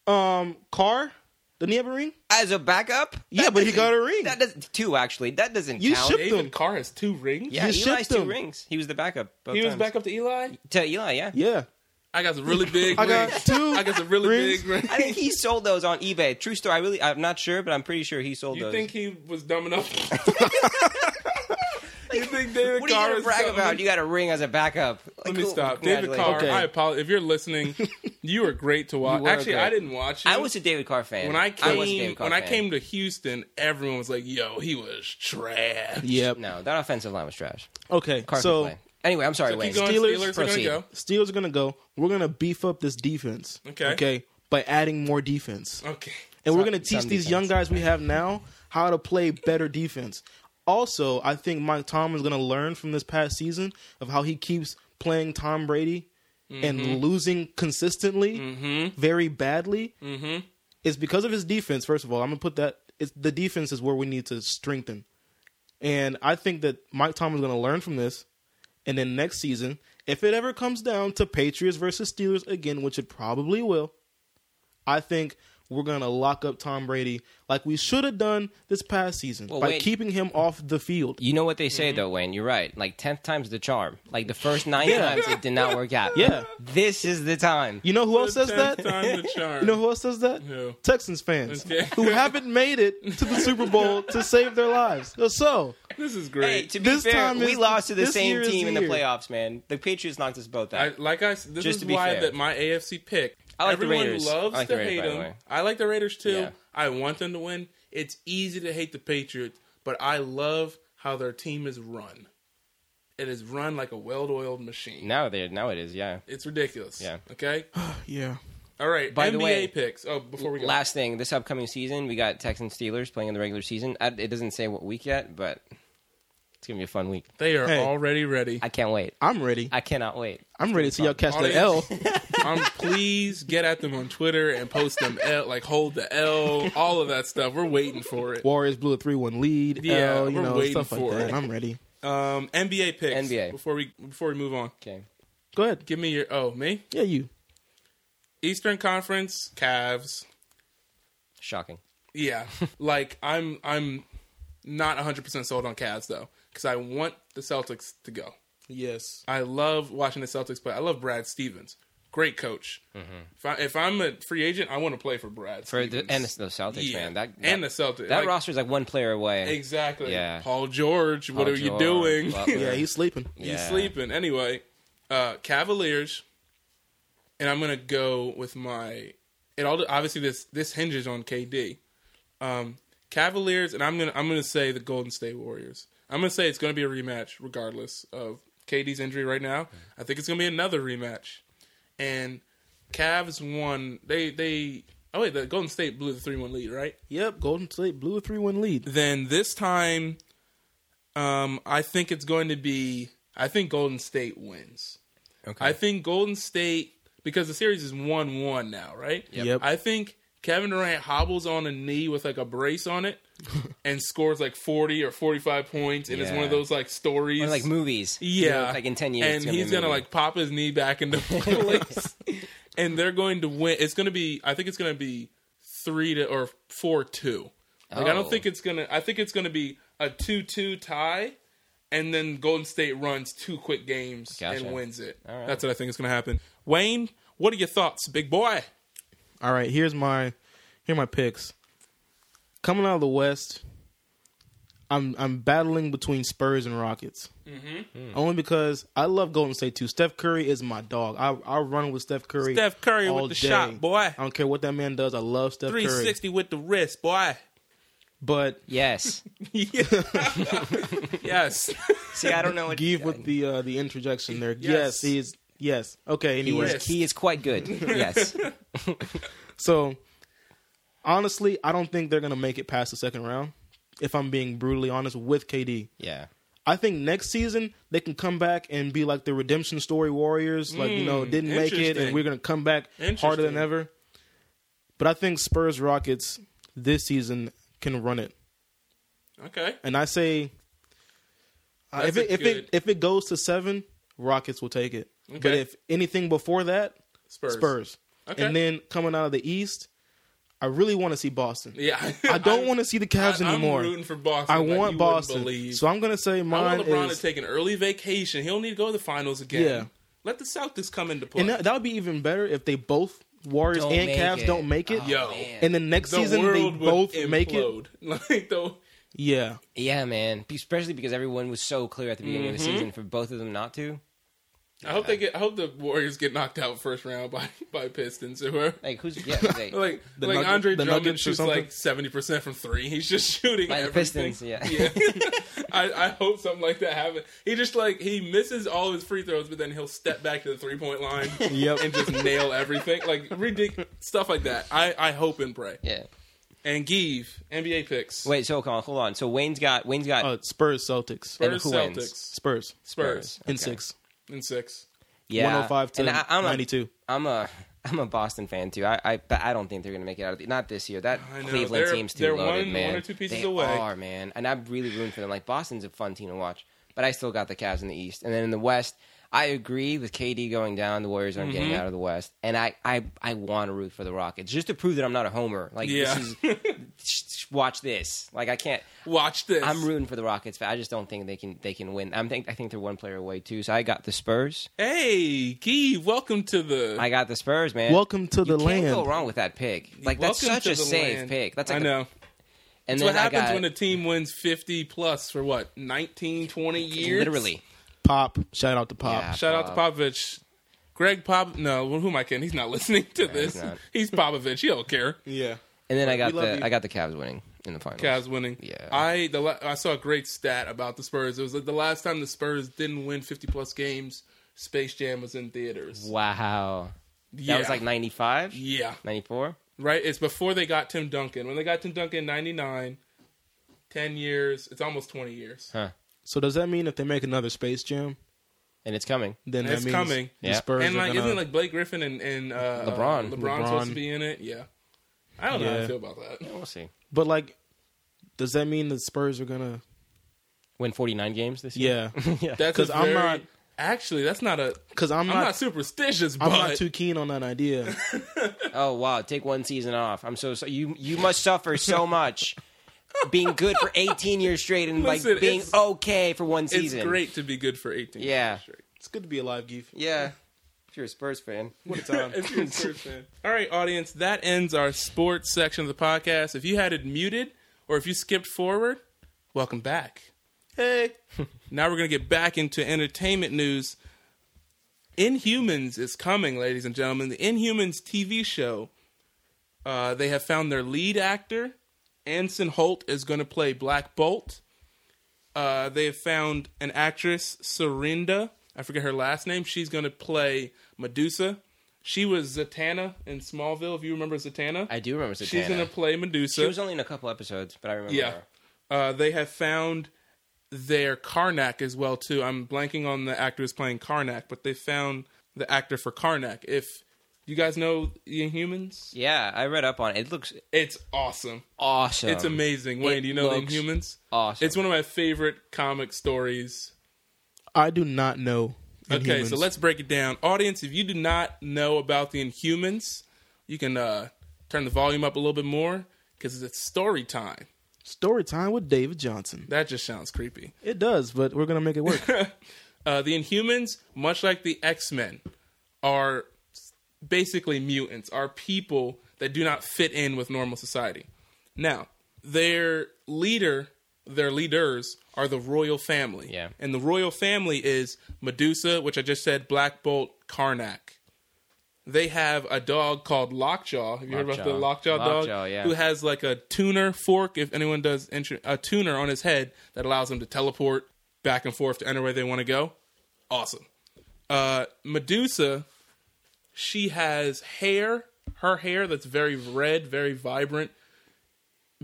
S3: um, Carr, didn't he have a ring?
S2: as a backup?
S3: Yeah,
S2: That
S3: but he
S2: doesn't-
S3: got a ring.
S2: That doesn't two actually. That doesn't
S3: You
S2: count.
S3: should-
S1: David
S3: them.
S1: Carr has two rings.
S2: yeah,
S3: you
S2: Eli's
S3: shipped
S2: two
S3: him.
S2: rings. He was the backup. Both
S1: He was
S2: times.
S1: back up to Eli.
S2: to Eli. Yeah.
S3: Yeah,
S1: I got some really big.
S3: I got
S1: rings.
S3: two
S1: I got some really
S3: rings.
S1: big rings.
S2: I think he sold those on eBay. True story. I really, I'm not sure, but I'm pretty sure he sold
S1: You
S2: those.
S1: think he was dumb enough? you think David
S2: what are you
S1: Carr
S2: gonna
S1: is
S2: brag
S1: dumb
S2: about?
S1: enough?
S2: You got a ring as a backup. Like,
S1: Let me
S2: cool.
S1: stop. David Carr,
S2: Congratulations.
S3: Okay.
S1: I apologize. If you're listening, you were great to
S2: You
S1: watch.
S2: were
S1: Actually,
S2: great.
S1: I didn't watch you.
S2: I was a David Carr fan.
S1: when I
S2: was a
S1: came
S2: David Carr
S1: when I
S2: fan.
S1: came to Houston, everyone was like, "Yo, he was trash."
S3: yep.
S2: No, that offensive line was trash.
S3: Okay,
S2: Carr
S3: so
S2: could play. Anyway, I'm sorry,
S1: So
S2: Wayne.
S1: keep going.
S3: Steelers,
S1: Steelers,
S2: proceed.
S1: are gonna go.
S3: Steelers are gonna go. We're gonna beef up this defense.
S1: Okay.
S3: okay, by adding more defense,
S1: Okay.
S3: and we're
S2: Some-
S3: gonna teach
S2: some
S3: these young guys we have now how to play better defense. Also, I think Mike Tomlin's gonna learn from this past season of how he keeps playing Tom Brady and losing consistently, very badly.
S1: Mm-hmm.
S3: it's because of his defense. First of all, I'm gonna put that. It's the defense is where we need to strengthen, and I think that Mike Tomlin's gonna learn from this, and then next season, if it ever comes down to Patriots versus Steelers again, which it probably will, I think we're gonna lock up Tom Brady like we should have done this past season
S2: Well,
S3: by
S2: wait.
S3: keeping him off the field.
S2: You know what they
S1: Mm-hmm.
S2: say though, Wayne. You're right. Like tenth times the charm. Like the first nine times it did not work out.
S3: Yeah.
S2: This is the time.
S3: You know who else says that?
S1: Time the charm.
S3: You know who else says that?
S1: Who?
S3: Texans fans
S1: Okay.
S3: who haven't made it to the Super Bowl to save their lives. So
S1: this is
S2: Hey,
S1: great.
S2: to be
S3: This
S2: fair,
S3: time
S2: we
S3: is-
S2: lost to the
S3: this
S2: same
S3: year is
S2: team in
S3: the
S2: the
S3: year.
S2: playoffs, man. The Patriots knocked us both
S1: I,
S2: out.
S1: like I, s- this
S2: Just
S1: is
S2: to be
S1: why
S2: fair.
S1: that my AFC pick.
S2: I like the
S1: everyone
S2: Raiders.
S1: loves
S2: I like
S1: to
S2: the Raiders,
S1: hate
S2: by the
S1: them.
S2: way.
S1: I like the Raiders too.
S2: Yeah.
S1: I want them to win. It's easy to hate the Patriots, but I love how their team is run. It is run like a well-oiled machine.
S2: now they now it is, yeah.
S1: It's ridiculous.
S2: Yeah.
S1: Okay.
S3: yeah.
S1: All right.
S2: By
S1: NBA
S2: the way-
S1: picks. Oh, before we go.
S2: Last thing, this upcoming season, we got Texans Steelers playing in the regular season. I, it doesn't say what week yet, but it's gonna be a fun week.
S1: They are
S3: Hey.
S1: already ready.
S2: I can't wait.
S3: I'm ready.
S2: I cannot wait.
S3: I'm ready to see y'all catch that L.
S1: Audience. um, please get at them on Twitter and post them L, like hold the L, all of that stuff. We're waiting for it.
S3: Warriors blew a three-one lead.
S1: Yeah,
S3: L, you
S1: we're
S3: know,
S1: waiting
S3: stuff like
S1: for
S3: that.
S1: it.
S3: I'm ready.
S1: Um, NBA picks.
S2: NBA.
S1: Before we before we move on,
S2: Okay.
S3: Go ahead.
S1: give me your oh me
S3: Yeah, you.
S1: Eastern Conference Cavs.
S2: Shocking.
S1: Yeah, like I'm I'm not 100 percent sold on Cavs though because I want the Celtics to go.
S3: Yes.
S1: I love watching the Celtics play. I love Brad Stevens. Great coach. If, I, if I'm a free agent, I want to play for Brad.
S2: Mm-hmm. for the
S1: Stevens.
S2: and the Celtics,
S1: Yeah.
S2: man. That, that
S1: and the Celtics.
S2: that
S1: Like,
S2: roster is like one player away.
S1: Exactly.
S2: Yeah.
S1: Paul George, what
S2: Paul
S1: are you
S2: George,
S1: doing?
S2: Butler.
S3: Yeah, he's sleeping.
S1: He's
S2: Yeah.
S1: sleeping. Anyway, uh, Cavaliers, and I'm gonna go with my. It all obviously this this hinges on KD. Um, Cavaliers, and I'm gonna I'm gonna say the Golden State Warriors. I'm gonna say it's gonna be a rematch regardless of KD's injury right now. I think it's gonna be another rematch, and Cavs won. They they oh wait, the Golden State blew the three one lead, right?
S3: Yep, Golden State blew a 3 1 lead.
S1: then this time um I think it's going to be I think Golden State wins.
S2: Okay.
S1: I think Golden State because the series is 1-1 now, right?
S3: Yep. Yep.
S1: I think Kevin Durant hobbles on a knee with like a brace on it and scores like 40 or 45 points and it's
S2: Yeah.
S1: one of those like stories
S2: Or like movies. You know,
S1: yeah,
S2: it's like in ten years, it's
S1: and he's
S2: be a
S1: gonna
S2: movie.
S1: like pop his knee back into place, and they're going to win. It's gonna be, I think it's gonna be three to or four two. Like I don't
S2: Oh.
S1: think it's gonna. I think it's gonna be a two two tie, and then Golden State runs two quick games
S2: Gotcha.
S1: and wins it.
S2: All right.
S1: That's what I think is gonna happen. Wayne, what are your thoughts, big boy?
S3: All right, here's my here are my picks. Coming out of the West, I'm I'm battling between Spurs and Rockets.
S1: Mm-hmm.
S3: Only because I love Golden State too. Steph Curry is my dog. I I run with Steph Curry.
S1: Steph Curry
S3: all
S1: with the
S3: day.
S1: shot, boy.
S3: I don't care what that man does. I love Steph
S1: Three
S3: Curry.
S1: sixty with the wrist, boy.
S3: But
S2: yes.
S1: Yes.
S2: See, I don't know what
S3: give with the uh, the interjection there.
S1: Yes.
S3: Yes, he is. Yes. Okay.
S2: he
S3: Anyway,
S2: is, he is quite good. Yes.
S3: So honestly, I don't think they're gonna make it past the second round. If I'm being brutally honest with KD,
S2: Yeah.
S3: I think next season they can come back and be like the redemption story warriors, like you know
S1: Mm,
S3: didn't make it,
S1: interesting.
S3: and we're gonna come back harder
S1: Interesting.
S3: than ever. But I think Spurs Rockets this season can run it,
S1: okay.
S3: and I say uh,
S1: That's
S3: if it
S1: a
S3: if
S1: good-
S3: it if it goes to seven, Rockets will take it. But
S1: Okay.
S3: if anything before that,
S1: Spurs.
S3: Spurs.
S1: Okay.
S3: And then coming out of the East, I really want to see Boston.
S1: Yeah.
S3: I don't want to see the Cavs
S1: I-
S3: anymore.
S1: I'm rooting for Boston.
S3: I
S1: like you
S3: want
S1: wouldn't
S3: Boston.
S1: believe.
S3: So I'm going to say
S1: I
S3: mine
S1: want LeBron
S3: is.
S1: to take an early vacation. He'll need to go to the finals again.
S3: Yeah.
S1: Let the Celtics come into play.
S3: and that, that would be even better if they both, Warriors
S2: Don't
S3: and
S2: make
S3: Cavs,
S2: it.
S3: don't make it.
S2: Oh,
S1: Yo.
S2: man.
S3: And then next season, they both make it.
S1: Like though,
S3: Yeah.
S2: Yeah, man. Be- Especially because everyone was so clear at the beginning of the
S1: Mm-hmm.
S2: season for both of them not to.
S1: I hope they get. I hope the Warriors get knocked out first round by by Pistons or whoever.
S2: Like who's yeah, they,
S1: Like
S3: The
S1: like
S3: Nugget-
S1: Andre
S3: the
S1: Drummond
S3: Nuggets or
S1: shoots
S3: something?
S1: like seventy percent from three. He's just shooting
S2: By the
S1: everything.
S2: Pistons, yeah.
S1: I, I hope something like that happens. He just like he misses all his free throws, but then he'll step back to the three point line
S3: Yep.
S1: and just nail everything. Like ridiculous stuff like that. I I hope and pray.
S2: Yeah.
S1: And give NBA picks.
S2: Wait, so hold on, hold on. So Wayne's got Wayne's got
S1: Oh,
S3: Uh, Spurs, Celtics.
S2: and
S1: Spurs,
S2: who
S1: Celtics,
S2: wins?
S3: Spurs.
S1: Spurs
S3: In
S2: Okay.
S3: six.
S1: in six.
S2: Yeah.
S3: 105 to
S2: And I, I'm a
S3: 92.
S2: I'm a I'm a Boston fan too. I, I but I don't think they're gonna make it out of the not this year. That
S1: I know.
S2: Cleveland
S1: They're-
S2: team's too
S1: they're
S2: loaded,
S1: one-
S2: man.
S1: one or two pieces
S2: they
S1: away.
S2: are, man. And I'm really rooting for them. Like Boston's a fun team to watch, but I still got the Cavs in the East, and then in the West, I agree with KD going down. The Warriors aren't
S1: Mm-hmm.
S2: getting out of the West, and I I I want to root for the Rockets just to prove that I'm not a homer. Like
S1: Yeah.
S2: this is sh- sh- watch this. Like I can't.
S1: Watch this.
S2: I'm rooting for the Rockets, but I just don't think they can they can win. I'm think I think they're one player away too. So I got the Spurs.
S1: hey, Gee, welcome to the.
S2: I got the Spurs, man.
S3: Welcome to the
S2: you can't go
S3: land.
S2: wrong with that pick. Like that's
S1: welcome
S2: such
S1: to
S2: a
S1: the
S2: safe
S1: land.
S2: pick. That's like
S1: I know.
S2: A, and
S1: That's
S2: then
S1: what happens
S2: I got
S1: when a team wins 50 plus for what 19, 20 years.
S2: literally.
S3: Pop. Shout out to Pop.
S2: Yeah.
S1: Shout out to Popovich. Greg Pop. No, well, who am I kidding? He's not listening to this.
S2: he's not.
S1: He's, Popovich. He don't care.
S3: Yeah.
S2: And then I got
S3: love
S2: the
S3: you.
S2: I got the Cavs winning in the finals.
S1: Cavs winning.
S2: Yeah.
S1: I the la- I saw a great stat about the Spurs. It was like the last time the Spurs didn't win 50 plus games. Space Jam was in theaters.
S2: Wow.
S1: Yeah.
S2: That was like 95?
S1: Yeah.
S2: 94?
S1: right? It's before they got Tim Duncan. When they got Tim Duncan, 99, 10 years, it's almost 20 years.
S2: Huh.
S3: So does that mean if they make another Space Jam,
S2: And it's coming.
S3: then
S1: And
S3: that
S1: it's
S3: means
S1: coming.
S3: the
S2: Yeah.
S3: Spurs
S1: and,
S3: are
S1: like,
S3: gonna-
S1: isn't it like Blake Griffin and, and uh,
S2: LeBron.
S1: LeBron's supposed
S3: LeBron.
S1: to be in it? Yeah. I don't know how I
S3: Yeah.
S1: feel about that.
S2: We'll see.
S3: But like, does that mean the Spurs are gonna?
S2: Win 49 games this year?
S3: Yeah,
S2: yeah.
S1: That's a
S3: 'Cause I'm
S1: very-
S3: not-
S1: Actually, that's not a.
S3: because I'm
S1: I'm
S3: not.
S1: not, superstitious, but
S3: I'm not too keen on that idea.
S2: Oh wow, take one season off. I'm so, so you you must suffer so much. being good for 18 years straight and
S1: Listen,
S2: like being
S1: it's-
S2: okay for one season.
S1: It's great to be good for 18 years
S2: Yeah.
S1: straight.
S3: It's good to be alive, Geef.
S2: Yeah. If you're a Spurs fan.
S3: What a time.
S1: If you're a Spurs fan. All right, audience, that ends our sports section of the podcast. If you had it muted or if you skipped forward, welcome back.
S3: hey.
S1: Now we're going to get back into entertainment news. Inhumans is coming, ladies and gentlemen. The Inhumans TV show. Uh, they have found their lead actor. Anson Holt is going to play Black Bolt. Uh, they have found an actress, Serinda. I forget her last name. She's going to play Medusa. She was Zatanna in Smallville, if you remember Zatanna.
S2: I do remember Zatanna.
S1: She's going to play Medusa.
S2: she was only in a couple episodes, but I remember
S1: Yeah.
S2: her.
S1: Uh, they have found their Karnak as well too. I'm blanking on the actor who's playing Karnak, but they found the actor for Karnak. If you guys know the Inhumans,
S2: Yeah, I read up on it. It looks
S1: it's awesome.
S2: awesome.
S1: It's amazing. Wayne,
S2: Um, it
S1: do you know the
S2: looks
S1: Inhumans?
S2: Awesome.
S1: It's one of my favorite comic stories.
S3: I do not know.
S1: Okay,
S3: Inhumans.
S1: so let's break it down. Audience, if you do not know about the Inhumans, you can uh, turn the volume up a little bit more because it's story time.
S3: Story time with David Johnson.
S1: That just sounds creepy.
S3: It does, but we're gonna make it work.
S1: Uh, the Inhumans, much like the X Men, are basically mutants, are people that do not fit in with normal society. Now, their leader, their leaders are the royal family.
S2: Yeah.
S1: And the royal family is Medusa, which I just said, Black Bolt, Karnak. They have a dog called Lockjaw. Have you heard about the
S2: Lockjaw.
S1: Lockjaw dog?
S2: Lockjaw, yeah.
S1: Who has like a tuner fork, if anyone does, intro- a tuner on his head that allows him to teleport back and forth to anywhere they want to go. Awesome. Uh, Medusa, she has hair, her hair that's very red, very vibrant.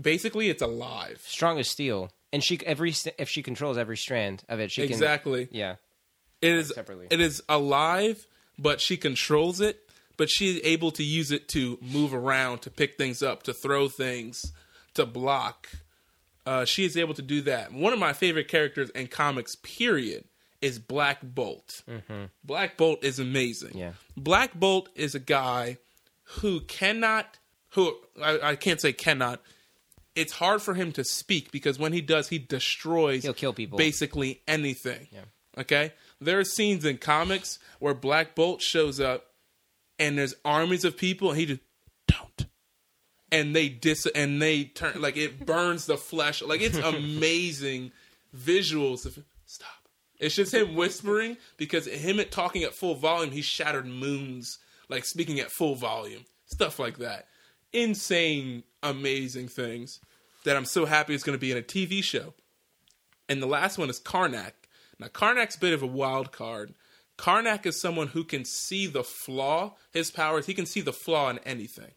S1: Basically, it's alive.
S2: strong as steel, and she every st- if she controls every strand of it, she
S1: Exactly.
S2: can. Yeah,
S1: It is
S2: Separately.
S1: it is alive, but she controls it. But she's able to use it to move around, to pick things up, to throw things, to block. Uh, she is able to do that. One of my favorite characters in comics, period, is Black Bolt. Black Bolt is amazing.
S2: Mm-hmm. Yeah.
S1: Black Bolt is a guy who cannot, who I, I can't say cannot. It's hard for him to speak because when he does, he destroys.
S2: He'll kill people.
S1: Basically anything. Okay. There are scenes in comics where Black Bolt shows up, and there's armies of people, and he just don't and they dis and they turn like it burns the flesh like it's amazing visuals if stop it's just him whispering because him at talking at full volume he shattered moons like speaking at full volume stuff like that insane amazing things that i'm so happy it's going to be in a tv show and the last one is Karnak. Now, Karnak's a bit of a wild card. Karnak is someone who can see the flaw, his powers, he can see the flaw in anything.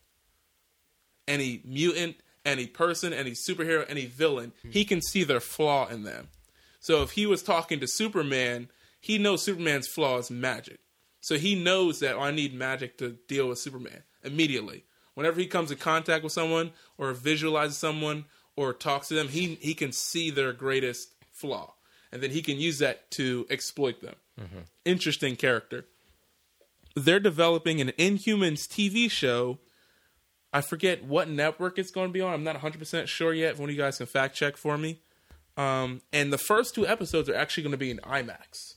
S1: Any mutant, any person, any superhero, any villain, he can see their flaw in them. So if he was talking to Superman, he knows Superman's flaw is magic. So he knows that oh, I need magic to deal with Superman immediately. Whenever he comes in contact with someone or visualizes someone or talks to them, he he can see their greatest flaw, and then he can use that to exploit them. Interesting character. They're developing an Inhumans TV show. I forget what network it's going to be on. I'm not 100% sure yet. If one of you guys can fact check for me. Um, and the first two episodes are actually going to be in IMAX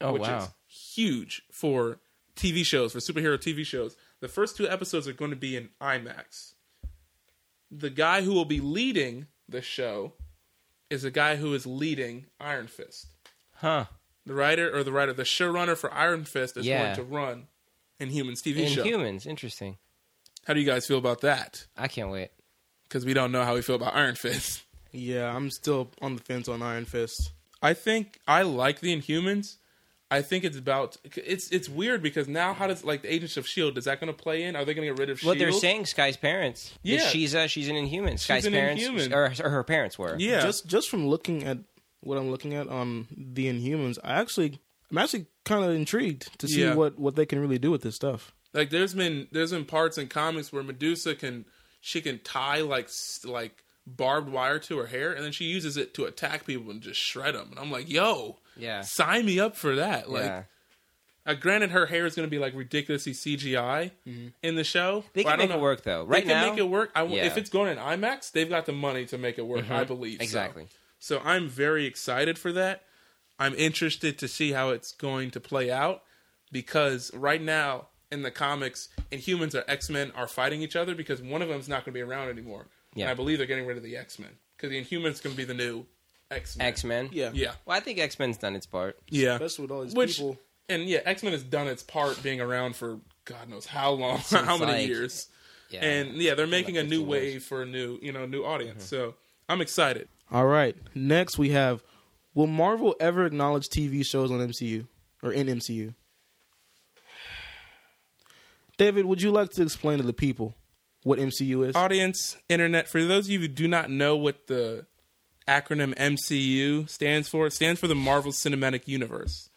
S2: Oh
S1: which
S2: wow.
S1: is huge for TV shows, for superhero TV shows. The first two episodes are going to be in IMAX. The guy who will be leading the show is the guy who is leading Iron Fist.
S2: Huh.
S1: The writer or the writer, the showrunner for Iron Fist is
S2: Yeah.
S1: going to run Inhumans TV
S2: In
S1: show.
S2: humans, interesting.
S1: how do you guys feel about that?
S2: I can't wait.
S1: Because we don't know how we feel about Iron Fist.
S3: yeah, I'm still on the fence on Iron Fist.
S1: I think I like the Inhumans. I think it's about it's it's weird because now how does like the Agents of Shield E is that going to play in? Are they going to get rid of Shield?
S2: What they're saying, Sky's parents. Yeah,
S1: Yeah.
S2: she's uh, she's an Inhuman. Sky's
S1: an
S2: parents,
S1: Inhuman.
S2: Or, or her parents were.
S1: Yeah,
S3: Just just from looking at what I'm looking at on the Inhumans, I actually I'm actually kind of intrigued to see
S1: Yeah.
S3: what what they can really do with this stuff.
S1: like there's been there's been parts in comics where Medusa can she can tie like s- like barbed wire to her hair and then she uses it to attack people and just shred them. And I'm like, yo,
S2: Yeah.
S1: sign me up for that. Like
S2: Yeah.
S1: Uh, granted, her hair is going to be like ridiculously CGI in the show.
S2: Mm-hmm. They
S1: but
S2: can
S1: I don't
S2: make it
S1: know.
S2: work, though.
S1: They
S2: Right
S1: can
S2: now-
S1: make it work. I w-
S2: Yeah. Mm-hmm.
S1: If it's going in IMAX, they've got the money to make it work. I believe so.
S2: Exactly.
S1: So I'm very excited for that. I'm interested to see how it's going to play out because right now in the comics, Inhumans or X Men are fighting each other because one of them's not going to be around anymore.
S2: Yeah.
S1: And I believe they're getting rid of the X Men because the Inhumans can be the new X Men.
S2: X Men.
S3: Yeah.
S1: Yeah.
S2: Well, I think X Men's done its part.
S1: Yeah.
S3: Especially with all these
S1: Which
S3: people.
S1: and yeah, X Men has done its part being around for God knows how long, how many
S2: like-
S1: years.
S2: Yeah.
S1: And yeah, they're making a new
S2: 15 years. Mm-hmm.
S1: wave for a new, you know, new audience. So I'm excited.
S3: All right. Next, we have Will Marvel ever acknowledge TV shows on MCU or in MCU? David, would you like to explain to the people what MCU is?
S1: Audience, internet. For those of you who do not know what the acronym MCU stands for, it stands for the Marvel Cinematic Universe.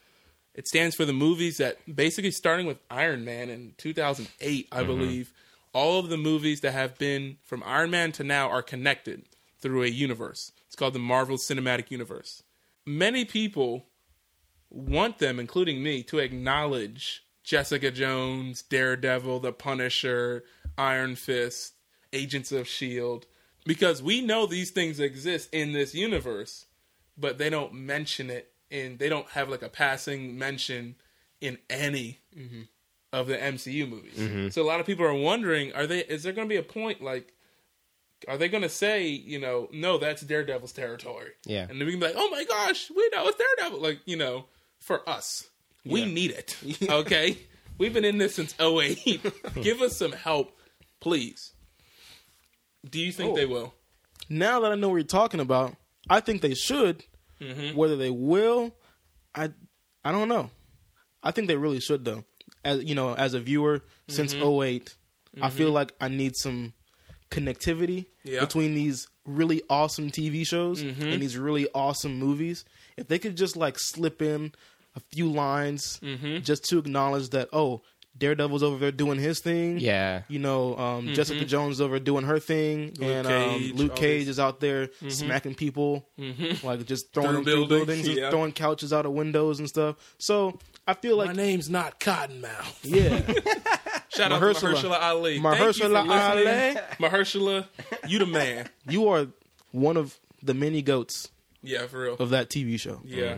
S1: It stands for the movies that basically starting with Iron Man in 2008, I believe, all of the movies that have been from Iron Man to now are connected through a universe. It's called the Marvel Cinematic Universe. Many people want them, including me, to acknowledge Jessica Jones, Daredevil, The Punisher, Iron Fist, Agents of S.H.I.E.L.D., E because we know these things exist in this universe, but they don't mention it and they don't have like a passing mention in any of the MCU movies. So a lot of people are wondering are they is there going to be a point like are they going to say, you know, no, that's Daredevil's territory?
S2: Yeah.
S1: And then we can be like, oh my gosh, we know it's Daredevil. Like, you know, for us, we need it. Okay. We've been in this since 08. Give us some help, please. Do you think they will?
S3: now that I know what you're talking about, I think they should. Whether they will, I I don't know. I think they really should though. As you know, as a viewer since 8 I feel like I need some connectivity
S1: Yeah.
S3: between these really awesome TV shows and these really awesome movies. If they could just like slip in a few lines just to acknowledge that oh, Daredevil's over there doing his thing
S2: Yeah.
S3: you know, um, Jessica Jones over doing her thing, and um,
S1: Mm-hmm. Cage,
S3: Luke
S1: all
S3: Cage
S1: these-
S3: is out there smacking people, like just throwing
S1: Through
S3: them through
S1: buildings,
S3: buildings, and
S1: yeah.
S3: throwing couches out of windows and stuff. So I feel like,
S1: name's not Cottonmouth.
S3: yeah,
S1: Shout out
S3: Mahershala.
S1: to Mahershala Ali.
S3: Mahershala Ali.
S1: Thank you for listening. Mahershala, you the man.
S3: you are one of the many goats
S1: Yeah, for real.
S3: of Mm-hmm. that TV show.
S1: Yeah.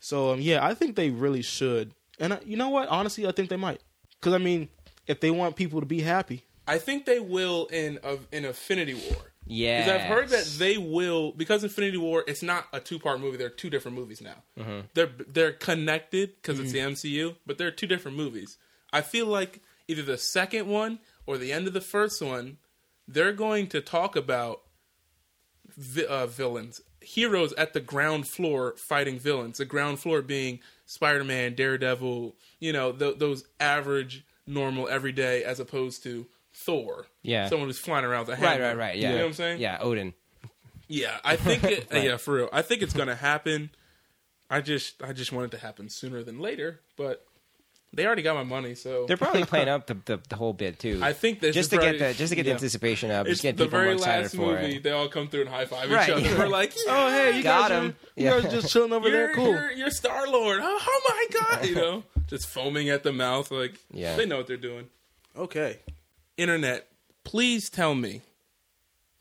S3: So um, yeah, I think they really should, and I, you know what? Honestly, I think they might, because I mean, if they want people to be happy,
S1: I think they will in of in Infinity War.
S2: Yeah.
S1: Because I've heard that they will because Infinity War it's not a two part movie. They're two different movies now. They're they're connected because it's the MCU, but they're two different movies. I feel like either the second one or the end of the first one, they're going to talk about vi- uh, villains, heroes at the ground floor fighting villains. The ground floor being Spider Man, Daredevil, you know th- those average, normal, everyday, as opposed to Thor.
S2: Yeah.
S1: someone who's flying around the
S2: Right. Right. Right. Yeah.
S1: you know what I'm saying?
S2: Yeah. Odin.
S1: Yeah, I think it, yeah, for real. I think it's gonna happen. I just I just want it to happen sooner than later, but they already got my money, so
S2: They're probably playing up the, the, the whole bit too.
S1: I think this
S2: just
S1: is
S2: to
S1: very-
S2: get the just to get
S3: yeah.
S2: the anticipation up,
S1: it's
S2: just get
S1: the
S2: people more
S1: very
S2: excited
S1: last
S2: for
S1: movie.
S2: it.
S1: They all come through and high five
S2: Right.
S1: each other. We're like,
S3: oh
S1: yeah,
S3: hey, you
S2: Got
S3: guys, are-
S2: 'em.
S3: you
S2: Yeah.
S3: guys are just chilling over
S1: you're,
S3: there, cool.
S1: you're, you're Star Lord. Oh, oh my god, you know, just foaming at the mouth, like
S2: Yeah.
S1: they know what they're doing.
S3: Okay,
S1: Internet, please tell me.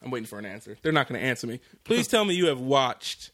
S1: I'm waiting for an answer. They're not going to answer me. Please tell me you have watched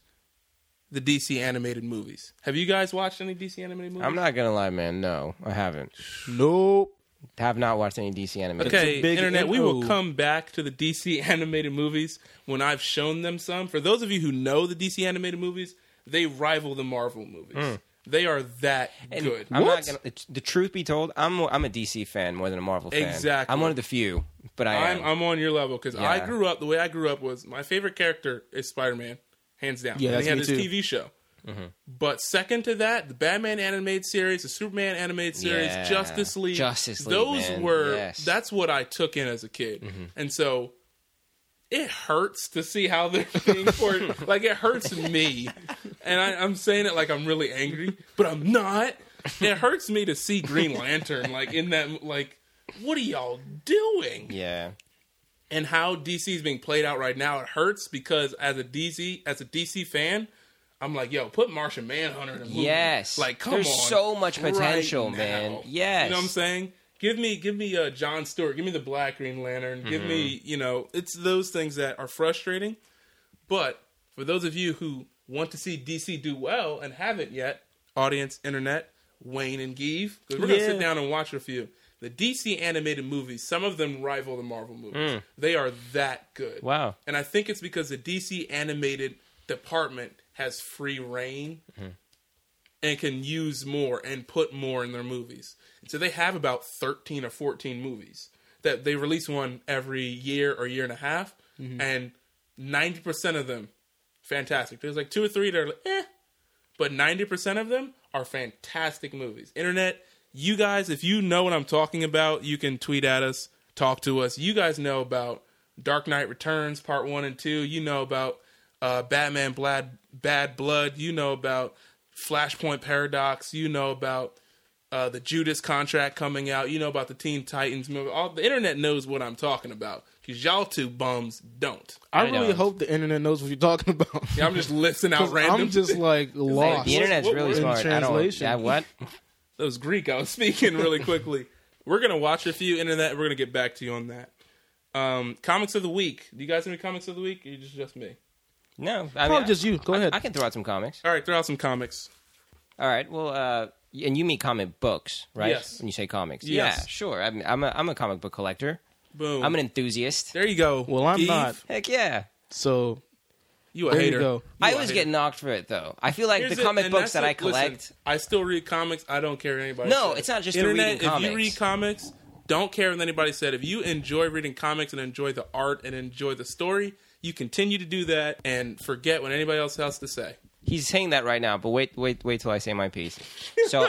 S1: the DC animated movies. Have you guys watched any DC animated movies?
S2: I'm not gonna lie, man. No, I haven't.
S3: nope.
S2: Have not watched any DC anime.
S1: Okay,
S3: big
S1: internet, we will
S3: NO.
S1: come back to the DC animated movies when I've shown them some. For those of you who know the DC animated movies, they rival the Marvel movies. They are that
S2: Mm. And
S1: good.
S2: I'm not gonna. The, the truth be told, I'm I'm a DC fan more than a Marvel fan.
S1: Exactly.
S2: I'm one of the few, but I am.
S1: I'm, I'm on your level because I
S2: Yeah.
S1: grew up the way I grew up was my favorite character is Spider Man, hands down.
S3: Yeah,
S1: and he had
S3: that's
S1: his
S3: me too.
S1: TV show.
S2: Mm-hmm.
S1: But second to that, the Batman animated series, the Superman animated series,
S2: Yeah.
S1: Justice League,
S2: Justice League,
S1: those
S2: man.
S1: were
S2: Yes. Mm-hmm.
S1: that's what I took in as a kid, and so it hurts to see how they're being for like it hurts me, and I, I'm saying it like I'm really angry, but I'm not. It hurts me to see Green Lantern like in that like what are y'all doing?
S2: yeah.
S1: and how DC is being played out right now, it hurts because as a DC as a DC fan, I'm like, yo, put Martian Manhunter in the movie.
S2: Yes.
S1: like come
S2: There's
S1: on,
S2: so much potential, man.
S1: now.
S2: Yes.
S1: you know what I'm saying. Give me, give me uh, John Stewart. Give me the Black Green Lantern. Give me,
S2: Mm-hmm.
S1: you know, it's those things that are frustrating. But for those of you who want to see DC do well and haven't yet, audience, internet, Wayne and Geeve, 'cause we're gonna sit
S3: Yeah.
S1: down and watch a few. The DC animated movies, some of them rival the Marvel movies. They are that good.
S2: Wow.
S1: And I think it's because the DC animated department has free reign and can use more and put more in their movies. So they have about 13 or 14 movies that they release one every year or year and a half, and 90% of them fantastic. There's like two or three that are like, eh, but 90% of them are fantastic movies. Internet, you guys, if you know what I'm talking about, you can tweet at us, talk to us. You guys know about Dark Knight Returns Part 1 and 2. You know about uh, Batman Blad- Bad Blood. You know about Flashpoint Paradox. You know about uh, the Judas contract coming out. You know about the Teen Titans movie. All, the internet knows what I'm talking about because y'all two bums don't.
S3: I,
S2: I
S3: really
S2: don't.
S3: hope the internet knows what you're talking about.
S1: Yeah, I'm just listing out
S3: 'Cause
S1: random.
S3: I'm just like
S2: Like,
S3: lost.
S2: the internet's
S1: What
S2: really
S1: word?
S2: smart. I don't.
S3: Translation.
S2: Yeah, what?
S1: that was Greek. I was speaking really quickly. We're gonna watch a few internet. We're gonna get back to you on that. Um, comics of the week. Do you guys have any comics of the week? Or you just just me.
S2: No, I mean, I-
S3: Probably just you. Go
S2: I-
S3: ahead.
S2: I can throw out some comics.
S1: All right, throw out some comics.
S2: All right. Well, uh, and you mean comic books, right?
S1: Yes.
S2: When you say comics,
S1: Yes.
S2: yeah, sure. I mean, I'm a, I'm a comic book collector.
S1: Boom.
S2: I'm an enthusiast.
S1: there you go.
S3: Well, I'm
S1: Keith,
S3: not.
S2: Heck yeah.
S3: so
S1: You a
S3: There you
S1: hater.
S3: go.
S1: You
S2: I
S1: a
S2: always
S1: hater.
S2: get knocked for it though. I feel like
S1: Here's
S2: the
S1: it,
S2: comic
S1: and
S2: books
S1: that's
S2: that
S1: it.
S2: I collect.
S1: Listen, I still read comics. I don't care what anybody.
S2: No,
S1: said.
S2: it's not just the
S1: internet.
S2: reading
S1: if
S2: comics.
S1: you read comics, don't care what anybody said. If you enjoy reading comics and enjoy the art and enjoy the story, you continue to do that and forget what anybody else has to say.
S2: He's saying that right now, but wait, wait, wait till I say my piece. So,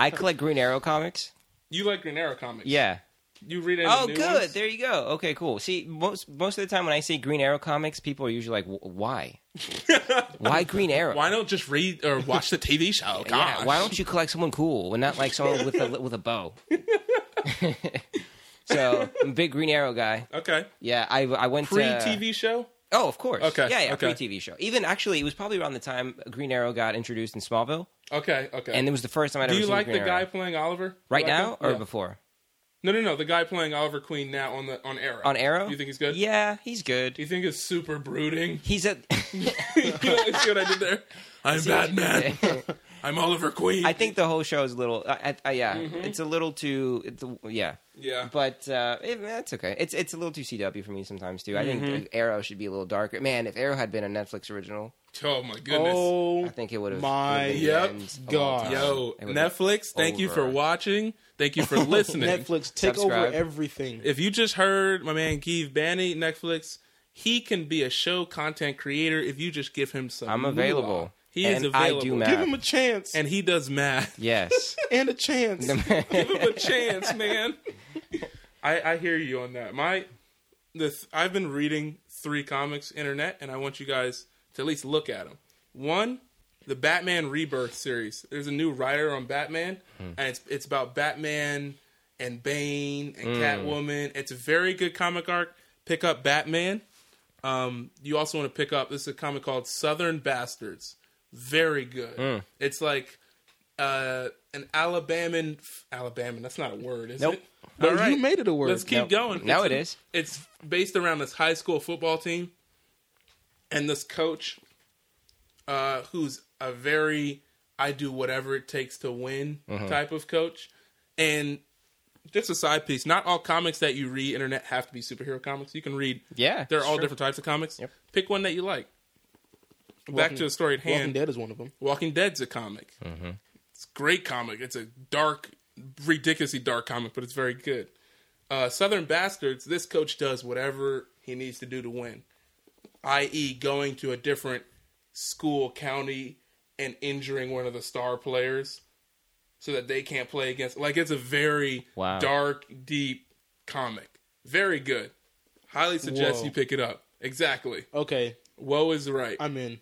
S2: I collect Green Arrow comics.
S1: You like Green Arrow comics?
S2: Yeah.
S1: You read any
S2: Oh,
S1: new
S2: good.
S1: ones?
S2: There you go. Okay, cool. See, most most of the time when I say Green Arrow comics, people are usually like, "Wh- "Why? why Green Arrow?
S1: Why don't just read or watch the TV show?
S2: Yeah,
S1: Gosh.
S2: why don't you collect someone cool and not like someone with a with a bow? so I'm a big Green Arrow guy.
S1: Okay.
S2: Yeah, I I went
S1: Pre
S2: to-
S1: TV show?
S2: Oh, of course.
S1: Okay,
S2: Yeah, yeah.
S1: okay.
S2: Pre TV show. Even actually, it was probably around the time Green Arrow got introduced in Smallville,
S1: Okay, okay.
S2: and it was the first time I'd
S1: Do
S2: ever
S1: you
S2: seen
S1: like
S2: Green
S1: the
S2: Arrow.
S1: guy playing Oliver?
S2: right
S1: You like
S2: now
S1: him?
S2: or
S1: Yeah.
S2: before
S1: No, no, no. The guy playing Oliver Queen now on the on Arrow.
S2: on Arrow?
S1: You think he's good?
S2: Yeah, he's good.
S1: Do you think it's super brooding?
S2: He's a.
S1: you know, see what I did there? I'm Batman. I'm Oliver Queen.
S2: I think the whole show is a little. I, I, I, yeah,
S1: Mm-hmm.
S2: it's a little too. It's a, yeah.
S1: Yeah.
S2: But uh, it, that's okay. It's it's a little too CW for me sometimes too. I
S1: Mm-hmm.
S2: think Arrow should be a little darker. Man, if Arrow had been a Netflix original,
S1: oh my goodness.
S3: oh
S2: I think it would have.
S3: My God.
S1: Yo, Netflix, thank you for
S2: over.
S1: watching. Thank you for listening.
S3: Netflix take
S2: Subscribe.
S3: over everything.
S1: if you just heard my man Keith Banny, Netflix, he can be a show content creator if you just give him some.
S2: I'm available.
S1: He is
S2: and
S1: available.
S2: I do math.
S3: Give him a chance
S1: And he does math.
S2: yes.
S3: and a chance.
S1: give him a chance, man. I, I hear you on that. My the th- I've been reading three comics internet, and I want you guys to at least look at them. One, the Batman Rebirth series. There's a new writer on Batman,
S3: Hmm.
S1: and it's it's about Batman and Bane
S3: Hmm.
S1: and Catwoman. It's a very good comic arc. Pick up Batman. Um, you also want to pick up this is a comic called Southern Bastards. Very good.
S3: Hmm.
S1: It's like uh, an Alabaman. Alabaman. That's not a word, is
S2: Nope.
S1: it?
S3: But
S1: All
S3: you
S1: right.
S3: made it a word.
S1: Let's keep
S2: Nope.
S1: going.
S2: Now
S1: it's,
S2: it is.
S1: It's based around this high school football team and this coach, uh, who's a very "I do whatever it takes to win"
S2: Uh-huh.
S1: type of coach. And just a side piece: not all comics that you read internet have to be superhero comics. You can read.
S2: Yeah,
S1: they're all
S2: sure.
S1: different types of comics.
S2: Yep.
S1: Pick one that you like. Back
S3: Walking-
S1: to the story at hand.
S3: Walking Dead is one of them.
S1: Walking Dead's a comic. It's a great comic. It's a dark, ridiculously dark comic, but it's very good. Uh, Southern Bastards, this coach does whatever he needs to do to win, i.e., going to a different school, county, and injuring one of the star players so that they can't play against. Like, it's a very
S2: Wow.
S1: dark, deep comic. Very good. Highly suggest
S3: Whoa.
S1: you pick it up. Exactly.
S3: Okay,
S1: Woe is right.
S3: I'm in.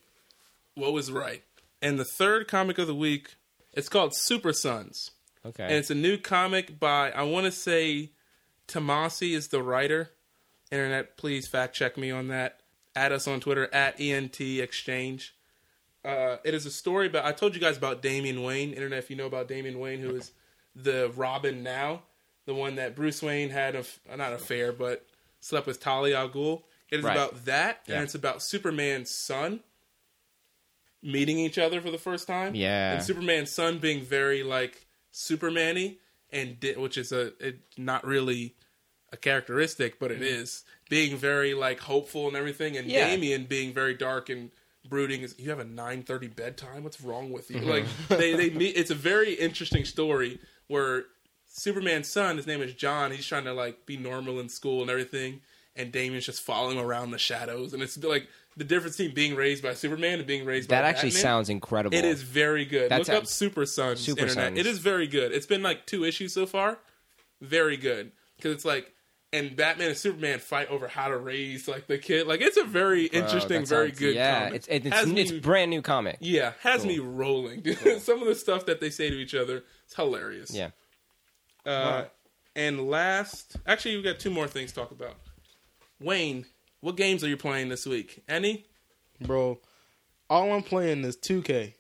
S1: What was right? And the third comic of the week, it's called Super Sons.
S2: Okay.
S1: And it's a new comic by, I want to say, Tomasi is the writer. Internet, please fact check me on that. Add us on Twitter at ENT E Exchange. Uh, it is a story about. I told you guys about Damian Wayne. Internet, if you know about Damian Wayne, who is the Robin now, the one that Bruce Wayne had a f- not affair, but slept with Talia al Ghul. It is
S2: Right.
S1: about that,
S2: Yeah.
S1: and it's about Superman's son meeting each other for the first time.
S2: Yeah.
S1: and Superman's son being very like Superman-y, and di- which is a it, not really a characteristic, but it is being very like hopeful and everything, and
S2: Mm-hmm. Yeah.
S1: Damien being very dark and brooding. Is you have a nine thirty bedtime? What's wrong with you? Like
S2: Mm-hmm.
S1: they they meet. It's a very interesting story where Superman's son, his name is John. He's trying to like be normal in school and everything, and Damien's just following him around the shadows, and it's like the difference between being raised by Superman and being raised
S2: That
S1: by
S2: actually
S1: Batman.
S2: sounds incredible.
S1: It is very good.
S2: That's
S1: Look
S2: a-
S1: up Super Sons
S2: Super
S1: internet.
S2: Sons.
S1: It is very good. It's been like two issues so far. Very good because it's like and Batman and Superman fight over how to raise like the kid. Like it's a very
S2: Bro,
S1: interesting,
S2: Oh, that
S1: very
S2: sounds-
S1: good.
S2: Yeah,
S1: comic.
S2: it's it's,
S1: Has
S2: it's,
S1: me-
S2: brand new comic.
S1: yeah has me rolling. dude. Some of the stuff that they say to each other, it's hilarious.
S2: Yeah.
S1: Uh, and last, actually, we've got two more things to talk about. Wayne, what games are you playing this week? Any?
S3: bro. All I'm playing is 2K.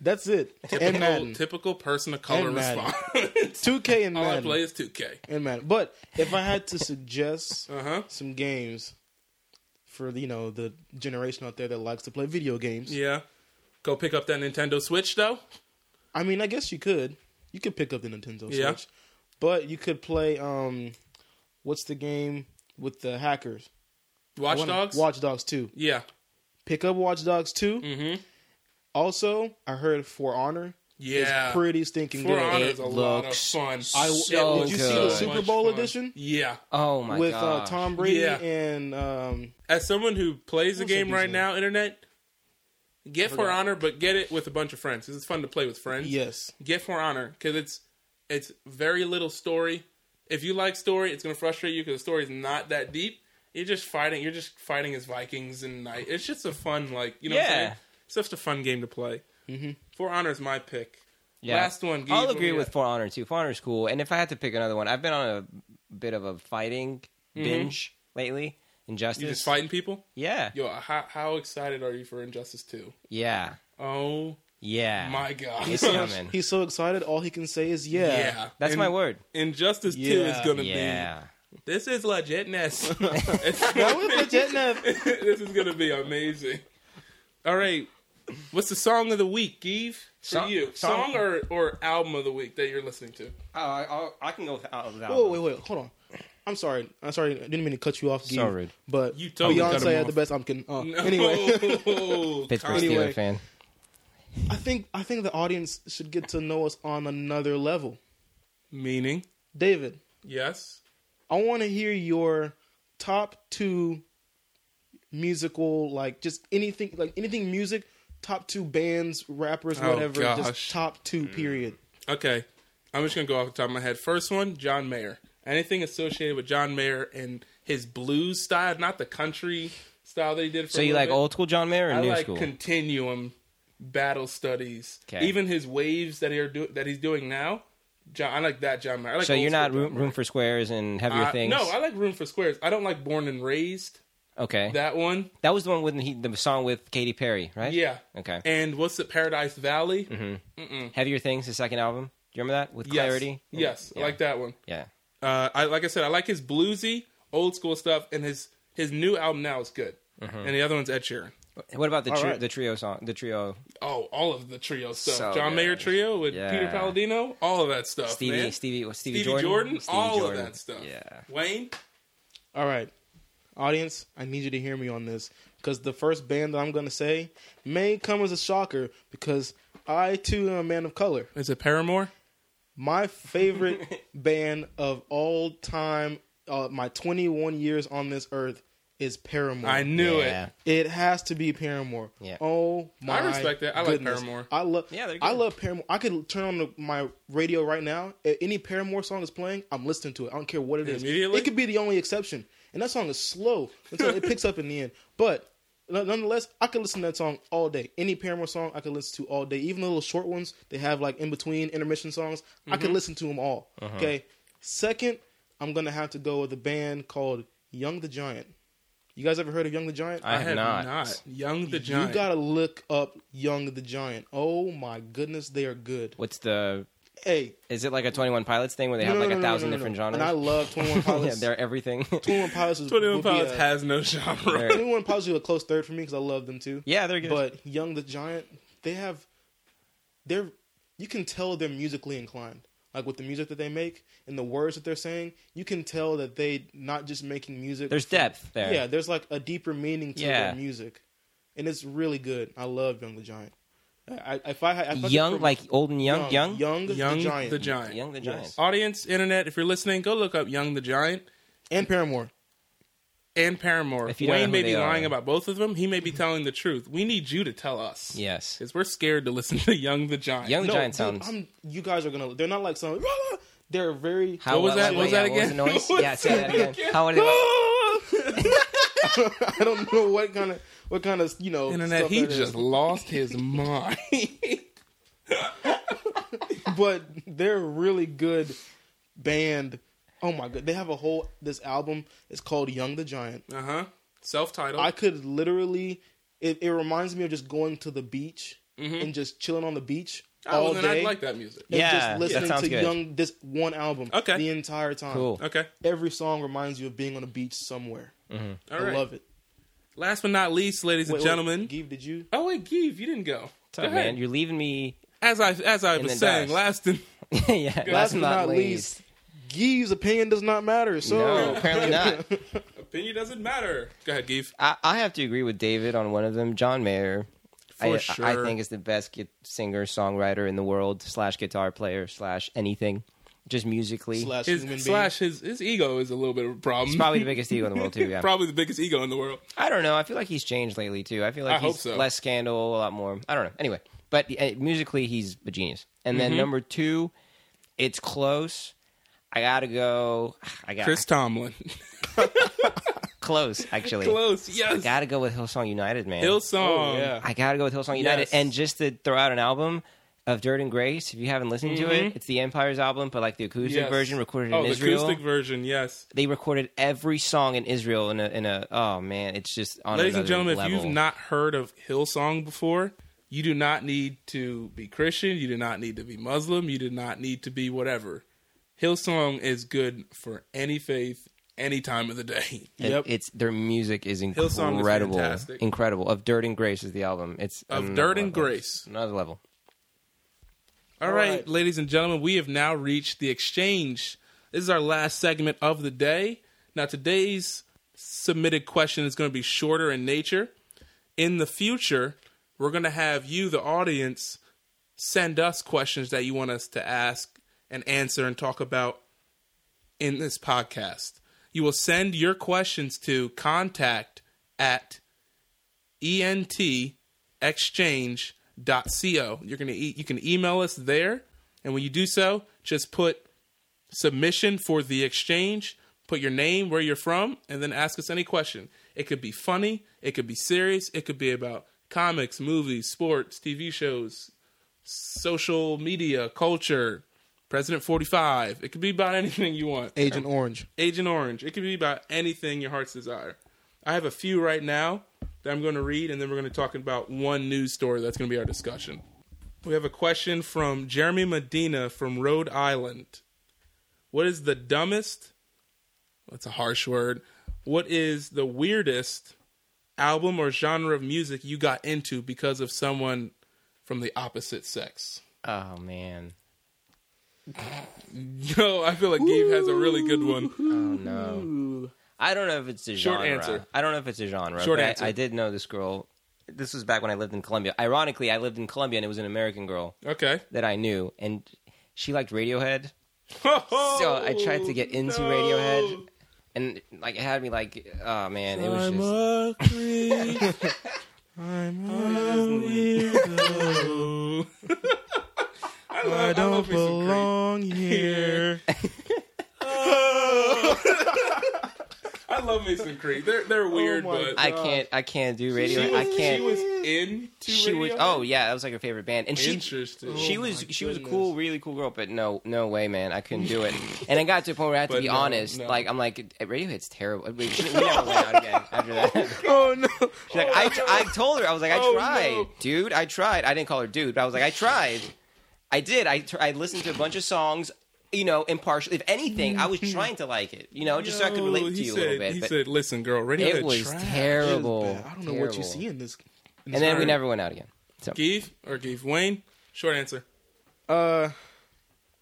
S3: That's it. and Madden.
S1: Typical person of color
S3: And Madden.
S1: response.
S3: 2K and
S1: All I
S3: Madden.
S1: play is 2K.
S3: and Madden. But if I had to suggest
S1: Uh huh.
S3: some games for you know the generation out there that likes to play video games,
S1: Yeah. Go pick up that Nintendo Switch though.
S3: I mean, I guess you could. You could pick up the Nintendo
S1: Yeah.
S3: Switch, but you could play um, what's the game with the hackers? I
S1: Watch
S3: wanna-
S1: Dogs.
S3: Watch Dogs Two.
S1: Yeah.
S3: Pick up Watch Dogs Two.
S1: Mm-hmm.
S3: Also, I heard For Honor
S1: Yeah.
S3: is pretty stinking
S1: For
S3: good.
S1: Honor
S2: It
S1: is a lot of
S2: looks
S1: fun.
S3: I,
S2: So
S3: did you see
S1: So
S2: good.
S3: the Super
S1: much
S3: Bowl
S1: fun.
S3: edition
S1: Yeah.
S2: Oh my
S3: with
S2: god.
S3: uh, Tom Brady
S1: Yeah.
S3: and um,
S1: As someone who plays the
S3: What's that
S1: game right
S3: dude's
S1: now, internet, get For
S3: forgot.
S1: Honor, but get it with a bunch of friends. 'cause It's fun to play with friends.
S3: yes,
S1: Get For Honor because it's it's very little story. If you like story, it's gonna frustrate you because the story's not that deep. You're just fighting. You're just fighting as Vikings and night. It's just a fun like you know. What I'm
S2: Yeah. Mm-hmm.
S1: saying? It's just a fun game to play.
S3: Mhm.
S1: For Honor is my pick.
S2: Yeah.
S1: Last one. Gabe,
S2: I'll
S1: what
S2: agree
S1: we
S2: with
S1: got?
S2: For Honor too. For Honor's cool. And if I had to pick another one, I've been on a bit of a fighting binge lately. Injustice.
S1: Mm-hmm. you. Just fighting people.
S2: Yeah.
S1: Yo, how, how excited are you for Injustice Two?
S2: Yeah.
S1: Oh
S2: Yeah.
S1: my god!
S2: It's coming.
S3: he's so excited. All he can say is yeah.
S1: Yeah.
S2: That's
S1: In-
S2: my word.
S1: Injustice Two is
S3: Yeah.
S1: gonna
S2: Yeah.
S1: be. This is legitness. It's
S3: That
S1: gonna
S3: was
S1: be-
S3: legit enough.
S1: this is gonna be amazing. All right, what's the song of the week, Give For
S2: Song-
S1: you,
S2: song-
S1: song or or album of the week that you're listening to?
S2: Oh, I, I'll, I can go without that.
S3: Whoa, Oh, wait, wait, hold on. I'm sorry. I'm sorry. I didn't mean to cut you off. Gabe,
S2: Sorry.
S3: but
S1: You totally cut him
S3: Beyonce
S1: off.
S3: had the best. I'm kidding. Uh, Anyway,
S1: Kanye.
S2: Pittsburgh Steelers
S3: Anyway.
S2: fan.
S3: I think I think the audience should get to know us on another level.
S1: Meaning,
S3: David,
S1: yes.
S3: I want to hear your top two musical, like just anything, like anything music. Top two bands, rappers,
S1: Oh,
S3: whatever.
S1: gosh. Mm.
S3: Just top two. Period.
S1: Okay, I'm just gonna go off the top of my head. First one, John Mayer. Anything associated with John Mayer and his blues style, not the country style that he did. For
S2: So
S1: a
S2: you
S1: little
S2: like
S1: bit.
S2: old school John Mayer or
S1: I
S2: new
S1: like
S2: school?
S1: Continuum battle studies.
S2: 'Kay.
S1: Even his waves that he are do- that he's doing now. John, I like that John Mayer. I like
S2: so
S1: old
S2: you're not
S1: school
S2: room, room for squares and heavier
S1: Uh,
S2: things.
S1: No, I like Room for Squares. I don't like Born and Raised.
S2: okay, that,
S1: That one.
S2: was the one with he, the song with Katy Perry, right?
S1: Yeah.
S2: Okay. Mm-hmm.
S1: And what's it? Paradise Valley.
S2: Heavier Things, the second album. Do you remember that with
S1: Mm. Yes.
S2: Clarity?
S1: Yes,
S2: Yeah.
S1: I like that one.
S2: Yeah.
S1: Uh, I like I said, I like his bluesy, old school stuff, and his his new album now is good.
S2: Mm-hmm.
S1: And the other one's Ed Sheeran.
S2: What about the
S3: All
S2: tri-
S3: right.
S2: the trio song? The trio
S1: Oh, all of the trio stuff.
S2: So
S1: John
S2: good.
S1: Mayer trio with
S2: Yeah.
S1: Peter Palladino, all of that stuff.
S2: Stevie
S1: man.
S2: Stevie what, Stevie,
S1: Stevie Jordan,
S2: Stevie
S1: all
S2: Jordan.
S1: of that stuff.
S2: Yeah.
S1: Wayne,
S3: All right, audience, I need you to hear me on this because the first band that I'm gonna say may come as a shocker because I too am a man of color.
S1: is it Paramore?
S3: My favorite band of all time, uh, my 21 years on this earth, is Paramore.
S1: I knew
S2: yeah.
S1: it.
S3: It has to be Paramore.
S2: Yeah.
S3: Oh my!
S1: I respect that. I like
S3: goodness.
S1: Paramore.
S3: I love.
S2: Yeah, they're
S3: I
S2: good.
S3: love Paramore. I could turn on the, my radio right now. If any Paramore song is playing, I'm listening to it. I don't care what it is.
S1: Immediately?
S3: It could be the only exception, and that song is slow until it picks up in the end. But no- nonetheless, I could listen to that song all day. Any Paramore song I could listen to all day. Even the little short ones they have like in between intermission songs, I
S2: Mm-hmm.
S3: could listen to them all.
S2: Uh-huh.
S3: Okay. Second, I'm gonna have to go with a band called Young the Giant. You guys ever heard of Young the Giant?
S2: I have not.
S1: Young the Giant.
S3: You gotta look up Young the Giant. Oh my goodness, they are good.
S2: What's the?
S3: Hey,
S2: Is it like a Twenty One Pilots thing where they
S3: no,
S2: have
S3: no,
S2: like
S3: no,
S2: a
S3: no,
S2: thousand
S3: no, no,
S2: different
S3: no.
S2: genres?
S3: And I love Twenty One
S2: yeah,
S3: Pilots.
S2: they're everything.
S3: Twenty One Pilots is
S1: 21
S3: would be
S1: Pilots
S3: a-
S1: has no genre.
S2: They're-
S3: Twenty One Pilots is a close third for me because I love them too.
S2: yeah, they're good.
S3: But Young the Giant, they have, they're, you can tell they're musically inclined. Like with the music that they make and the words that they're saying, you can tell that they not just making music.
S2: There's
S3: for-
S2: depth there.
S3: Yeah, there's like a deeper meaning to
S2: Yeah.
S3: their music, and it's really good. I love Young the Giant. I, I, if I, had- if I could
S2: young,
S3: prom-
S2: like old and young, young,
S3: young,
S1: Young
S3: the Giant,
S1: the Giant.
S2: Young the
S3: Yes.
S2: Giant.
S1: Audience, internet, if you're listening, go look up Young the Giant
S3: and Paramore.
S1: and Paramore.
S2: If you don't know
S1: Wayne
S2: who
S1: may
S2: they
S1: be
S2: are.
S1: lying about both of them. He may be telling the truth. We need you to tell us.
S2: Yes.
S1: Because we're scared to listen to Young the Giant.
S2: Young- the
S3: no,
S2: Giant
S3: dude,
S2: sounds-
S3: I'm, you guys are gonna. They're not like some. They're very.
S2: How
S1: What was
S2: well-
S1: that- what was
S2: yeah,
S1: that
S2: What was the
S1: again?
S2: noise?
S1: What
S2: yeah,
S1: was
S2: say that
S1: that
S2: again.
S1: again?
S2: How would it?
S3: I don't know what kind of what kind of you know
S1: internet,
S3: stuff
S1: he
S3: that is.
S1: just lost his mind.
S3: but they're a really good band. Oh my god, they have a whole this album. It's called Young the Giant.
S1: uh huh. Self titled.
S3: I could literally. It, it reminds me of just going to the beach and just chilling on the beach
S1: Mm-hmm. oh,
S3: all
S1: then
S3: day.
S1: I like that music.
S3: And
S2: Yeah,
S3: just listening
S2: that sounds
S3: to
S2: good.
S3: Young this one album.
S1: Okay.
S3: the entire time.
S2: Cool.
S1: Okay.
S3: Every song reminds you of being on a beach somewhere.
S1: All
S3: I
S1: right.
S3: love it.
S1: Last but not least, ladies
S3: Wait,
S1: and
S3: wait,
S1: gentlemen.
S3: Give, did you?
S1: oh wait, Give, you didn't go.
S2: What's
S1: Go
S2: up,
S1: ahead.
S2: man? You're leaving me.
S1: As I as I
S2: And
S1: was
S2: then
S1: saying,
S2: dies.
S1: last and
S2: yeah.
S3: Last but not least, Gee's opinion does not matter. So
S2: No, apparently not.
S1: opinion doesn't matter. Go ahead, Give.
S2: I, I have to agree with David on one of them. John Mayer, I,
S1: For
S2: I-
S1: sure.
S2: I think is the best gui- singer songwriter in the world slash guitar player slash anything, just musically.
S3: slash
S1: His
S3: human being.
S1: slash his his ego is a little bit of a problem.
S2: He's probably the biggest ego in the world too. Yeah,
S1: Probably the biggest ego in the world.
S2: I don't know. I feel like he's changed lately too. I feel like
S1: I hope
S2: he's
S1: so.
S2: less scandal, a lot more. I don't know. Anyway, but uh, musically, he's a genius. And
S1: Mm-hmm.
S2: then number two, it's close. I gotta go. I got
S1: Chris Tomlin.
S2: close actually.
S1: Close.
S2: I
S1: Yes.
S2: gotta go with Hillsong United, man.
S1: Hillsong.
S3: Oh, yeah.
S2: I gotta go with Hillsong United.
S1: Yes.
S2: And just to throw out an album of Dirt and Grace, if you haven't listened to it, it's the Empire's album, but like the acoustic
S1: Mm-hmm. Yes.
S2: version recorded
S1: Oh,
S2: in
S1: the
S2: Israel.
S1: acoustic version. Yes.
S2: They recorded every song in Israel in a in a oh man, it's just on
S1: Ladies and
S2: another
S1: gentlemen,
S2: level.
S1: if you've not heard of Hillsong before, you do not need to be Christian. You do not need to be Muslim. You do not need to be whatever. Hillsong is good for any faith, any time of the day.
S2: It-
S3: Yep.
S2: it's their music is
S1: Hillsong is
S2: incredible,
S1: fantastic.
S2: incredible. Of Dirt and Grace is the album. It's
S1: Of
S2: another
S1: Dirt and
S2: level.
S1: Grace.
S2: another level.
S1: All
S3: All
S1: right,
S3: right.
S1: ladies and gentlemen, we have now reached the exchange. This is our last segment of the day. Now, today's submitted question is going to be shorter in nature. In the future, we're going to have you, the audience, send us questions that you want us to ask and answer and talk about in this podcast. You will send your questions to contact at E entexchange.co. You're gonna e- you can email us there, and when you do so, just put submission for the exchange. Put your name, where you're from, and then ask us any question. It could be funny, it could be serious, it could be about comics, movies, sports, TV shows, social media, culture, President 45. It could be about anything you want.
S3: Agent Orange.
S1: Agent Orange. It could be about anything your heart's desire. I have a few right now that I'm going to read, and then we're going to talk about one news story that's going to be our discussion. We have a question from Jeremy Medina from Rhode Island. What is the dumbest? That's a harsh word. What is the weirdest album or genre of music you got into because of someone from the opposite sex?
S2: Oh man,
S1: Yo, I feel like Gabe has a really good one.
S2: oh no. I don't know if it's a
S1: Short
S2: genre.
S1: answer.
S2: I don't know if it's a genre.
S1: Short
S2: but I-
S1: answer.
S2: I, did know this girl. This was back when I lived in Colombia. Ironically, I lived in Colombia and it was an American girl
S1: Okay.
S2: that I knew, and she liked Radiohead. So I tried to
S1: Oh,
S2: get into Radiohead, and like it had me like, oh man, it was
S1: I'm
S2: just.
S1: a creep. I'm
S3: Oh,
S1: a weirdo. I, love, I love me some
S3: here.
S1: creep. I love love me some Creed. They're they're weird,
S3: my
S1: but
S2: I can't. I can't do radio.
S1: She
S2: I
S1: was-
S2: can't.
S1: She was into
S2: she was
S1: radio?
S2: oh yeah that was like her favorite band and she
S1: interesting.
S2: she
S3: Oh,
S2: was
S3: my
S2: she was a
S3: goodness.
S2: cool really cool girl but no no way man i couldn't do it and i got to a point where i had to
S1: But
S2: be
S1: no,
S2: honest
S1: no.
S2: like i'm like radiohead's terrible we, we never went out again after that She's
S3: Oh no!
S2: like, I, I told her i was like i
S3: Oh,
S2: tried
S3: no.
S2: dude i tried i didn't call her dude but i was like i tried i did i, tr- I listened to a bunch of songs you know impartially if anything i was trying to like it you know just so i could
S1: Yo,
S2: relate to
S1: he
S2: you
S1: said,
S2: a little bit
S1: He
S2: but
S1: said, "Listen, girl, radio
S2: it was terrible
S3: I don't know what you
S2: terrible.
S3: see in this. in
S2: and
S3: this
S2: then we
S3: art.
S2: never went out again so
S1: Geef or Geef Wayne." Short answer.
S3: Uh,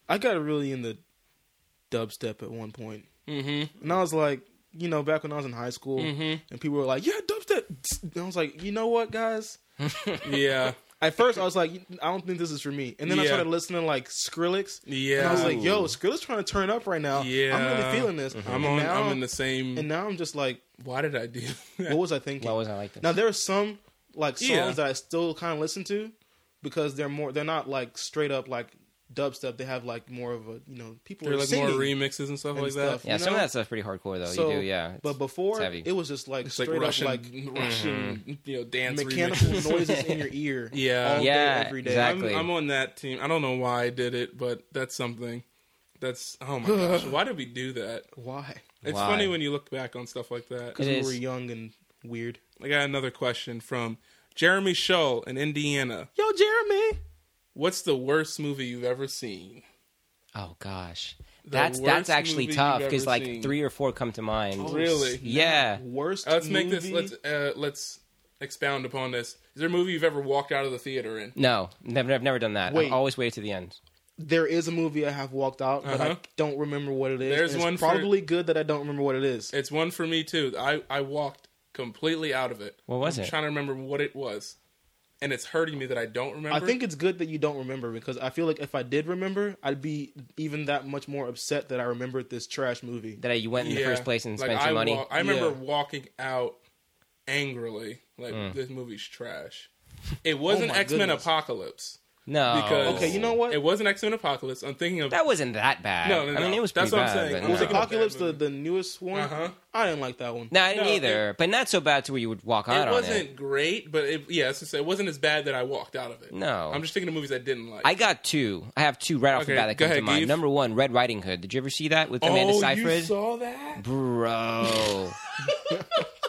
S3: I got really into dubstep at one point,
S1: Mm-hmm.
S3: and I was like, you know, back when I was in high school,
S1: Mhm.
S3: and people were like, "Yeah, dubstep," and I was like, you know what, guys?
S1: Yeah.
S3: At first, I was like, I don't think this is for me, and then I
S1: Yeah.
S3: started listening to, like Skrillex,
S1: Yeah.
S3: and I was
S2: Ooh.
S3: like, yo, Skrillex trying to turn up right now.
S1: Yeah. Mm-hmm.
S3: I'm really feeling this.
S1: I'm
S3: And
S1: on.
S3: Now,
S1: I'm in the same.
S3: and now I'm just like,
S1: why did I do? that?
S3: what was I thinking?
S2: why wasn't i like this
S3: Now there are some like songs
S1: Yeah.
S3: that I still kind of listen to because they're more they're not like straight up like dubstep. They have like more of a you know people
S1: There
S3: are
S1: like
S3: singing.
S1: more remixes and stuff
S3: and
S1: like
S3: stuff.
S1: that.
S2: Yeah,
S3: you
S2: some of
S3: know?
S2: that stuff's pretty hardcore though.
S3: So,
S2: you do, yeah. It's-
S3: But before
S2: it's heavy.
S3: it was just like
S1: It's like
S3: straight
S1: Russian,
S3: up like
S1: Russian, Mm-hmm. you know,
S2: Mm-hmm.
S1: dance
S3: mechanical
S1: remixes.
S3: noises in your ear.
S1: Yeah.
S3: all day,
S2: Yeah,
S3: every day.
S2: exactly.
S1: I'm, I'm on that team. I don't know why I did it, but that's something. That's oh my gosh, why did we do that?
S3: I'm- why?
S1: It's
S2: Why?
S1: funny when you look back on stuff like that.
S2: It
S3: Because we
S2: is.
S3: were young and weird.
S1: I got another question from Jeremy Shull in Indiana.
S3: Yo, Jeremy.
S1: What's the worst movie you've ever seen?
S2: oh gosh, that's
S1: worst
S2: that's actually
S1: movie
S2: tough
S1: you've
S2: because
S1: ever
S2: like
S1: seen. Oh,
S2: three or four come to mind.
S1: Really?
S2: Yeah.
S3: Oh, Worst.
S1: Uh, let's make this.
S3: movie?
S1: Let's uh, let's expound upon this. Is there a movie you've ever walked out of the theater in?
S2: No, never, never, never done that.
S3: Wait.
S2: I've always waited to the end.
S3: There is a movie I have walked out, but
S1: Uh-huh.
S3: I don't remember what it is.
S1: There's
S3: and it's
S1: one for-
S3: probably good that I don't remember what it is.
S1: It's one for me too. I I walked completely out of it.
S2: What was
S1: I'm
S2: it?
S1: Trying to remember what it was, and it's hurting me that I don't remember.
S3: I think it's good that you don't remember because I feel like if I did remember, I'd be even that much more upset that I remembered this trash movie.
S2: That I, you went in the
S1: Yeah.
S2: first place and
S1: Like,
S2: spent
S1: I
S2: your money.
S1: walk- I remember
S3: Yeah.
S1: walking out angrily, like
S2: Mm.
S1: this movie's trash. It wasn't
S3: Oh my
S1: X Men
S3: goodness.
S1: Apocalypse
S2: no.
S1: because
S3: Okay, you know what?
S1: It wasn't X Men Apocalypse. I'm thinking of
S2: that wasn't that bad.
S1: No, no,
S2: I mean,
S1: no.
S2: it was
S1: That's
S2: pretty
S1: what I'm
S2: bad,
S1: saying.
S2: but
S1: It
S2: no.
S3: was
S1: thinking about
S3: Apocalypse
S1: that movie.
S3: the, the newest one?
S1: Uh-huh.
S3: I didn't like that one.
S2: no, I didn't
S1: No,
S2: either. but not so bad to where you would walk out
S1: it
S2: on
S1: wasn't
S2: it.
S1: great, but it, yeah, it's just, it wasn't as bad that I walked out of it.
S2: No.
S1: I'm just thinking of movies I didn't like.
S2: I got two. I have two right off
S1: Okay,
S2: the bat that
S1: go
S2: come to
S1: ahead,
S2: mind.
S1: Keith.
S2: Number one, Red Riding Hood. Did you ever see that with Amanda
S1: oh,
S2: Seyfried?
S1: you saw that?
S2: Bro,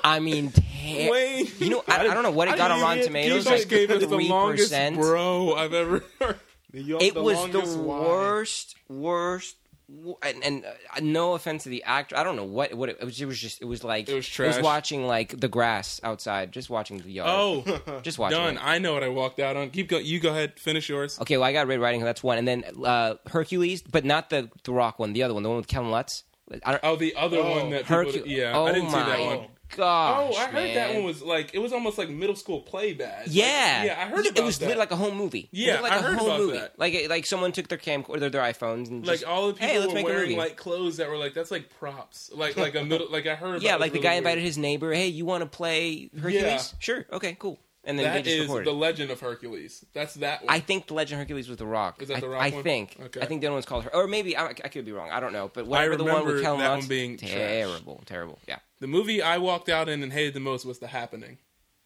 S2: I mean, ta-
S1: Wayne.
S2: You know, I, I don't know what it got on Rotten
S1: You
S2: Tomatoes.
S1: just
S2: Like
S1: gave us the
S2: three
S1: longest
S2: percent.
S1: bro I've ever heard.
S2: It was the worst, worst. wo- And, and uh, no offense to the actor, I don't know what what it, it was. It was just it was like
S1: It was trash.
S2: watching like the grass outside, just watching the yard.
S1: Oh,
S2: just watching.
S1: done.
S2: it.
S1: I know what I walked out on. Keep going. You go ahead. Finish yours.
S2: Okay, well, I got Red Riding Hood. That's one, and then uh, Hercules, but not the the Rock one. The other one, the one with Kevin Lutz. I don't.
S1: Oh, the other
S3: Oh,
S1: one that people.
S2: Hercules.
S1: Yeah,
S2: oh
S1: I didn't see
S2: my
S1: that one.
S2: Gosh,
S1: Oh, I heard that
S2: man.
S1: one was like it was almost like middle school play bad.
S2: Yeah,
S1: yeah, I heard
S2: it
S1: about
S2: was
S1: that.
S2: lit like a home movie. It
S1: Yeah,
S2: looked like
S1: I
S2: a
S1: heard
S2: home
S1: about
S2: movie.
S1: that.
S2: Like it- like someone took their camcorder, their iPhones, and
S1: like
S2: just,
S1: all the people
S2: hey, let's
S1: were
S2: make a
S1: wearing
S2: movie.
S1: like clothes that were like that's like props. Like like a middle like I heard.
S2: yeah,
S1: about
S2: like
S1: it was
S2: the guy
S1: really
S2: invited
S1: weird.
S2: his neighbor. Hey, you want to play Hercules? Sure. Okay. Cool. And then they
S1: That
S2: just
S1: is
S2: recorded.
S1: the Legend of Hercules. That's that one.
S2: I think the Legend of Hercules was the Rock.
S1: Is that
S2: I,
S1: The Rock
S2: I
S1: one?
S2: think.
S1: Okay.
S2: I think the other one's called her, or maybe I, I could be wrong. I don't know. But whatever the one
S1: remember
S2: with Kellen
S1: that
S2: Lutz,
S1: one being trash.
S2: terrible, terrible. Yeah.
S1: the movie I walked out in and hated the most was The Happening.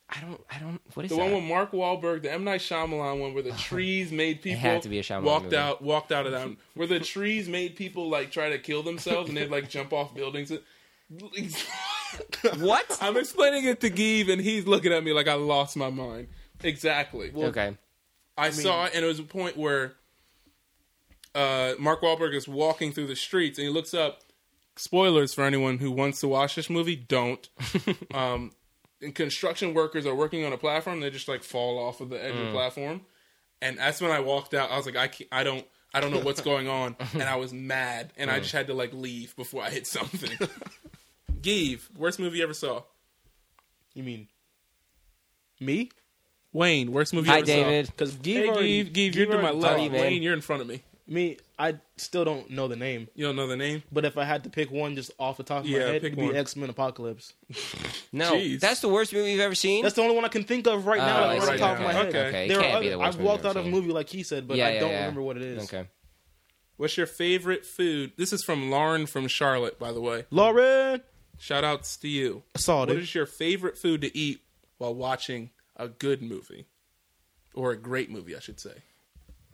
S2: I don't. I don't. What is
S1: The
S2: that?
S1: one with Mark Wahlberg, the M Night Shyamalan one, where the trees made people
S2: had to be a Shyamalan
S1: walked
S2: movie.
S1: out walked out of that. one. Where the trees made people like try to kill themselves and they'd like jump off buildings.
S2: what?
S1: I'm explaining it to Give, and he's looking at me like I lost my mind. Exactly.
S2: okay.
S1: I, saw it, and it was a point where uh, Mark Wahlberg is walking through the streets, and he looks up. Spoilers for anyone who wants to watch this movie, don't. um, and construction workers are working on a platform; they just like fall off of the edge of the platform, and that's when I walked out. I was like, I can't, I don't. I don't know what's going on, and I was mad, and I just had to like leave before I hit something. Give worst movie you ever saw.
S3: You mean me?
S1: Wayne, worst movie you
S2: Hi,
S1: ever saw.
S2: David.
S3: Because
S1: Hey, Give, Give, you're to my
S2: you,
S1: left.
S2: man.
S1: Wayne, you're in front of me.
S3: Me, I still don't know the name.
S1: You don't know the name?
S3: But if I had to pick one just off the top of
S1: Yeah,
S3: my head,
S1: pick
S3: it'd be
S1: one.
S3: X Men Apocalypse.
S2: No,
S1: Jeez.
S2: that's the worst movie you've ever seen.
S3: That's the only one I can think of right now,
S2: Oh,
S3: like,
S2: I
S3: right off
S1: see.
S3: the top of my
S1: Okay.
S3: head.
S1: Okay.
S2: Okay, it
S3: There are
S2: can't be
S3: other-
S2: the worst
S3: I've
S2: movie
S3: walked
S2: you've
S3: out
S2: ever
S3: of a
S2: seen.
S3: movie like he said, but
S2: yeah,
S3: I
S2: yeah,
S3: don't
S2: yeah.
S3: remember what it is.
S2: Okay.
S1: What's your favorite food? This is from Lauren from Charlotte, by the way.
S3: Lauren,
S1: Shout outs to you.
S3: I saw
S1: What
S3: it.
S1: is your favorite food to eat while watching a good movie? Or a great movie, I should say.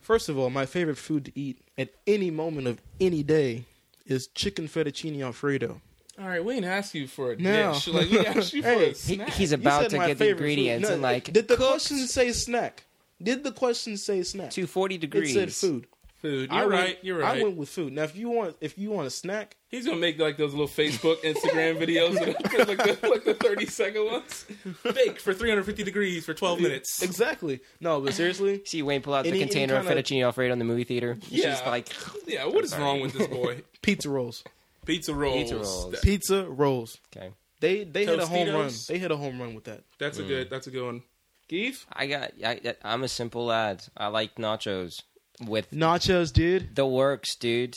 S3: First of all, my favorite food to eat at any moment of any day is chicken fettuccine alfredo.
S1: All right, we ain't ask you for a
S3: No.
S1: dish. Like we asked you for
S3: Hey,
S1: a
S3: he-
S2: He,
S1: snack.
S2: he's
S3: You
S2: about
S3: said
S2: to
S3: my
S2: get the
S3: favorite food.
S2: ingredients
S3: No,
S2: and like
S3: did the
S2: cooked
S3: question say snack? Did the question say snack?
S2: to forty
S3: It
S2: degrees.
S3: said food.
S1: food. You're
S3: I
S1: right.
S3: Went,
S1: you're right.
S3: I went with food. Now, if you want, if you want a snack,
S1: He's gonna make like those little Facebook, Instagram videos, like the, like the thirty second ones. Bake for three hundred fifty degrees for twelve minutes.
S3: exactly. No, but seriously,
S2: See Wayne pull out the
S3: Any- any
S2: container of
S3: kinda-
S2: fettuccine alfredo in the movie theater. It's
S1: Yeah.
S2: just like
S1: Yeah, what is wrong with this boy?
S3: pizza rolls.
S1: Pizza rolls.
S2: Pizza rolls.
S1: That-
S3: Pizza rolls.
S2: okay.
S3: They they hit a home run.
S1: Tostitos?
S3: They hit a home run with that.
S1: that's a good. That's a good one. Keith,
S2: I got. I, I'm a simple lad. I like nachos with
S3: Nachos, dude.
S2: the works, dude.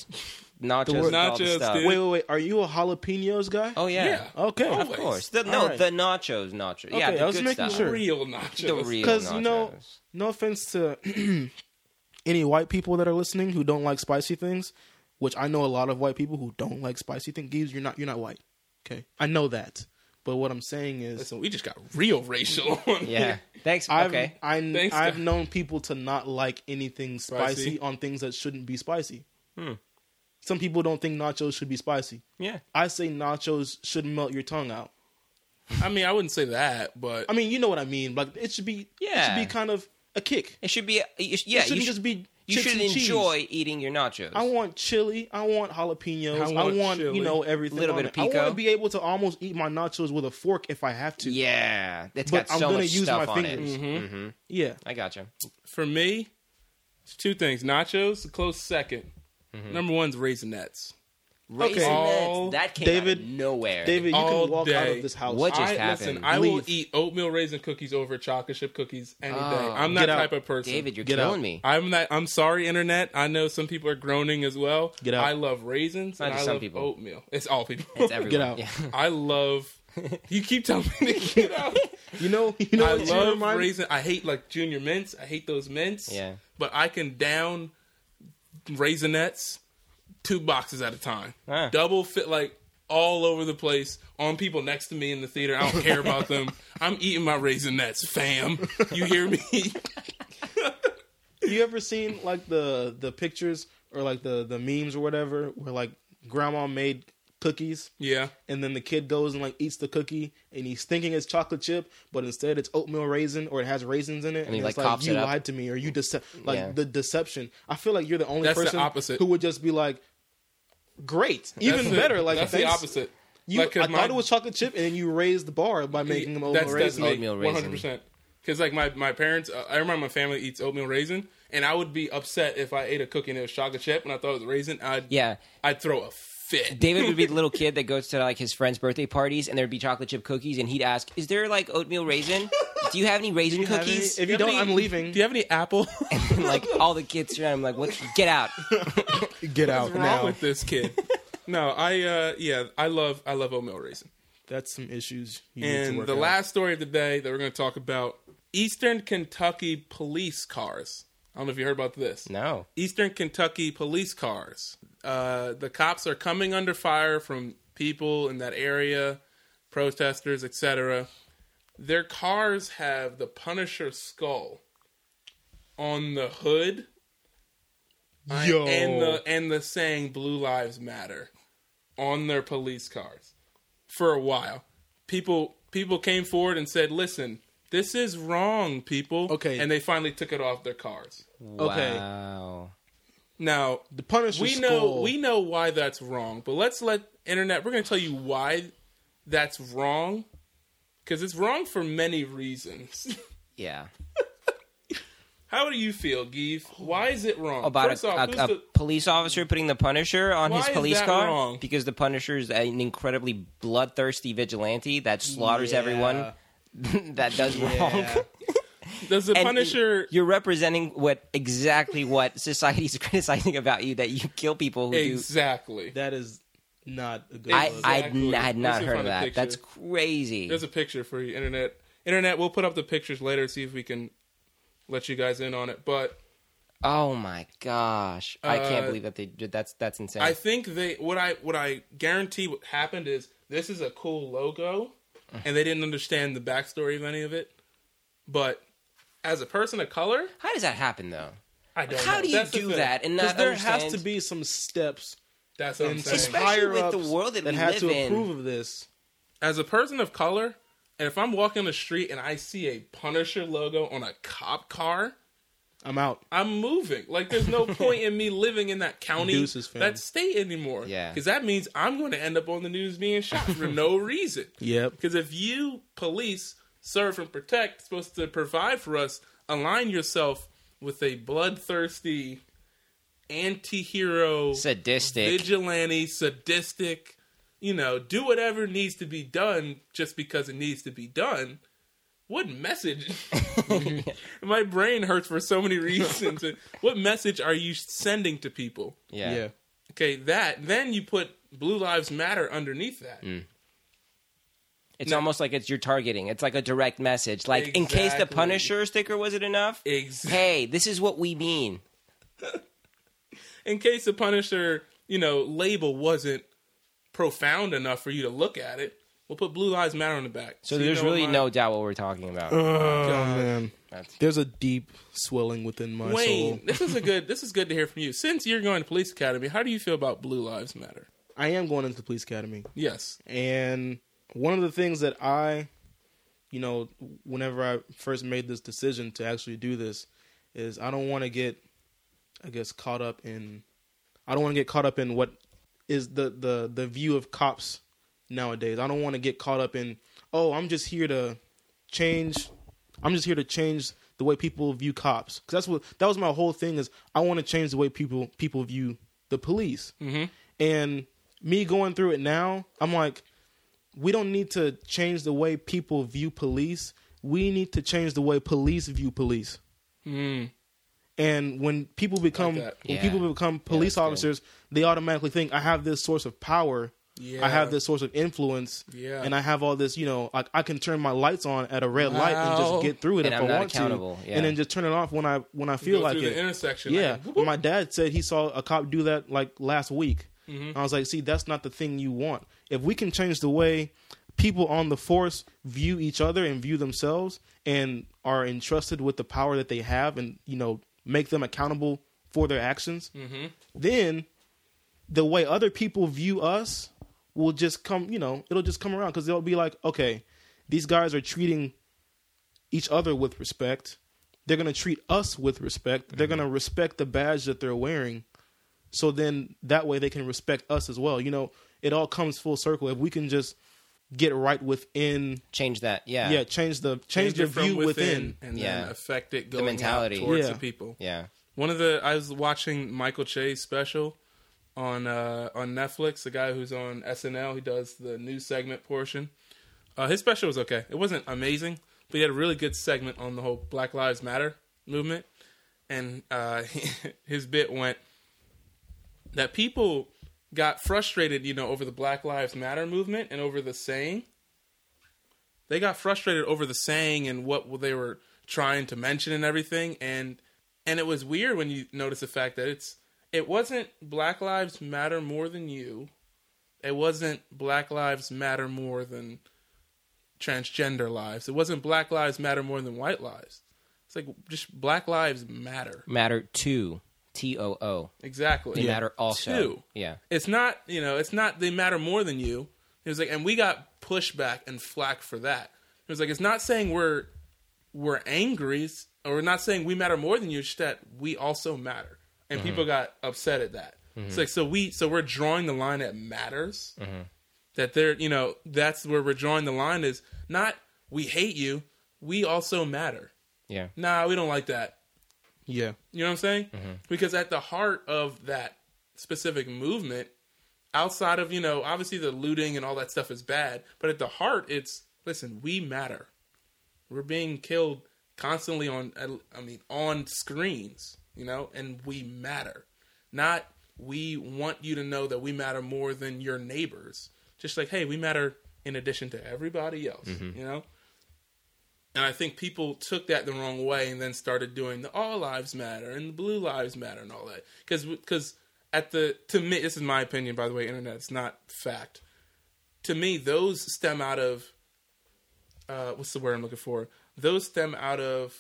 S2: Nachos,
S3: works.
S2: with all the
S1: Nachos,
S2: stuff.
S1: dude.
S3: Wait, wait, wait. Are you a jalapenos guy?
S2: Oh yeah.
S1: Yeah.
S3: okay.
S1: Oh,
S2: Of course. The,
S3: All
S2: no,
S3: right.
S2: the nachos, nachos. yeah,
S3: Okay,
S2: the
S3: I was
S2: good
S3: making
S2: stuff.
S3: Sure.
S1: real nachos.
S2: The real
S3: Because
S2: nachos.
S3: you know, no offense to any white people that are listening who don't like spicy things, which I know a lot of white people who don't like spicy things. Gibbs, you're not you're not white. Okay, I know that. But what I'm saying is,
S1: Listen, we just got real racial. On
S2: yeah.
S1: here.
S2: Thanks.
S3: I've
S2: okay.
S3: I,
S1: Thanks,
S3: I've
S1: guy.
S3: known people to not like anything spicy,
S1: Spicy.
S3: on things that shouldn't be spicy.
S2: Hmm.
S3: Some people don't think nachos should be spicy.
S2: Yeah.
S3: I say nachos should melt your tongue out.
S1: I mean, I wouldn't say that, but
S3: I mean, you know what I mean. Like it should be, it
S2: Yeah.
S3: should be kind of a kick.
S2: It should be. a- you sh- yeah.
S3: it shouldn't
S2: You, sh-
S3: just be.
S2: you
S3: chips
S2: should
S3: and cheese.
S2: enjoy eating your nachos.
S3: I want chili. I want jalapenos.
S1: I
S3: I
S1: want
S3: want,
S1: chili.
S3: you know everything.
S2: Little
S3: on
S2: bit of
S3: it. I want
S2: pico.
S3: to be able to almost eat my nachos with a fork if I have to.
S2: yeah. It's
S3: But
S2: got
S3: I'm
S2: so
S3: gonna
S2: much
S3: use
S2: stuff
S3: my
S2: on
S3: fingers.
S2: it.
S1: Mhm.
S2: Mm-hmm.
S3: Yeah.
S2: I gotcha.
S1: for me, it's two things: nachos, a close 2nd
S2: Mm-hmm.
S1: Number one's raisinets.
S2: Raisinettes.
S1: All-
S2: that came
S3: David-
S2: out of nowhere.
S3: David, you
S1: All
S3: can walk out
S1: day.
S3: of this house.
S2: What- It just
S1: I, Listen,
S2: happened.
S1: I will
S3: Leave.
S1: eat oatmeal raisin cookies over chocolate chip cookies any
S2: Oh.
S1: day. I'm that
S3: Get out.
S1: type of person.
S2: David, you're
S3: Get
S2: killing
S3: out.
S2: me.
S1: I'm that. I'm sorry, internet. I know some people are groaning as well.
S3: Get out.
S1: I love raisins
S2: Not
S1: and I
S2: just some
S1: love
S2: people.
S1: oatmeal. It's all people.
S2: It's everyone.
S3: Get out.
S2: Yeah.
S1: I love. You keep telling me to get out.
S3: You know. You know
S1: I
S3: what you
S1: love
S3: remind me?
S1: raisin. I hate like junior mints. I hate those mints.
S2: Yeah.
S1: But I can down raisinets two boxes at a time.
S2: Ah.
S1: Double fit like all over the place on people next to me in the theater. I don't care about them. I'm eating my raisinets, fam. You hear me?
S3: You ever seen like the the pictures or like the the memes or whatever where like grandma made cookies
S1: yeah.
S3: and then the kid goes and like eats the cookie and he's thinking it's chocolate chip but instead it's oatmeal raisin or it has raisins in it and,
S2: he,
S3: it's
S2: like, coughs
S3: you
S2: it up.
S3: lied to me or you dece- like
S2: Yeah.
S3: the deception i feel like you're the only
S1: That's the
S3: person
S1: opposite.
S3: who would just be like great even
S1: That's it.
S3: better like
S1: that's the
S3: thanks-
S1: opposite.
S3: you
S1: Like, 'cause
S3: i
S1: my-
S3: thought it was chocolate chip and then you raised the bar by making them oatmeal
S1: that's that's
S3: raisin
S1: me,
S2: Oatmeal
S1: one
S2: raisin.
S1: hundred percent. Because like my my parents, uh, I remember my family eats oatmeal raisin, and I would be upset if I ate a cookie and it was chocolate chip, and I thought it was raisin. I'd
S2: Yeah.
S1: I'd throw a fit.
S2: David would be the little kid that goes to like his friend's birthday parties, and there'd be chocolate chip cookies, and he'd ask, "Is there like oatmeal raisin? Do you have any raisin
S3: Have any-
S2: cookies?"
S3: if you
S1: Do you
S3: don't
S1: have any-
S3: i'm leaving
S1: Do you have any apple? What's
S2: and like all the kids around him, like, "What? Get out!"
S3: get out
S1: wrong
S3: now
S1: with this kid? no, I uh yeah, I love I love oatmeal raisin.
S3: that's some issues you need to
S1: And
S3: work
S1: the
S3: out.
S1: last story of the day that we're going to talk about Eastern Kentucky police cars. I don't know if you heard about this.
S2: No.
S1: Eastern Kentucky police cars. Uh, the cops are coming under fire from people in that area, protesters, etc. Their cars have the Punisher skull on the hood I-
S3: Yo.
S1: and the and the saying "Blue Lives Matter" on their police cars for a while. People people came forward and said, "Listen, this is wrong, people."
S3: Okay.
S1: and they finally took it off their cars.
S3: Okay.
S2: Wow.
S1: Now
S3: the punisher
S1: we know
S3: skull.
S1: we know why that's wrong, but let's let internet. We're going to tell you why that's wrong because it's wrong for many reasons.
S2: Yeah.
S1: How do you feel, Geeve? Why is it wrong?
S2: About
S1: First
S2: a,
S1: off,
S2: a,
S1: who's
S2: a
S1: the-
S2: police officer putting the Punisher on
S1: Why
S2: his
S1: is
S2: police
S1: that
S2: car
S1: wrong?
S2: because the Punisher is an incredibly bloodthirsty vigilante that slaughters
S3: Yeah.
S2: everyone that does wrong.
S3: Yeah.
S1: does the
S2: And
S1: Punisher?
S2: You're representing what exactly what society's criticizing about you that you kill people who do
S1: exactly.
S3: That is not a good.
S2: I,
S3: look.
S2: I
S1: Exactly.
S2: n- had
S1: Let's
S2: not
S1: see
S2: heard
S1: if
S2: of
S1: I have a
S2: that.
S1: picture.
S2: That's crazy.
S1: There's a picture for you, internet. Internet, we'll put up the pictures later, see if we can let you guys in on it. But
S2: oh my gosh, I
S1: Uh,
S2: can't believe that they did. That's that's insane.
S1: I think they what I what I guarantee what happened is this is a cool logo, and they didn't understand the backstory of any of it. But as a person of color,
S2: How does that happen though?
S1: I don't.
S2: How
S1: know.
S2: do you
S1: That's the
S2: do
S1: thing.
S2: that and
S3: 'Cause
S2: not
S3: there
S2: understand?
S3: has to be some steps
S1: That's what I'm
S3: and
S1: saying.
S3: some
S2: Especially
S3: higher
S2: with the
S3: ups
S2: world that we
S3: had
S2: live
S3: to
S2: in.
S3: approve of this.
S1: as a person of color, and if I'm walking the street and I see a Punisher logo on a cop car,
S3: I'm out.
S1: I'm moving. Like there's no point in me living in that county,
S3: Deuces, fam.
S1: that state anymore.
S2: Yeah.
S1: because that means I'm going to end up on the news being shot for no reason.
S3: Yep.
S1: Because if you police, serve, and protect, supposed to provide for us, align yourself with a bloodthirsty, anti-hero,
S2: Sadistic.
S1: vigilante, sadistic. You know, do whatever needs to be done just because it needs to be done. What message? My brain hurts for so many reasons. what message are you sending to people?
S2: yeah.
S3: yeah.
S1: Okay, that then you put Blue Lives Matter underneath that.
S3: Mm.
S2: It's
S1: No.
S2: almost like it's you're targeting. It's like a direct message. Like in case the
S1: Exactly.
S2: Punisher sticker wasn't enough.
S1: Exactly.
S2: hey, this is what we mean.
S1: in case the Punisher, you know, label wasn't profound enough for you to look at it, we'll put Blue Lives Matter on the back.
S2: So,
S1: you
S2: there's
S1: know
S2: really
S1: my-
S2: no doubt what we're talking about.
S3: Oh,
S1: God.
S3: man.
S2: That's-
S3: There's a deep swelling within Oh, my soul.
S1: Wayne, this is a good. This is good to hear from you. Since you're going to police academy, how do you feel about Blue Lives Matter?
S3: I am going into the police academy.
S1: Yes,
S3: And one of the things that I, you know, whenever I first made this decision to actually do this, is I don't want to get, I guess, caught up in, I don't want to get caught up in what is the the the view of cops nowadays. I don't want to get caught up in, oh, I'm just here to change, I'm just here to change the way people view cops. Because that's what that was my whole thing is I want to change the way people people view the police. Mm-hmm. And me going through it now, I'm like, we don't need to change the way people view police. We need to change the way police view police. And when people become
S1: that.
S3: when
S2: Yeah.
S3: people become
S2: that's
S3: police
S2: good.
S3: officers, they automatically think I have this source of power.
S1: Yeah.
S3: I have this source of influence.
S1: Yeah.
S3: And I have all this, you know, like I can turn my lights on at a red light and
S1: Wow.
S3: just get through it
S2: And
S3: if
S2: I'm
S3: I
S2: not
S3: want
S2: accountable,
S3: to.
S2: yeah.
S3: And then just turn it off when I when I feel
S1: Go
S3: like
S1: through
S3: it.
S1: the intersection.
S3: Yeah,
S1: like, whoop,
S3: my dad said he saw a cop do that like last week.
S1: Mm-hmm.
S3: I was like, see, that's not the thing you want. If we can change the way people on the force view each other and view themselves, and are entrusted with the power that they have, and you know, make them accountable for their actions,
S1: Mm-hmm.
S3: then the way other people view us will just come. You know, it'll just come around because they'll be like, okay, these guys are treating each other with respect. They're going to treat us with respect. They're
S1: Mm-hmm.
S3: going to respect the badge that they're wearing. So then that way they can respect us as well. You know, it all comes full circle. If we can just get right within,
S2: Change that. Yeah.
S3: yeah, change the
S1: change
S3: change, the
S1: it from
S3: view within.
S1: and
S2: Yeah.
S1: then affect it going
S2: mentality.
S1: out towards
S3: Yeah.
S1: the people.
S2: Yeah.
S1: One of the I was watching Michael Che's special on uh, on Netflix. The guy who's on SNL, he does the news segment portion. Uh, his special was okay. It wasn't amazing, but he had a really good segment on the whole Black Lives Matter movement. And uh, his bit went that people got frustrated, you know, over the Black Lives Matter movement and over the saying. They got frustrated over the saying and what they were trying to mention and everything, and and it was weird when you notice the fact that it's it wasn't Black Lives Matter more than you, it wasn't Black Lives Matter more than transgender lives, it wasn't Black Lives Matter more than white lives. It's like just Black Lives Matter
S2: Matter two. T O O.
S1: exactly.
S2: They matter also.
S1: Two.
S2: Yeah.
S1: It's not, you know, it's not they matter more than you. It was like, and we got pushback and flack for that. It was like, it's not saying we're we're angry it's- or we're not saying we matter more than you. It's just that we also matter, and people got upset at that. It's like so we so we're drawing the line at matters. That they're you know that's where we're drawing the line is not we hate you. We also matter.
S2: Yeah.
S1: Nah, we don't like that.
S3: Yeah,
S1: You know what I'm saying? Because at the heart of that specific movement, outside of, you know, obviously the looting and all that stuff is bad, but at the heart, it's listen, we matter. We're being killed constantly on, I mean, on screens, you know, and we matter. Not we want you to know that we matter more than your neighbors. Just like, hey, we matter in addition to everybody else, you know? And I think people took that the wrong way and then started doing the all lives matter and the blue lives matter and all that. Because at the to me, this is my opinion by the way, internet. It's not fact. to me, those stem out of uh, what's the word I'm looking for? Those stem out of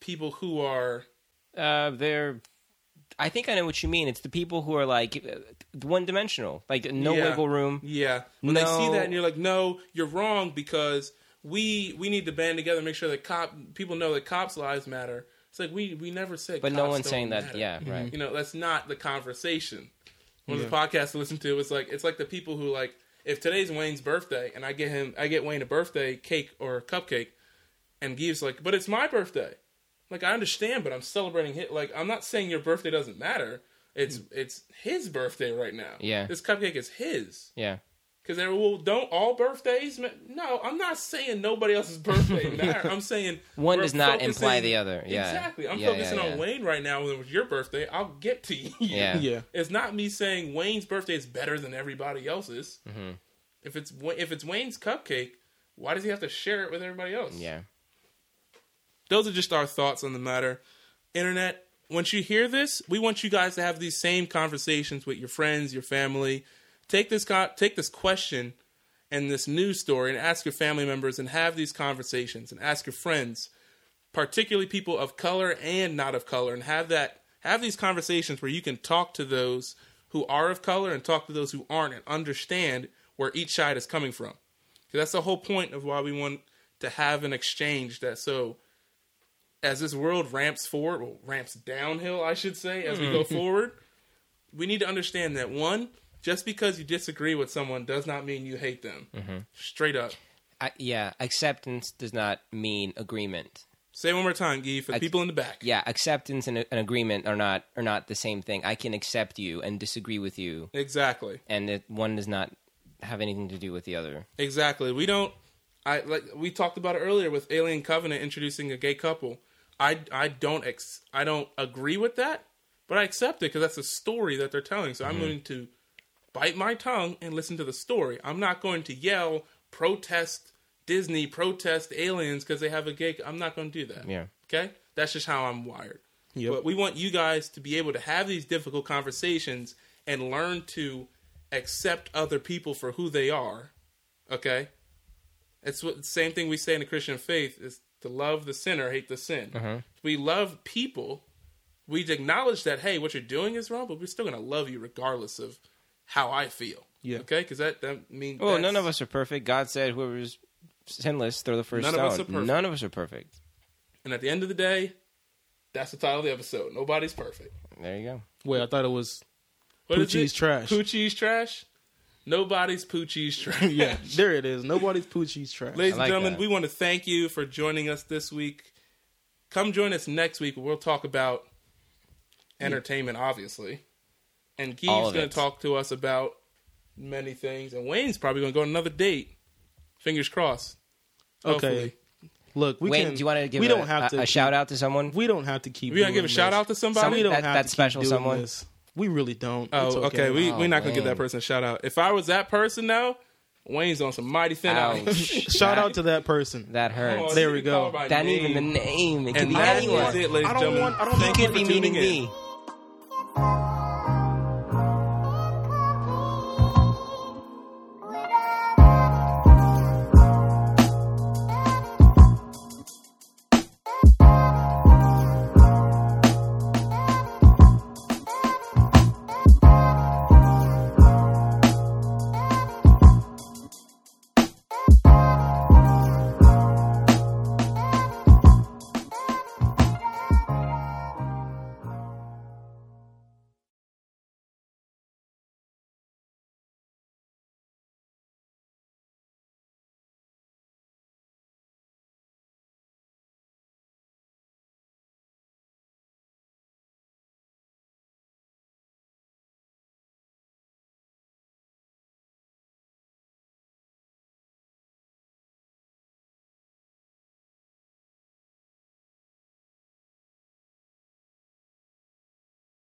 S1: people who are
S2: Uh, they're. I think I know what you mean. It's the people who are like one dimensional, like no
S1: Yeah.
S2: wiggle room.
S1: Yeah. When they see
S2: No.
S1: that and you're like, no, you're wrong because we we need to band together and make sure that cop people know that cops' lives matter. It's like we we never said
S2: But no
S1: cops
S2: one's
S1: don't
S2: saying that.
S1: matter. Mm-hmm.
S2: Yeah, right.
S1: You know, that's not the conversation. One of the podcasts I listen to is like it's like the people who like if today's Wayne's birthday and I get him I get Wayne a birthday cake or a cupcake and Give's like, But it's my birthday. Like I understand, but I'm celebrating hit like I'm not saying your birthday doesn't matter. It's it's his birthday right now.
S2: Hmm. Yeah.
S1: This cupcake is his.
S2: Yeah.
S1: Because they were, well, don't all birthdays? ma-" No, I'm not saying nobody else's birthday matter. I'm saying
S2: One
S1: we're
S2: does not imply
S1: focusing-
S2: the other. Yeah.
S1: exactly. I'm
S2: Yeah, yeah,
S1: focusing
S2: yeah.
S1: on Wayne right now. When it was your birthday, I'll get to you.
S2: Yeah.
S3: Yeah.
S1: It's not me saying Wayne's birthday is better than everybody else's.
S2: Mhm.
S1: If it's Wa- if it's Wayne's cupcake, why does he have to share it with everybody else?
S2: Yeah.
S1: Those are just our thoughts on the matter. Internet, once you hear this, we want you guys to have these same conversations with your friends, your family. Take this co- take this question and this news story and ask your family members and have these conversations and ask your friends, particularly people of color and not of color and have that have these conversations where you can talk to those who are of color and talk to those who aren't and understand where each side is coming from. 'Cause that's the whole point of why we want to have an exchange that so as this world ramps forward, well, ramps downhill, I should say,
S2: Hmm.
S1: as we go forward, we need to understand that one, just because you disagree with someone does not mean you hate them.
S2: Mm-hmm.
S1: Straight up.
S2: I, yeah. Acceptance does not mean agreement.
S1: Say it one more time, Guy, for the
S2: I-
S1: people in the back.
S2: Yeah. Acceptance and an agreement are not are not the same thing. I can accept you and disagree with you,
S1: Exactly.
S2: and it, one does not have anything to do with the other.
S1: Exactly. We don't. I like we talked about it earlier with Alien Covenant introducing a gay couple. I I don't ex, I don't agree with that, but I accept it because that's the story that they're telling. So I'm going to bite my tongue and listen to the story. I'm not going to yell, protest Disney, protest aliens because they have a gay. I'm not going to do that.
S2: Yeah.
S1: Okay. That's just how I'm wired.
S3: Yep.
S1: But we want you guys to be able to have these difficult conversations and learn to accept other people for who they are. Okay? It's what same thing we say in the Christian faith is to love the sinner, hate the sin.
S2: Uh-huh.
S1: We love people. We acknowledge that hey, what you're doing is wrong, but we're still going to love you regardless of how I feel.
S3: Yeah.
S1: Okay? Because that that means
S2: Well, Oh, none of us are perfect. God said, "Whoever's sinless, throw the first
S1: None of
S2: stone."
S1: us are perfect.
S2: None of us are perfect.
S1: And at the end of the day, that's the title of the episode. Nobody's perfect.
S2: There you go.
S3: Wait, I thought it was.
S1: What is
S3: Poochie's
S1: it?
S3: trash.
S1: Poochie's trash. Nobody's Poochie's trash.
S3: yeah, there it is. Nobody's Poochie's trash.
S1: Ladies
S2: I like
S1: and gentlemen,
S2: that.
S1: we want to thank you for joining us this week. Come join us next week. We'll talk about entertainment, obviously. And Keith's
S2: All of
S1: going to
S2: it.
S1: talk to us about many things. And Wayne's probably going to go on another date. Fingers crossed.
S3: Okay.
S1: Hopefully.
S3: Look, we
S2: Wait,
S3: can.
S2: do you want to give
S3: We
S2: a,
S3: don't have
S2: a-
S3: to
S2: a shout out to someone?
S3: We don't have to keep.
S1: We going to give a
S3: doing
S1: shout
S3: this.
S1: out to
S2: Somebody
S1: somebody?
S3: We don't
S2: That-
S3: have
S2: that
S3: to keep
S2: special
S3: doing
S2: someone?
S3: this. We really don't. It's
S1: Oh, okay. We,
S2: Oh,
S1: we're not going to give
S2: Wayne.
S1: that person a shout out. If I was that person now, Wayne's on some mighty thin ice.
S2: Ouch.
S3: shout
S2: that,
S3: out to that person.
S2: that
S1: Oh,
S2: hurts.
S3: There
S1: you
S3: we
S1: can call
S3: go.
S1: her by
S2: that
S1: name.
S2: even the name. It could
S1: And
S2: be
S1: that
S2: anyone.
S1: is it, ladies
S3: I
S1: and
S3: don't
S1: gentlemen.
S3: want- I don't
S1: Thank
S2: It
S1: you
S2: could
S1: for
S2: be
S1: tuning
S2: meaning
S1: in.
S2: me.